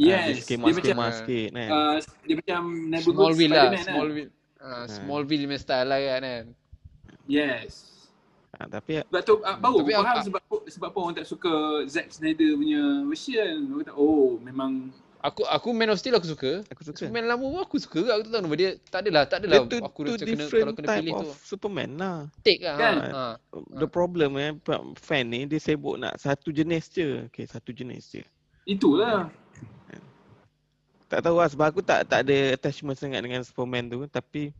Yes Dia,
dia skema-skema
macam
macam-
sikit kan.
uh, Dia macam neighborhood
Smallville lah,
Spiderman kan?
Smallville. Ah, Smallville punya style lah kan kan.
Yes
Ah, tapi
Sebab tu uh, baru
Tapi
Tapi faham
aku-
sebab sebab apa orang tak suka Zack Snyder punya version. Orang kata oh memang
Aku aku Man of Steel aku suka.
aku suka.
Superman lama pun aku suka ke aku tak tahu nama dia. Tak adalah, tak
Dia
adalah
tu,
aku
tu
rasa kena
different
kalau kena
type
pilih
of
tu.
Superman lah.
Take lah.
Kan?
Ha.
The problem eh, pa- fan ni dia sibuk nak satu jenis je. Okay, satu jenis je.
itulah.
Tak tahu lah sebab aku tak tak ada attachment sangat dengan Superman tu. Tapi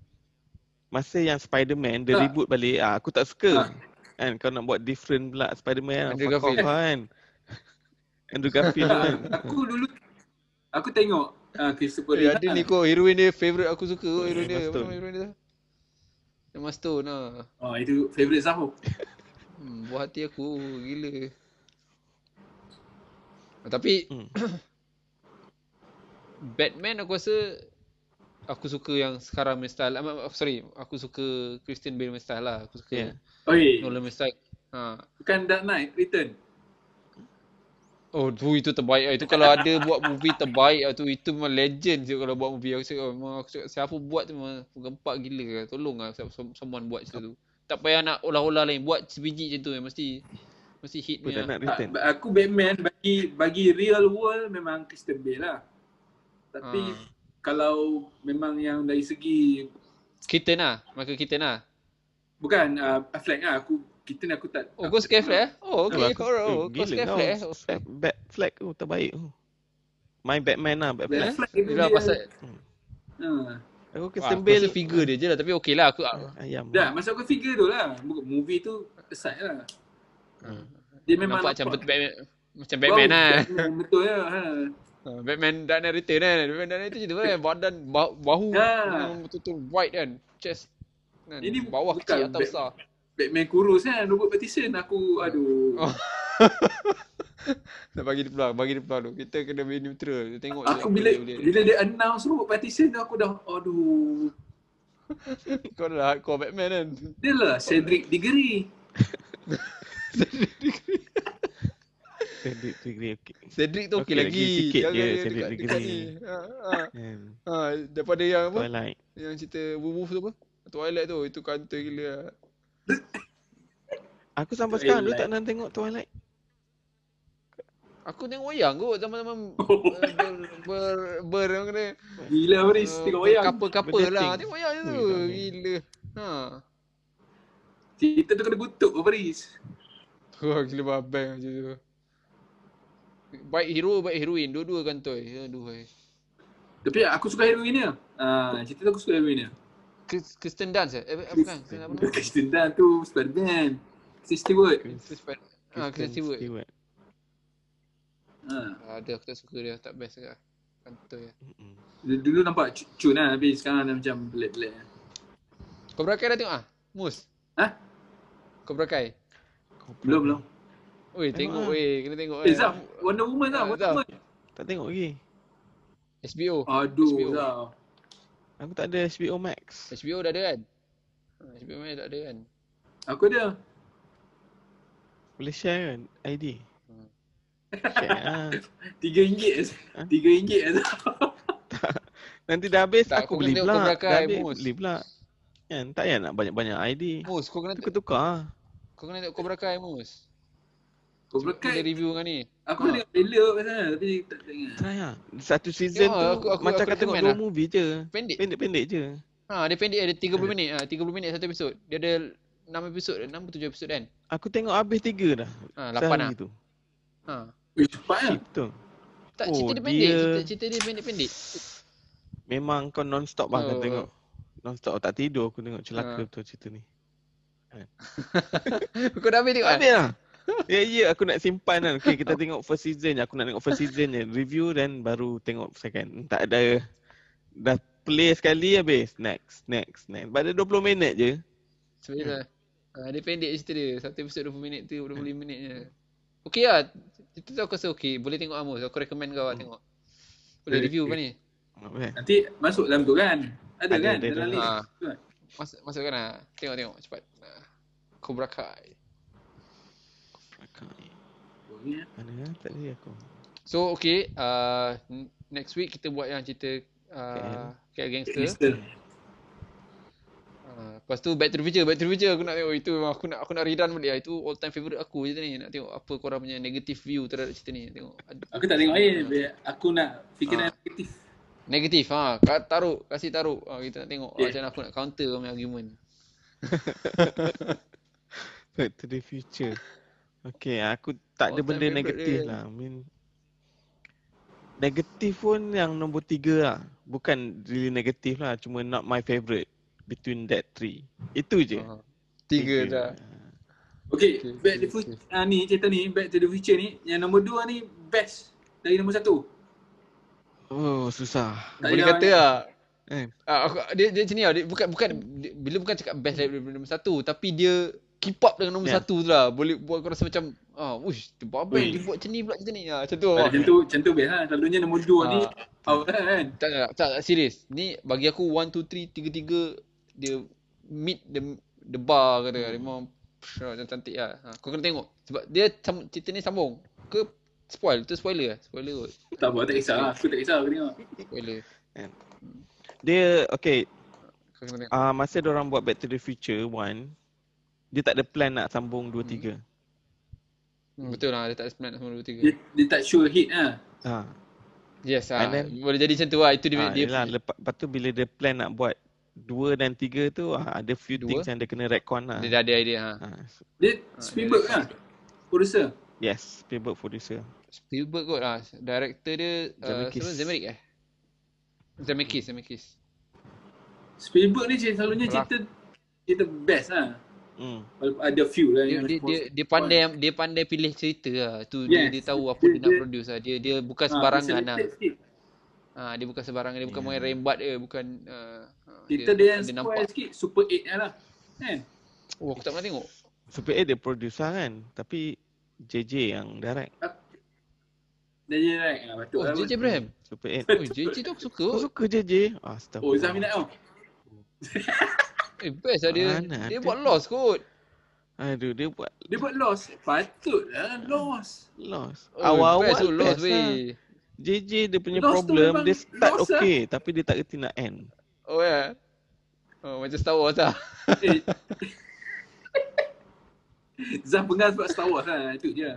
masa yang Spider-Man dia
Tak.
reboot balik, ah, aku tak suka.
Tak.
Ah.
Kan kau nak buat different pula Spider-Man.
Andrew
Fuck off
Garfield.
lah kan. Andrew Garfield tu kan.
aku dulu aku tengok uh, Christopher
Eh,
Reeve.
ada
kan.
ni kau heroine dia favorite aku suka kau heroine dia.
Emma
Apa
Stone.
nama heroine dia? Emma Stone lah.
Oh itu favorite Zahor.
Hmm, buah hati aku gila. Ah, Tapi
Hmm.
Batman aku rasa aku suka yang sekarang punya style. Ah, sorry, aku suka Christian Bale punya style lah. Aku suka
Yeah.
Oi,
Nolan punya style. Ha,
bukan Dark Knight Return.
Oh tu itu terbaik lah. Itu kalau ada buat movie terbaik lah tu Itu memang legend je kalau buat movie Aku cakap, "Oh, memang aku cakap siapa buat tu memang gempak gila lah. Tolong lah siapa- some- someone buat macam tu Tak payah nak olah-olah lain Buat sebiji macam tu eh. Mesti Mesti hit
Aku tak
punya
nak return.
Tak, ba- aku Batman bagi bagi real world memang Christian Bale lah. Tapi
Ah.
kalau memang yang dari segi
Keaton lah Michael Keaton lah
bukan uh, Affleck lah aku kita aku tak
Oh kau suka Affleck eh? Oh
Kalau
okay
aku-
kau orang
eh,
oh, Kau suka Affleck eh? Okay.
Bat Flag tu oh, terbaik tu. Main Batman lah Bat Flag.
Affleck. Affleck dia-
Yelah pasal
Ha.
Aku
Wah,
Kristen
Aku
Bale
rasa figure dia je lah Tapi okey lah aku
Ah. ayam.
Dah, masuk ke figure tu lah. Movie tu aside lah.
Hmm.
Dia memang
Nampak macam Batman Macam
Wow,
Batman lah
Batman, betul ya. Ha.
Ah, Batman Dark Knight Return kan. Batman Dark Knight Return macam tu kan. Badan, bahu, bahu
Ha.
memang betul-betul wide kan. Chest. Kan.
Ini
bawah
bukan
kecil atas
Bat-
besar.
Batman kurus kan, Robert Pattinson aku aduh.
Oh. Nak bagi dia peluang, bagi dia peluang tu. Kita kena be neutral. Kita tengok je
aku
apa
bila
dia boleh.
bila dia announce Robert Pattinson tu aku dah aduh.
Kau dah hardcore Batman kan.
Dia lah Cedric Diggory.
Cedric Diggory okey.
Cedric tu okey
Okey lagi,
lagi.
sikit
Jangan
je
dia
Cedric
dekat-
Diggory.
dekat ni. Ha, ha,
Kan.
ha. Daripada yang apa?
Twilight.
Yang cerita Wolf tu apa? Twilight tu. Itu kanta gila. lah.
Aku
Eh,
sampai sekarang dulu
Twilight.
tak nak tengok Twilight.
Aku tengok wayang kot zaman-zaman eh, ber, ber, ber, ber, ber
Gila Maris
Oh,
tengok wayang.
Kapa-kapa
Berdating.
lah. Tengok wayang je
Ui,
tu.
tak
Gila. Ha.
Cerita tu kena kutuk ke Maris.
Wah, gila babang macam tu. Baik hero, baik heroin. Dua-dua kan Ya, kantoi. Aduh. hai.
Tapi aku suka heroine dia. Ah, cerita tu aku suka heroine dia.
Chris- Kristen Dunst eh? Eh, eh, bukan. Kristen apa nama?
Kristen Dunst tu Spider-Man. Kristen Stewart.
Kristen Spen- Ah, Kristen Stewart.
Ha.
Ah, Ada, aku tak suka dia. Tak best agak. Kantoi lah.
Mm-mm.
Dia Dulu nampak cu- cun lah tapi sekarang dia macam black-black.
Kau berakai dah tengok ah? Mus?
Hah?
Kau berakai?
Belum belum.
Oi,
Tengok
tengok
lah.
weh. Kena tengok
Eh
eh.
Zaf, Wonder Woman lah,
Ah,
Wonder
Zaf.
Woman.
Tak tengok lagi.
HBO. HBO.
Aduh Zaf.
Aku tak ada HBO Max.
HBO dah ada kan? Ah, HBO mana tak ada kan?
Aku ada.
Boleh share kan ID?
Hmm.
Share lah.
Tiga ringgit. Tiga ringgit je.
Nanti dah habis
Tak,
aku
kau
beli
kena
pula.
pakai
Dah habis
mus.
beli pula. Kan tak payah nak banyak-banyak ID.
Mus, kau kena
Tukar-tukar lah.
kau kena tengok Cobra Kai Mus.
Kau
Kau
berkat.
review dengan ni.
Aku
Ha.
ha. tengok trailer kat sana tapi tak tengok.
Try lah. Satu season
Tengok,
tu
Ya, aku- aku-
macam
aku
kau tengok
recommend
dua
lah.
movie je.
Pendek.
Pendek-pendek je.
Ha, dia pendek ada 30
Hmm.
minit. Ha, 30 minit satu episod. Dia ada 6 episod, 6 7 episod kan?
Aku tengok habis tiga dah.
Ha, 8 ah.
sehari tu.
Ha.
Eh, cepat lah.
Kan?
Cheap tu.
Tak
Oh,
cerita dia pendek,
dia-
cerita, cerita dia pendek-pendek.
Memang kau non-stop lah kau
Oh.
tengok. Non-stop tak tidur aku tengok celaka
Ha.
betul cerita ni.
kau dah habis tengok kan?
Habis lah. Ya, ya aku nak simpan kan. Okay, kita tengok first season je. Aku nak tengok first season je. Review dan baru tengok second. Tak ada. Dah play sekali habis. Next, next, next. Pada 20 minit je.
Sebenarnya. Ha, dia pendek cerita dia. Satu episod 20 minit tu, 25 minit je. Okey lah. Itu tu aku rasa okey. Boleh tengok Amos. Aku recommend kau lah
Hmm.
tengok. Boleh
Okay,
review
okay.
eh.
kan ni?
Okay.
Nanti masuk dalam tu kan. Ada,
Ada,
kan
ada,
dalam
ada.
list.
Ha. Masuk, masukkan lah. Tengok-tengok cepat. Ha. Cobra Kai.
Boleh.
Mana lah? tak ada aku.
So okay, uh, n- next week kita buat yang cerita uh, KL Gangster.
Mister.
Uh, lepas tu Back to the Future, Back to the Future aku nak tengok itu memang aku nak aku nak redone balik lah. Itu all time favourite aku cerita ni. Nak tengok apa korang punya negative view terhadap cerita ni. Nak Tengok.
Aku tak tengok eh. biar Aku nak
Ah.
fikiran negatif.
Negatif ha, Ka- taruh, kasih taruh. Ha, kita nak tengok
Yeah.
yeah. macam mana aku nak counter kau punya argument.
Back to the future. Okay, aku tak ada
All-time
benda
favourite
negatif
dia.
lah. I mean, negatif pun yang nombor tiga lah. Bukan really negatif lah. Cuma not my favourite. Between that three. Itu je.
Ha. Tiga dah.
Okay,
Okay,
Back to the
okay,
Future ah, ni cerita ni, Back to the Future ni, yang nombor dua ni best dari nombor satu.
Oh, susah.
Tak payah, ya.
Boleh
kan?
kata lah.
Eh.
Ah, aku, dia dia macam ni lah. Dia bukan bukan dia, bila bukan cakap best daripada nombor satu tapi dia keep up dengan nombor
Ya.
satu tu lah. Boleh buat kau rasa macam ah, ush, dia babel
Ui.
dia buat macam ni pula macam ni. Ah, macam tu.
Macam tu, macam tu best lah. Selalunya nombor dua ni,
Ah.
out lah kan.
Tak tak tak, tak serius. Ni bagi aku 1 2 3 3 3 dia meet the the bar kata. Dia memang psh, macam cantik lah. Ha, kau kena tengok sebab dia sam- cerita ni sambung ke spoil tu spoiler lah. Spoiler kot.
Tak apa, tak kisah lah. Aku tak kisah, aku
Ya.
tengok.
Spoiler.
Dia, okay.
Kau kena tengok.
Uh, masa orang buat Back to the Future one, dia tak ada plan nak sambung 2 3.
Hmm. Betul lah dia tak ada sebenarnya nombor 2 3.
Dia, dia tak sure hit lah.
Ha.
Yes ah.
And then-
boleh jadi macam tu lah. Itu dia,
ha
dia
dia lepas, lepas tu bila dia plan nak buat 2 dan 3 tu ha, ada few
Dua.
things yang dia kena retcon lah.
dia dah ada idea ha.
Ha.
Dia Spielberg lah. Producer.
Yes, Spielberg producer.
Spielberg kot ah. Director dia uh,
Zemeckis.
siapa Zemeckis eh. Zemeckis, Zemeckis.
Spielberg ni selalunya cerita cerita best lah.
Hmm.
Walaupun Ada few lah yang
Dia
Ha,
dia, dia
suppose-
dia pandai dia pandai pilih cerita lah. Tu
Yes.
yes. dia, dia tahu apa
Dia-
dia, nak
dia-
produce lah. Dia dia bukan
Ah,
sembarangan
dia
lah.
selected sikit.
Ha, dia bukan sembarangan, dia bukan main rembat dia, bukan uh,
Cerita dia yang spoil sikit, Super 8 lah lah. Kan?
Oh, aku tak pernah tengok.
Supaya dia producer kan, tapi JJ yang direct.
Dia je right. Ah, patut
Oh,
lah.
JJ Abraham.
Super 8.
Oh, JJ tu aku suka.
Kau suka JJ? Astaga.
Oh, Izzah minat tau.
Eh, best lah dia.
Mana
Dia
ada.
buat loss kot.
Aduh, dia buat
Dia buat loss. Patut lah loss.
loss.
Oh,
Awal-awal
best tu loss
best lah.
weh.
JJ dia punya
Lost tu
problem,
memang
dia start
lost lah.
okay tapi dia tak reti nak end.
Oh ya. Oh, macam Star Wars lah.
Eh. Zah pengal sebab Star Wars lah. Itu je.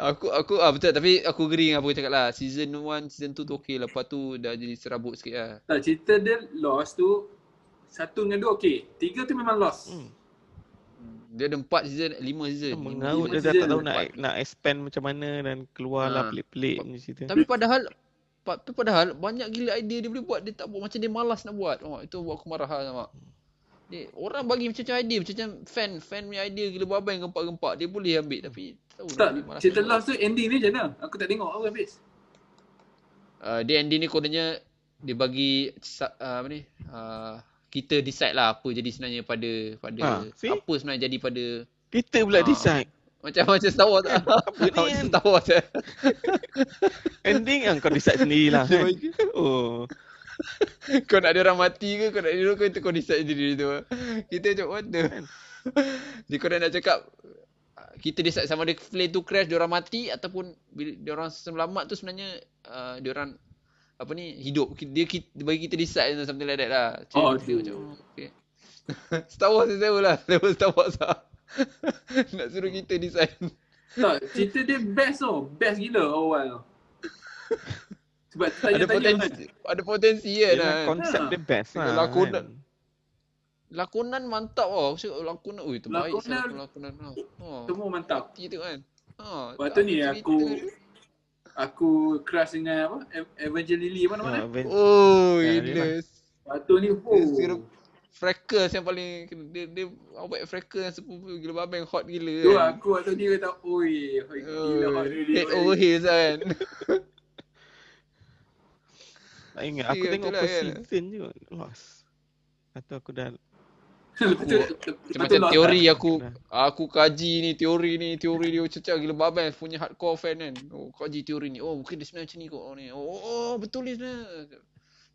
Aku aku ah betul tapi aku agree dengan apa kau cakap lah. Season 1, season 2 tu okey lepas tu dah jadi serabut sikit lah.
Tak, cerita dia loss tu satu dengan dua okey. Tiga tu memang loss.
Hmm.
Hmm. Dia ada 4 season, 5
Dia
season. Lima
mengarut dia dah
Lima
tak
season.
tahu nak nak expand macam mana dan keluarlah
Ha.
pelik-pelik punya cerita.
Tapi padahal pa- tapi padahal banyak gila idea dia boleh buat dia tak buat macam dia malas nak buat. Oh, itu buat aku marah lah sama. Dia, orang bagi macam-macam idea, macam-macam fan, fan punya idea gila babang gempak-gempak. Dia boleh ambil tapi tahu
Tak,
dia malas
cerita
nak buat.
loss tu ending ni macam mana? Aku tak tengok aku habis.
Uh, dia ending ni kononnya dia bagi sa- uh, apa ni? Uh, kita decide lah apa jadi sebenarnya pada pada
Ah, see?
apa sebenarnya jadi pada
Kita pula
Ha.
decide.
macam macam Star Wars lah.
Apa ni
Macam
kan?
Star Wars lah.
Ending kan kau decide sendirilah
Dia
kan.
bagi-
Oh.
Kau nak dia orang mati ke kau nak dia orang kau itu kau decide sendiri tu. Kita macam what the Jadi korang nak cakap kita decide sama ada plane tu crash diorang mati ataupun bila diorang selamat tu sebenarnya uh, diorang apa ni hidup Ki- dia kita, bagi kita decide and something like that lah Macam-
Oh,
macam-
aduh.
macam, okay. Star Wars ni level lah level Star Wars lah nak suruh kita decide
Tak, cerita dia best tau. Best gila awal. Sebab tak
ada
tanya-tanya
potensi
kan.
ada potensi kan
Yelah,
kan.
konsep
Ha.
dia best lah.
Kalau aku
kan.
nak- lakonan mantap lah aku cakap lakonan ui terbaik
Lakonan-
lakonan, lakonan lah oh,
Semua mantap.
hati tu kan ha,
Lepas tu ni
cerita
aku
dia-
aku crush dengan apa? Ev- Evangel Lily
Ha,
mana-mana.
ben-
oh
Ya,
gila
Lepas tu ni, oh.
Serum- Freckles yang paling dia dia awak Freckles yang sepupu gila babeng hot gila
Tu
kan.
aku waktu ni kata, oi, oi, gila hot
Oh,
really.
head over heels kan.
tak ingat. Aku
Ya,
tengok
itulah
per
kan.
season je. Lost. Atau aku dah
Lepas tu,
Aku-
lepas tu
Macam
lost
teori
lah.
aku aku kaji ni teori ni teori dia cecah gila babeng punya hardcore fan kan. Oh kaji teori ni. Oh mungkin dia sebenarnya macam ni kot oh, ni. Oh, oh, oh betul dia sebenarnya.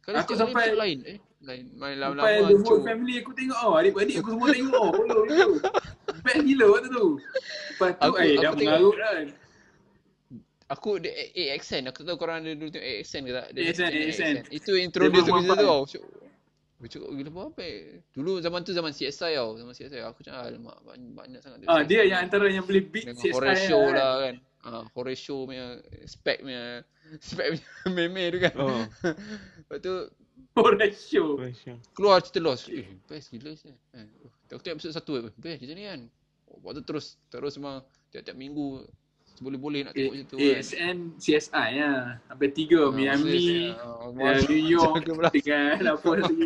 Kalau
Aku
aku
sampai-
sampai lain eh lain main lama-lama
Sampai the whole
hancur.
family aku tengok oh, adik-adik aku semua tengok oh, follow dia tu. Best gila waktu tu. Lepas tu,
Aku-
eh,
aku
dah
tengok.
mengarut kan.
Aku eh, ada AXN. Aku tahu korang ada dulu tengok AXN ke tak? Dia
AXN, AXN.
Itu introduce
Dia
aku cerita tu
berbual.
tau. Cuk- Aku cakap gila apa eh?" Dulu zaman tu zaman CSI tau. Zaman CSI. Aku cakap alamak banyak, banyak sangat.
Ah,
CSI.
dia yang antara yang boleh beat
Dengan
CSI
horror show lah kan. Ah, horror show punya spec punya spec punya meme tu kan.
Oh,
Lepas tu
Horror show.
Malaysia.
keluar cerita Lost. Eh, best gila sih. Eh, tengok tengok episod satu. eh, Best cerita ni kan. Lepas tu terus terus memang tiap-tiap minggu boleh-boleh nak
Eh,
tengok cerita kan.
ASN, CSI ya. Sampai tiga,
Ah,
Miami,
CSI, ah,
eh,
Mars-
New York
Jaga belah.
dengan apa lagi.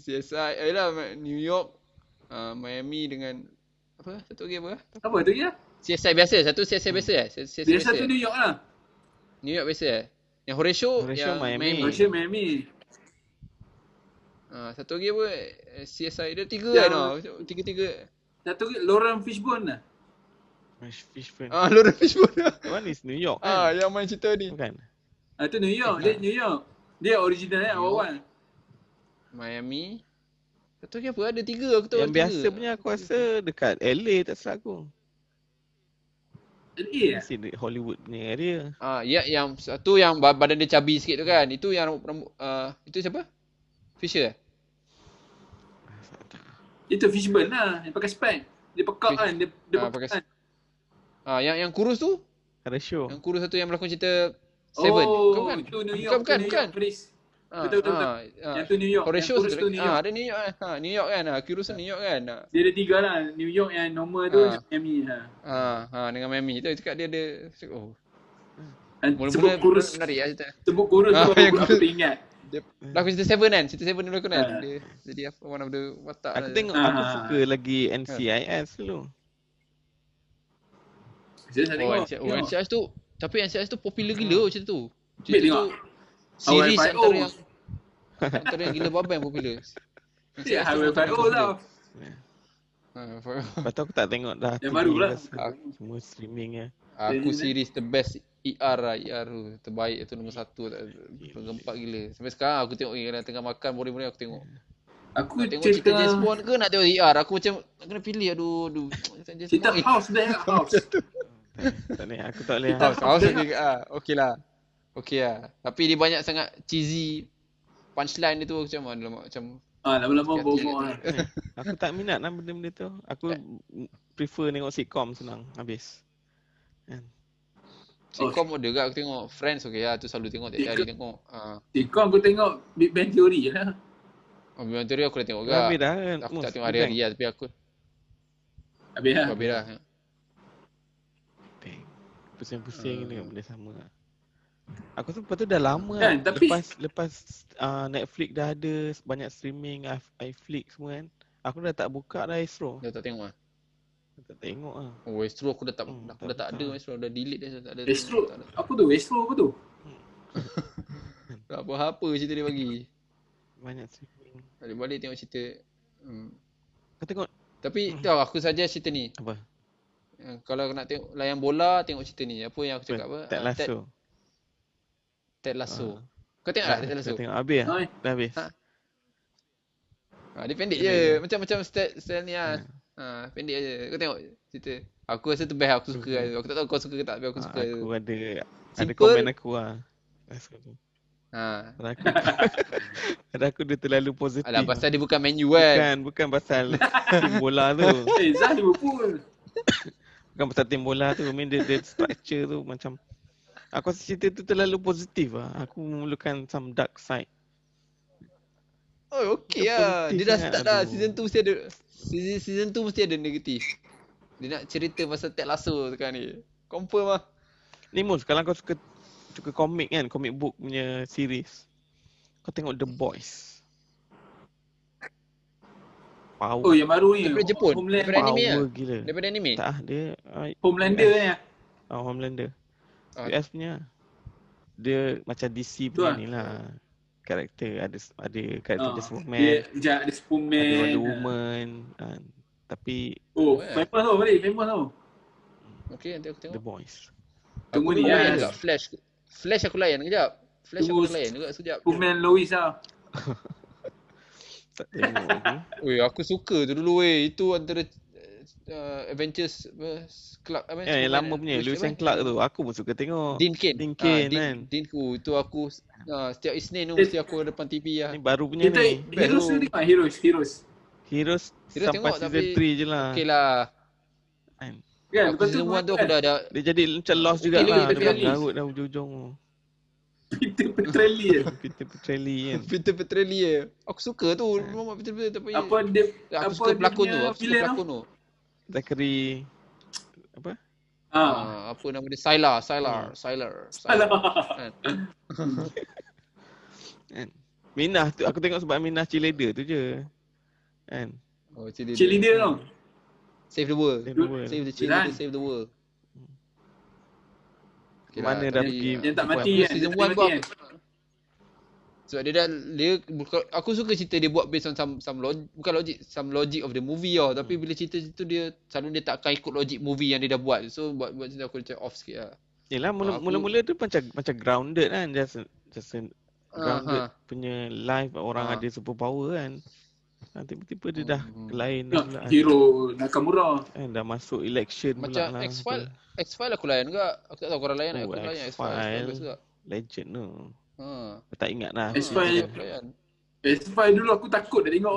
CSI, eh lah New York, uh, Miami dengan apa satu lagi apa? eh?
Apa tu ya?
CSI biasa, satu CSI biasa eh? CSI
Dia
biasa.
satu
eh?
New York lah.
New York biasa eh? Yang Horatio,
Horatio,
yang
Miami.
Miami.
Malaysia Miami.
Ah, satu lagi apa? Eh, CSI dia tiga
Yang-
kan tau. Tiga-tiga.
Satu lagi, Lauren Fishburne lah.
Fish- Fish friend.
Ah, Lauren Fishburne.
That one is New York
ah,
kan?
yang main cerita ni.
Bukan?
Ah, tu New York, dia New York. Dia original eh
New
awal-awal.
Miami. Satu lagi apa? Ada tiga aku tahu.
Yang
ada tiga.
biasa punya aku rasa dekat LA tak salah aku.
Jadi
Mesti dekat Hollywood punya area.
Ah, ya yang satu yang ba- badan dia cabi sikit tu kan. Itu yang rambut, rambut ah, itu siapa? Fisher eh?
Itu Fishburne lah, yang pakai spek. Dia pekak
Fish-
kan, dia, dia
Ah,
pekak
pakai
kan.
Ah, yang yang kurus tu?
Ada show.
Yang kurus satu yang berlakon cerita Seven.
Oh,
bukan,
itu New
bukan,
York,
bukan,
tu New
bukan.
York, Chris.
Ah,
Betul, betul,
ah, ah.
Yang tu New York,
Horror
yang
show
kurus
satu
tu
lagi.
New
Ah,
York.
ada New York kan. Ha, New York kan. Ah, kurus tu New York kan. Ah,
Dia ada tiga lah, New York yang normal tu,
Ah.
Miami lah.
ah, ah, dengan Mami tu cakap dia ada cakap, oh.
Dan Sebut
Mula-mula
kurus,
menarik ah cerita.
sebut kurus
Ah,
tu
yang
aku, aku
kurus.
teringat.
Dia berlakon cerita Seven kan. Cerita Seven dia berlakon kan.
Ah.
Dia jadi apa one of the watak.
Aku
lah.
tengok
Ah.
aku suka lagi NCIS dulu.
Saya tak
Oh,
tengok. Ah.
NCIS, oh, NCIS tu tapi NCIS tu popular gila oh, cerita tu.
Baik
Cerita tu
tengok. Oh.
series
Awal
antara
FIO.
yang antara yang gila babang popular.
Ya, Highway 50 lah.
Ah, FIO.
Lepas tu aku tak tengok dah.
Yang
TV
baru lah.
rasa Semua streaming ya.
Aku
Jadi-
series the best ER lah, ER tu terbaik tu nombor satu tak gempak gila. Sampai sekarang aku tengok eh, kadang tengah makan boleh-boleh aku tengok.
Aku
Nak tengok cerita
cerita
James Bond ke nak tengok ER? Aku macam nak kena pilih aduh aduh. James
cerita
Bond, eh.
house dia house.
Tak boleh. Aku tak boleh.
House, house okay, ah, okay lah. Okay lah. Tapi dia banyak sangat cheesy punchline dia tu aku macam mana macam
Ah lama-lama
Okey,
bobok
okey.
lah.
Aku tak minat lah benda-benda tu. Aku
Eh.
prefer tengok sitcom senang. Habis.
sitcom oh. ada kat aku tengok Friends okay lah tu selalu tengok tiap hari tengok. Ah,
Tikon aku tengok Big Bang Theory je lah.
uh, Big Bang Theory aku dah tengok
Dah Habis
juga.
dah kan.
Aku
Mus,
tak tengok hari-hari lah tapi aku
Habis lah.
aku habis dah.
Bang. Pusing-pusing tengok benda sama lah. Aku tu lepas tu dah lama
Ah, ya. Kan,
lah.
tapi-
Lepas lepas uh, Netflix dah ada banyak streaming, i- iFlix semua kan. Aku dah tak buka dah Astro.
Dah tak tengok ah.
Aku tak tengok lah.
Oh, Westro aku dah tak
Hmm,
aku dah tak
tak
ada
buka.
Westro dah delete dia dah tak ada.
Westro,
tak ada.
apa tu? Westro apa tu?
Tak apa-apa cerita dia bagi.
Banyak streaming.
Balik-balik tengok cerita. Hmm.
Kau tengok
Tapi
Hmm.
tahu aku saja cerita ni.
apa?
Yang Kalau nak tengok layan bola tengok cerita ni. Apa yang aku cakap apa?
Tak
Ah,
lasso. Ah,
Ted, Ted Lasso. Kau tengok tak Ha, Ted
Ah, eh.
Lasso? Ya.
Kau tengok habis lah.
Hai.
Dah habis.
Ha. Ha, dia pendek je. Macam macam style, style ni lah. Ha, pendek je. Kau tengok cerita. Aku rasa tu best aku suka.
Suka.
Aku tak tahu kau suka ke tak tapi aku
Ah,
suka.
aku ada ada
Simple.
komen aku lah. Rasa tu.
Ha.
Pada aku Pada aku dia terlalu positif.
Alah pasal dia bukan menu kan.
bukan bukan pasal tim bola tu.
Eh, Zah Liverpool.
Bukan pasal tim bola tu. I mean dia, dia structure tu macam Aku rasa cerita tu terlalu positif lah. Aku memerlukan some dark side.
Oh okey
Dia
lah.
positif
Dia dah
sangat,
start dah.
aduh.
Season 2 mesti ada. Season, season 2 mesti ada negatif. Dia nak cerita pasal Ted Lasso sekarang ni. Confirm lah.
Ni Mus, kalau kau suka suka komik kan, komik book punya series. Kau tengok The Boys. Power.
Oh, yang baru ni.
Daripada Jepun.
Homeland,
Daripada anime
power
lah.
gila.
Daripada anime.
Tak ah, dia ah,
Homelander
US.
ni.
Oh, Homelander.
Ah.
US punya. Dia macam DC
Tu
punya
ah.
ni lah. Karakter ada ada karakter
Ah,
dia Superman,
Dia, dia ada
ada
Superman.
Wonder Woman. ah. tapi
Oh,
Yeah.
famous tau, Farid. Famous tau.
Okey nanti aku tengok.
The Boys.
Tunggu
aku
ni, ah.
layan
Yas.
juga. Flash. Flash aku layan kejap. Flash
Tunggu.
aku layan juga sekejap.
Superman Lois lah.
Tak tengok lagi.
Oi, aku suka tu dulu weh. Itu antara uh, Avengers apa Clark
Eh,
apa?
yang
Superman,
lama punya
Bruce-
Lewis
apa?
and Clark tu. Aku pun suka tengok.
Dean Kane.
Dean Cain,
Ah, Dean,
kan?
Dean Ku tu aku uh, setiap Isnin tu
Eh.
mesti aku depan TV lah.
Ni baru punya
Kita
ni.
Heroes tu tengok Heroes. Heroes.
Heroes,
Heroes
sampai
tengok
season
tapi-
3 je lah.
Okey lah.
Kan?
Kan,
aku
lepas tu
season 1 tu aku dah ada
Dia jadi macam lost
Okey
juga
lagi,
lah.
tapi
Dia
lagi.
larut dah hujung-hujung tu.
Peter Petrelli je.
Oh,
Peter Petrelli kan.
Peter Petrelli eh. je. Aku suka tu. Memang Peter Petrelli tapi
Apa dia,
aku
apa
suka
dia
pelakon
punya
tu. Aku suka
villain
pelakon tu.
Zachary. Apa?
Ah.
Ah, apa nama dia?
Hmm.
Sylar, Sylar, Sylar.
Alah.
Ah.
Kan? Minah tu aku tengok sebab Minah cheerleader tu je. Kan?
Oh, cili
Cik Linda tau.
Save the world.
Save the world.
Save the
Jiran.
chili, save the world. Okay
Mana
lah,
dah
tapi,
pergi-
ah,
Yang tak
Buat
mati
Aku
kan.
season
Yang tak
1
mati
kau
kan.
Sebab dia dah dia buka- aku suka cerita dia buat based on some some log, bukan logic some logic of the movie tau tapi bila cerita tu dia selalu dia tak akan ikut logic movie yang dia dah buat so buat buat cerita aku macam off sikit lah.
Yelah mula,
Aku-
mula-mula tu macam macam grounded kan. Just, just a grounded
Ah, ha.
punya life orang
Ah.
ada super power kan. Ah, tiba-tiba dia dah
Hmm.
ke lain dah
Ah,
pula kan.
Hero Nakamura.
kan. Dah masuk election
Macam
pula lah.
X-File, X-File aku layan juga. Aku tak tahu korang
Oh,
layan aku layan X-File,
X-File.
X-File best juga.
Legend tu.
Ha.
Aku tak ingat lah.
X-File.
X-File aku layan.
PS5 dulu aku takut nak tengok.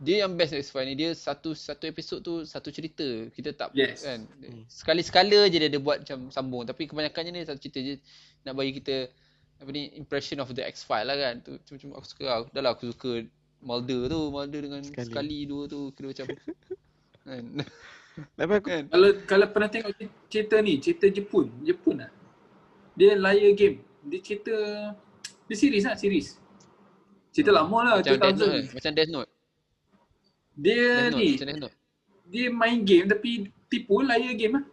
Dia yang best X-File ni dia satu satu episod tu satu cerita. Kita tak
Yes.
kan.
Hmm.
Sekali-sekala je dia ada buat macam sambung tapi kebanyakannya ni satu cerita je nak bagi kita apa ni impression of the X-File lah kan. Tu cuma-cuma aku suka. lah. Aku, dah lah aku suka Mulder tu, Mulder dengan
Sekali.
sekali, dua tu kira macam kan.
Tapi aku
kan.
kalau kalau pernah tengok cer- cerita ni, cerita Jepun, Jepun lah. Dia liar game. Dia cerita dia series lah, series. Cerita lama lah,
Hmm. Macam Death Note.
2000.
kan? Macam Death Note.
Dia
Death Note,
ni,
macam Death Note.
dia main game tapi tipu liar game lah.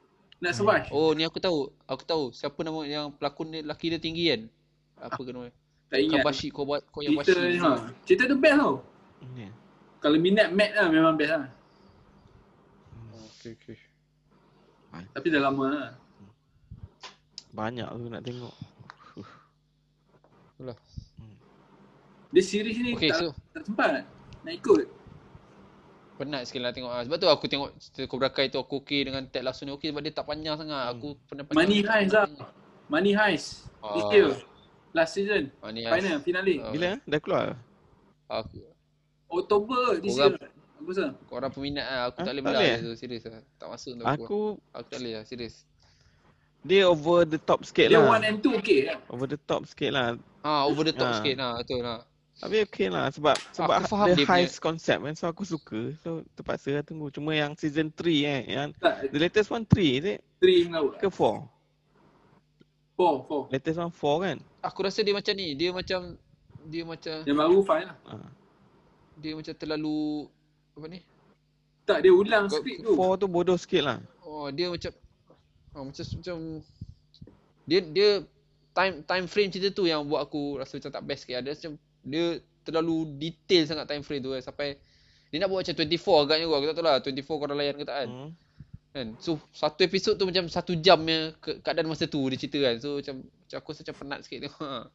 Nak survive.
Oh ni aku tahu. Aku tahu siapa nama yang pelakon dia lelaki dia tinggi kan. Apa ke nama? dia?
tak ingat.
Kobashi Kobat Koyabashi.
Cerita ni, ha. Cerita the best tau.
Ya.
Kalau minat Matt lah memang best lah.
Okey okey.
Tapi dah lama lah.
banyak tu nak tengok.
Itulah.
Dia series ni
Okey,
tak,
so-
tak sempat nak ikut.
Penat sikit lah tengok ah. Sebab tu aku tengok cerita Cobra Kai tu aku okey dengan Ted Lasso ni okey sebab dia tak panjang sangat. Aku pernah panjang.
Money Heist lah. Money Heist. This
Ah.
year. Last season.
Money
Final,
Heist.
finale.
Ah.
Bila eh? dah keluar?
Aku
Oktober this year.
Korang-
Aku rasa.
korang peminat ah. Aku
Ah,
tak boleh
tak
belah
boleh?
tu serius ah. Tak masuk tu aku.
Aku
Aku tak boleh lah serius.
dia over the top sikit
Dia
lah.
one and two okay kan?
Over the top sikit lah.
Ha over the top
Ah.
sikit lah betul lah.
Tapi okay lah sebab sebab
Aku faham
dia,
dia punya-
heist concept kan so aku suka. So terpaksa lah tunggu. Cuma yang season 3 eh yang
Tak,
the latest one 3 is it
three ngau.
ke 4?
Four, four.
Latest one 4 kan?
Aku rasa dia macam ni. Dia macam dia macam
Yang baru fine lah.
Ha.
dia macam terlalu apa ni?
Tak, dia ulang
Kau-
skrip tu.
4 tu bodoh sikit lah.
Oh dia macam oh, macam macam dia dia time time frame cerita tu yang buat aku rasa macam tak best sikit. Ada macam dia terlalu detail sangat time frame tu kan sampai dia nak buat macam 24 agaknya aku, aku tak tahu lah 24 korang layan ke tak kan.
Hmm.
Kan. So satu episod tu macam satu jam punya ke, keadaan masa tu dia cerita kan. So macam, macam aku rasa macam penat sikit tengok.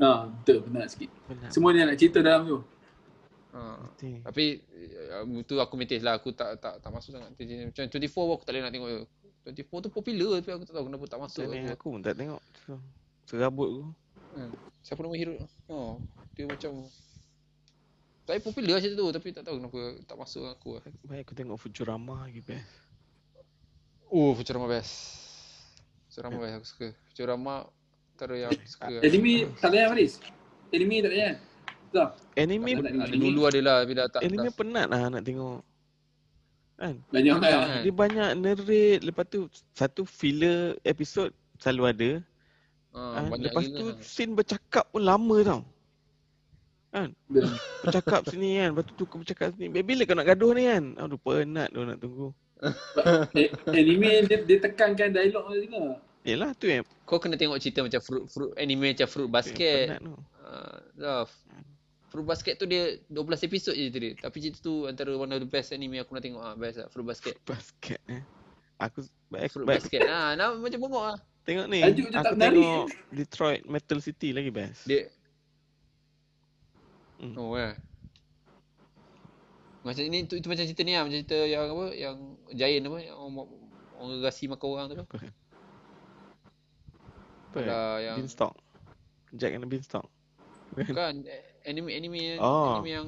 Ha.
Ha, betul, benar sikit.
Penat.
Semua ni nak cerita dalam tu.
Ha.
Betul.
Tapi uh, tu aku mintis lah aku tak tak tak masuk sangat. Macam 24 pun aku tak boleh nak tengok tu. 24 tu popular tapi aku tak tahu kenapa tak masuk.
Macam ni
Aku.
aku pun tak tengok. So, serabut aku.
Hmm. Siapa nama hero? Ha, dia macam tapi popular macam tu tapi tak tahu kenapa tak masuk dengan aku lah.
Baik aku tengok Futurama lagi best.
Oh, Futurama best. Futurama best aku suka. Futurama antara yang aku
Ah,
suka. lah.
Anime tak layan Faris. Anime tak layan. Dah.
Anime
Tak nak
Ada dulu adalah bila tak
anime
tak-
penat lah nak tengok. Kan?
Banyak
tak-
lah.
kan?
Dia banyak narrate lepas tu satu filler episode selalu ada.
Ha,
Ha,
banyak
lepas
gila
tu
lah.
scene bercakap pun lama tau.
Betul.
Bercakap sini kan, lepas tu kau bercakap sini. "Bila- Bila kau nak gaduh ni kan? Aduh penat tu nak tunggu.
A- Anime dia, dia tekankan dialog dia juga.
Yelah tu yang
Kau kena tengok cerita macam fruit fruit anime macam fruit basket.
penat tu.
Ah, dah. Fruit Basket tu dia 12 episod je cerita dia. Tapi cerita tu antara one of the best anime aku nak tengok ah, best ah Fruit Basket.
Basket eh. Aku baik,
Fruit
baik
Basket. Ah, nak macam bengok ah.
tengok ni.
Tajuk je tak
Aku
menarik,
tengok Detroit Metal City lagi best.
Dia
Hmm.
Oh eh. Macam ni tu, tu macam cerita ni ah, macam cerita yang apa yang giant apa yang orang, orang rasi makan orang tu.
Apa? Apa?
Kalau lah yang
Beanstalk. Jack and the Beanstalk.
bukan eh, anime anime yang
Oh.
anime yang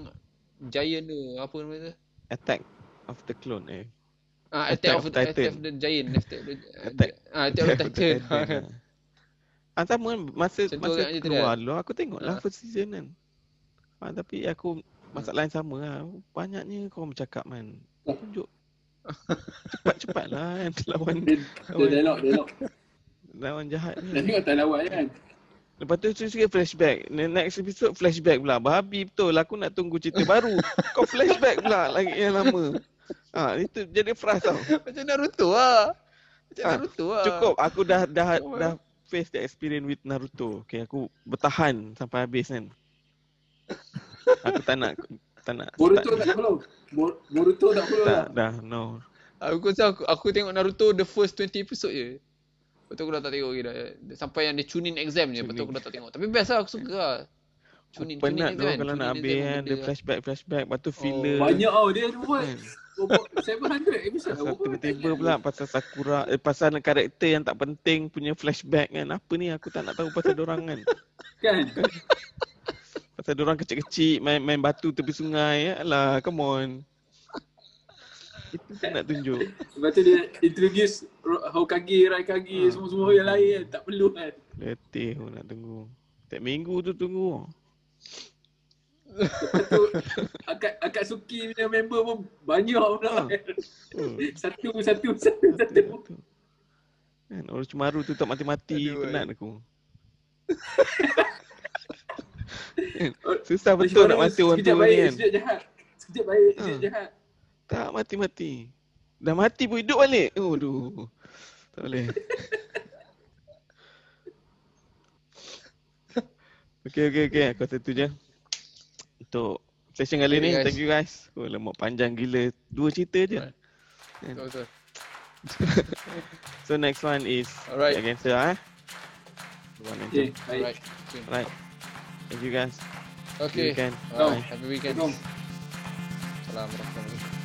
giant tu apa nama tu?
Attack of the Clone eh. Attack
Ah, Attack,
of
of, Attack
Titan.
of the Giant, Attack of the
Attack.
Ah, Attack of the Titan.
Ah, sama kan, masa
Macam tu
masa
agaknya tu
keluar dulu aku tengok lah
Ah.
first season kan. Ah, tapi aku masalah yang sama lah. Banyaknya korang bercakap man.
Oh.
Kau tunjuk. Cepat-cepat lah kan lawan
Dia, dia
lawan,
dialog, dialog.
lawan jahat
Dia
ni.
tengok tak lawan kan.
Lepas tu sikit-sikit flashback. The Next episode flashback pula. Babi betul. Aku nak tunggu cerita baru. Kau flashback pula lagi yang lama. Ha, itu jadi frust tau.
Macam Naruto ah. Macam
Ah,
Naruto ah.
Cukup aku dah dah
Oh,
dah face the experience with Naruto. Okay, aku bertahan sampai habis kan. Aku tak nak tak nak
Boruto
start.
tak follow. Bor- Boruto tak follow
tak
lah.
dah no.
Aku rasa aku, aku tengok Naruto the first 20 episode je. Lepas tu aku dah tak tengok lagi dah. Sampai yang dia tune in exam je. Lepas tu
Tune in.
aku dah tak tengok. Tapi best lah aku suka lah.
Aku
Tune in, tune in
penat tu
exam kan.
kalau
Tune
nak
in
habis
exam
kan dia
benda-
flashback flashback lepas tu
Oh.
filler.
Banyak tau dia tu buat.
kan.
Berapa- 700 episode.
Pasal
Berapa-
tiba-tiba pula pasal Sakura eh, pasal karakter yang tak penting punya flashback kan. Apa ni aku tak nak tahu pasal dorang kan.
Kan?
Pasal dorang kecil-kecil main main batu tepi sungai. ya. Alah, come on. Itu tak nak tunjuk.
Lepas tu dia introduce Ro- Hokage, Raikage,
Ah.
semua-semua yang lain kan. Tak perlu kan.
Letih pun nak tunggu. Setiap minggu tu tunggu.
Lepas tu akak, akak Suki punya member pun banyak pula.
Ah.
kan.
Oh,
Satu, satu, satu, satu.
satu, satu. Kan, orang cemaru tu tak mati-mati
Aduh,
penat aku. Kan, Susah betul
Orang
nak mati orang
sekejap
tua ni
baik,
kan.
Sekejap jahat. Sekejap baik,
Ah.
sekejap jahat.
Tak mati-mati. Dah mati pun hidup balik. Oh, aduh. Tak boleh. okay, okay, okay. Aku satu je. Untuk session kali
Okay,
ni.
guys.
Thank you guys. Oh, lemak panjang gila. Dua cerita je.
Betul, betul.
So next one is
Alright.
against her, eh? Okay.
Okay, baik.
Alright. Okay.
Right. Thank you guys.
Okay.
You can.
Alright. Happy weekend.
Jom.
Assalamualaikum.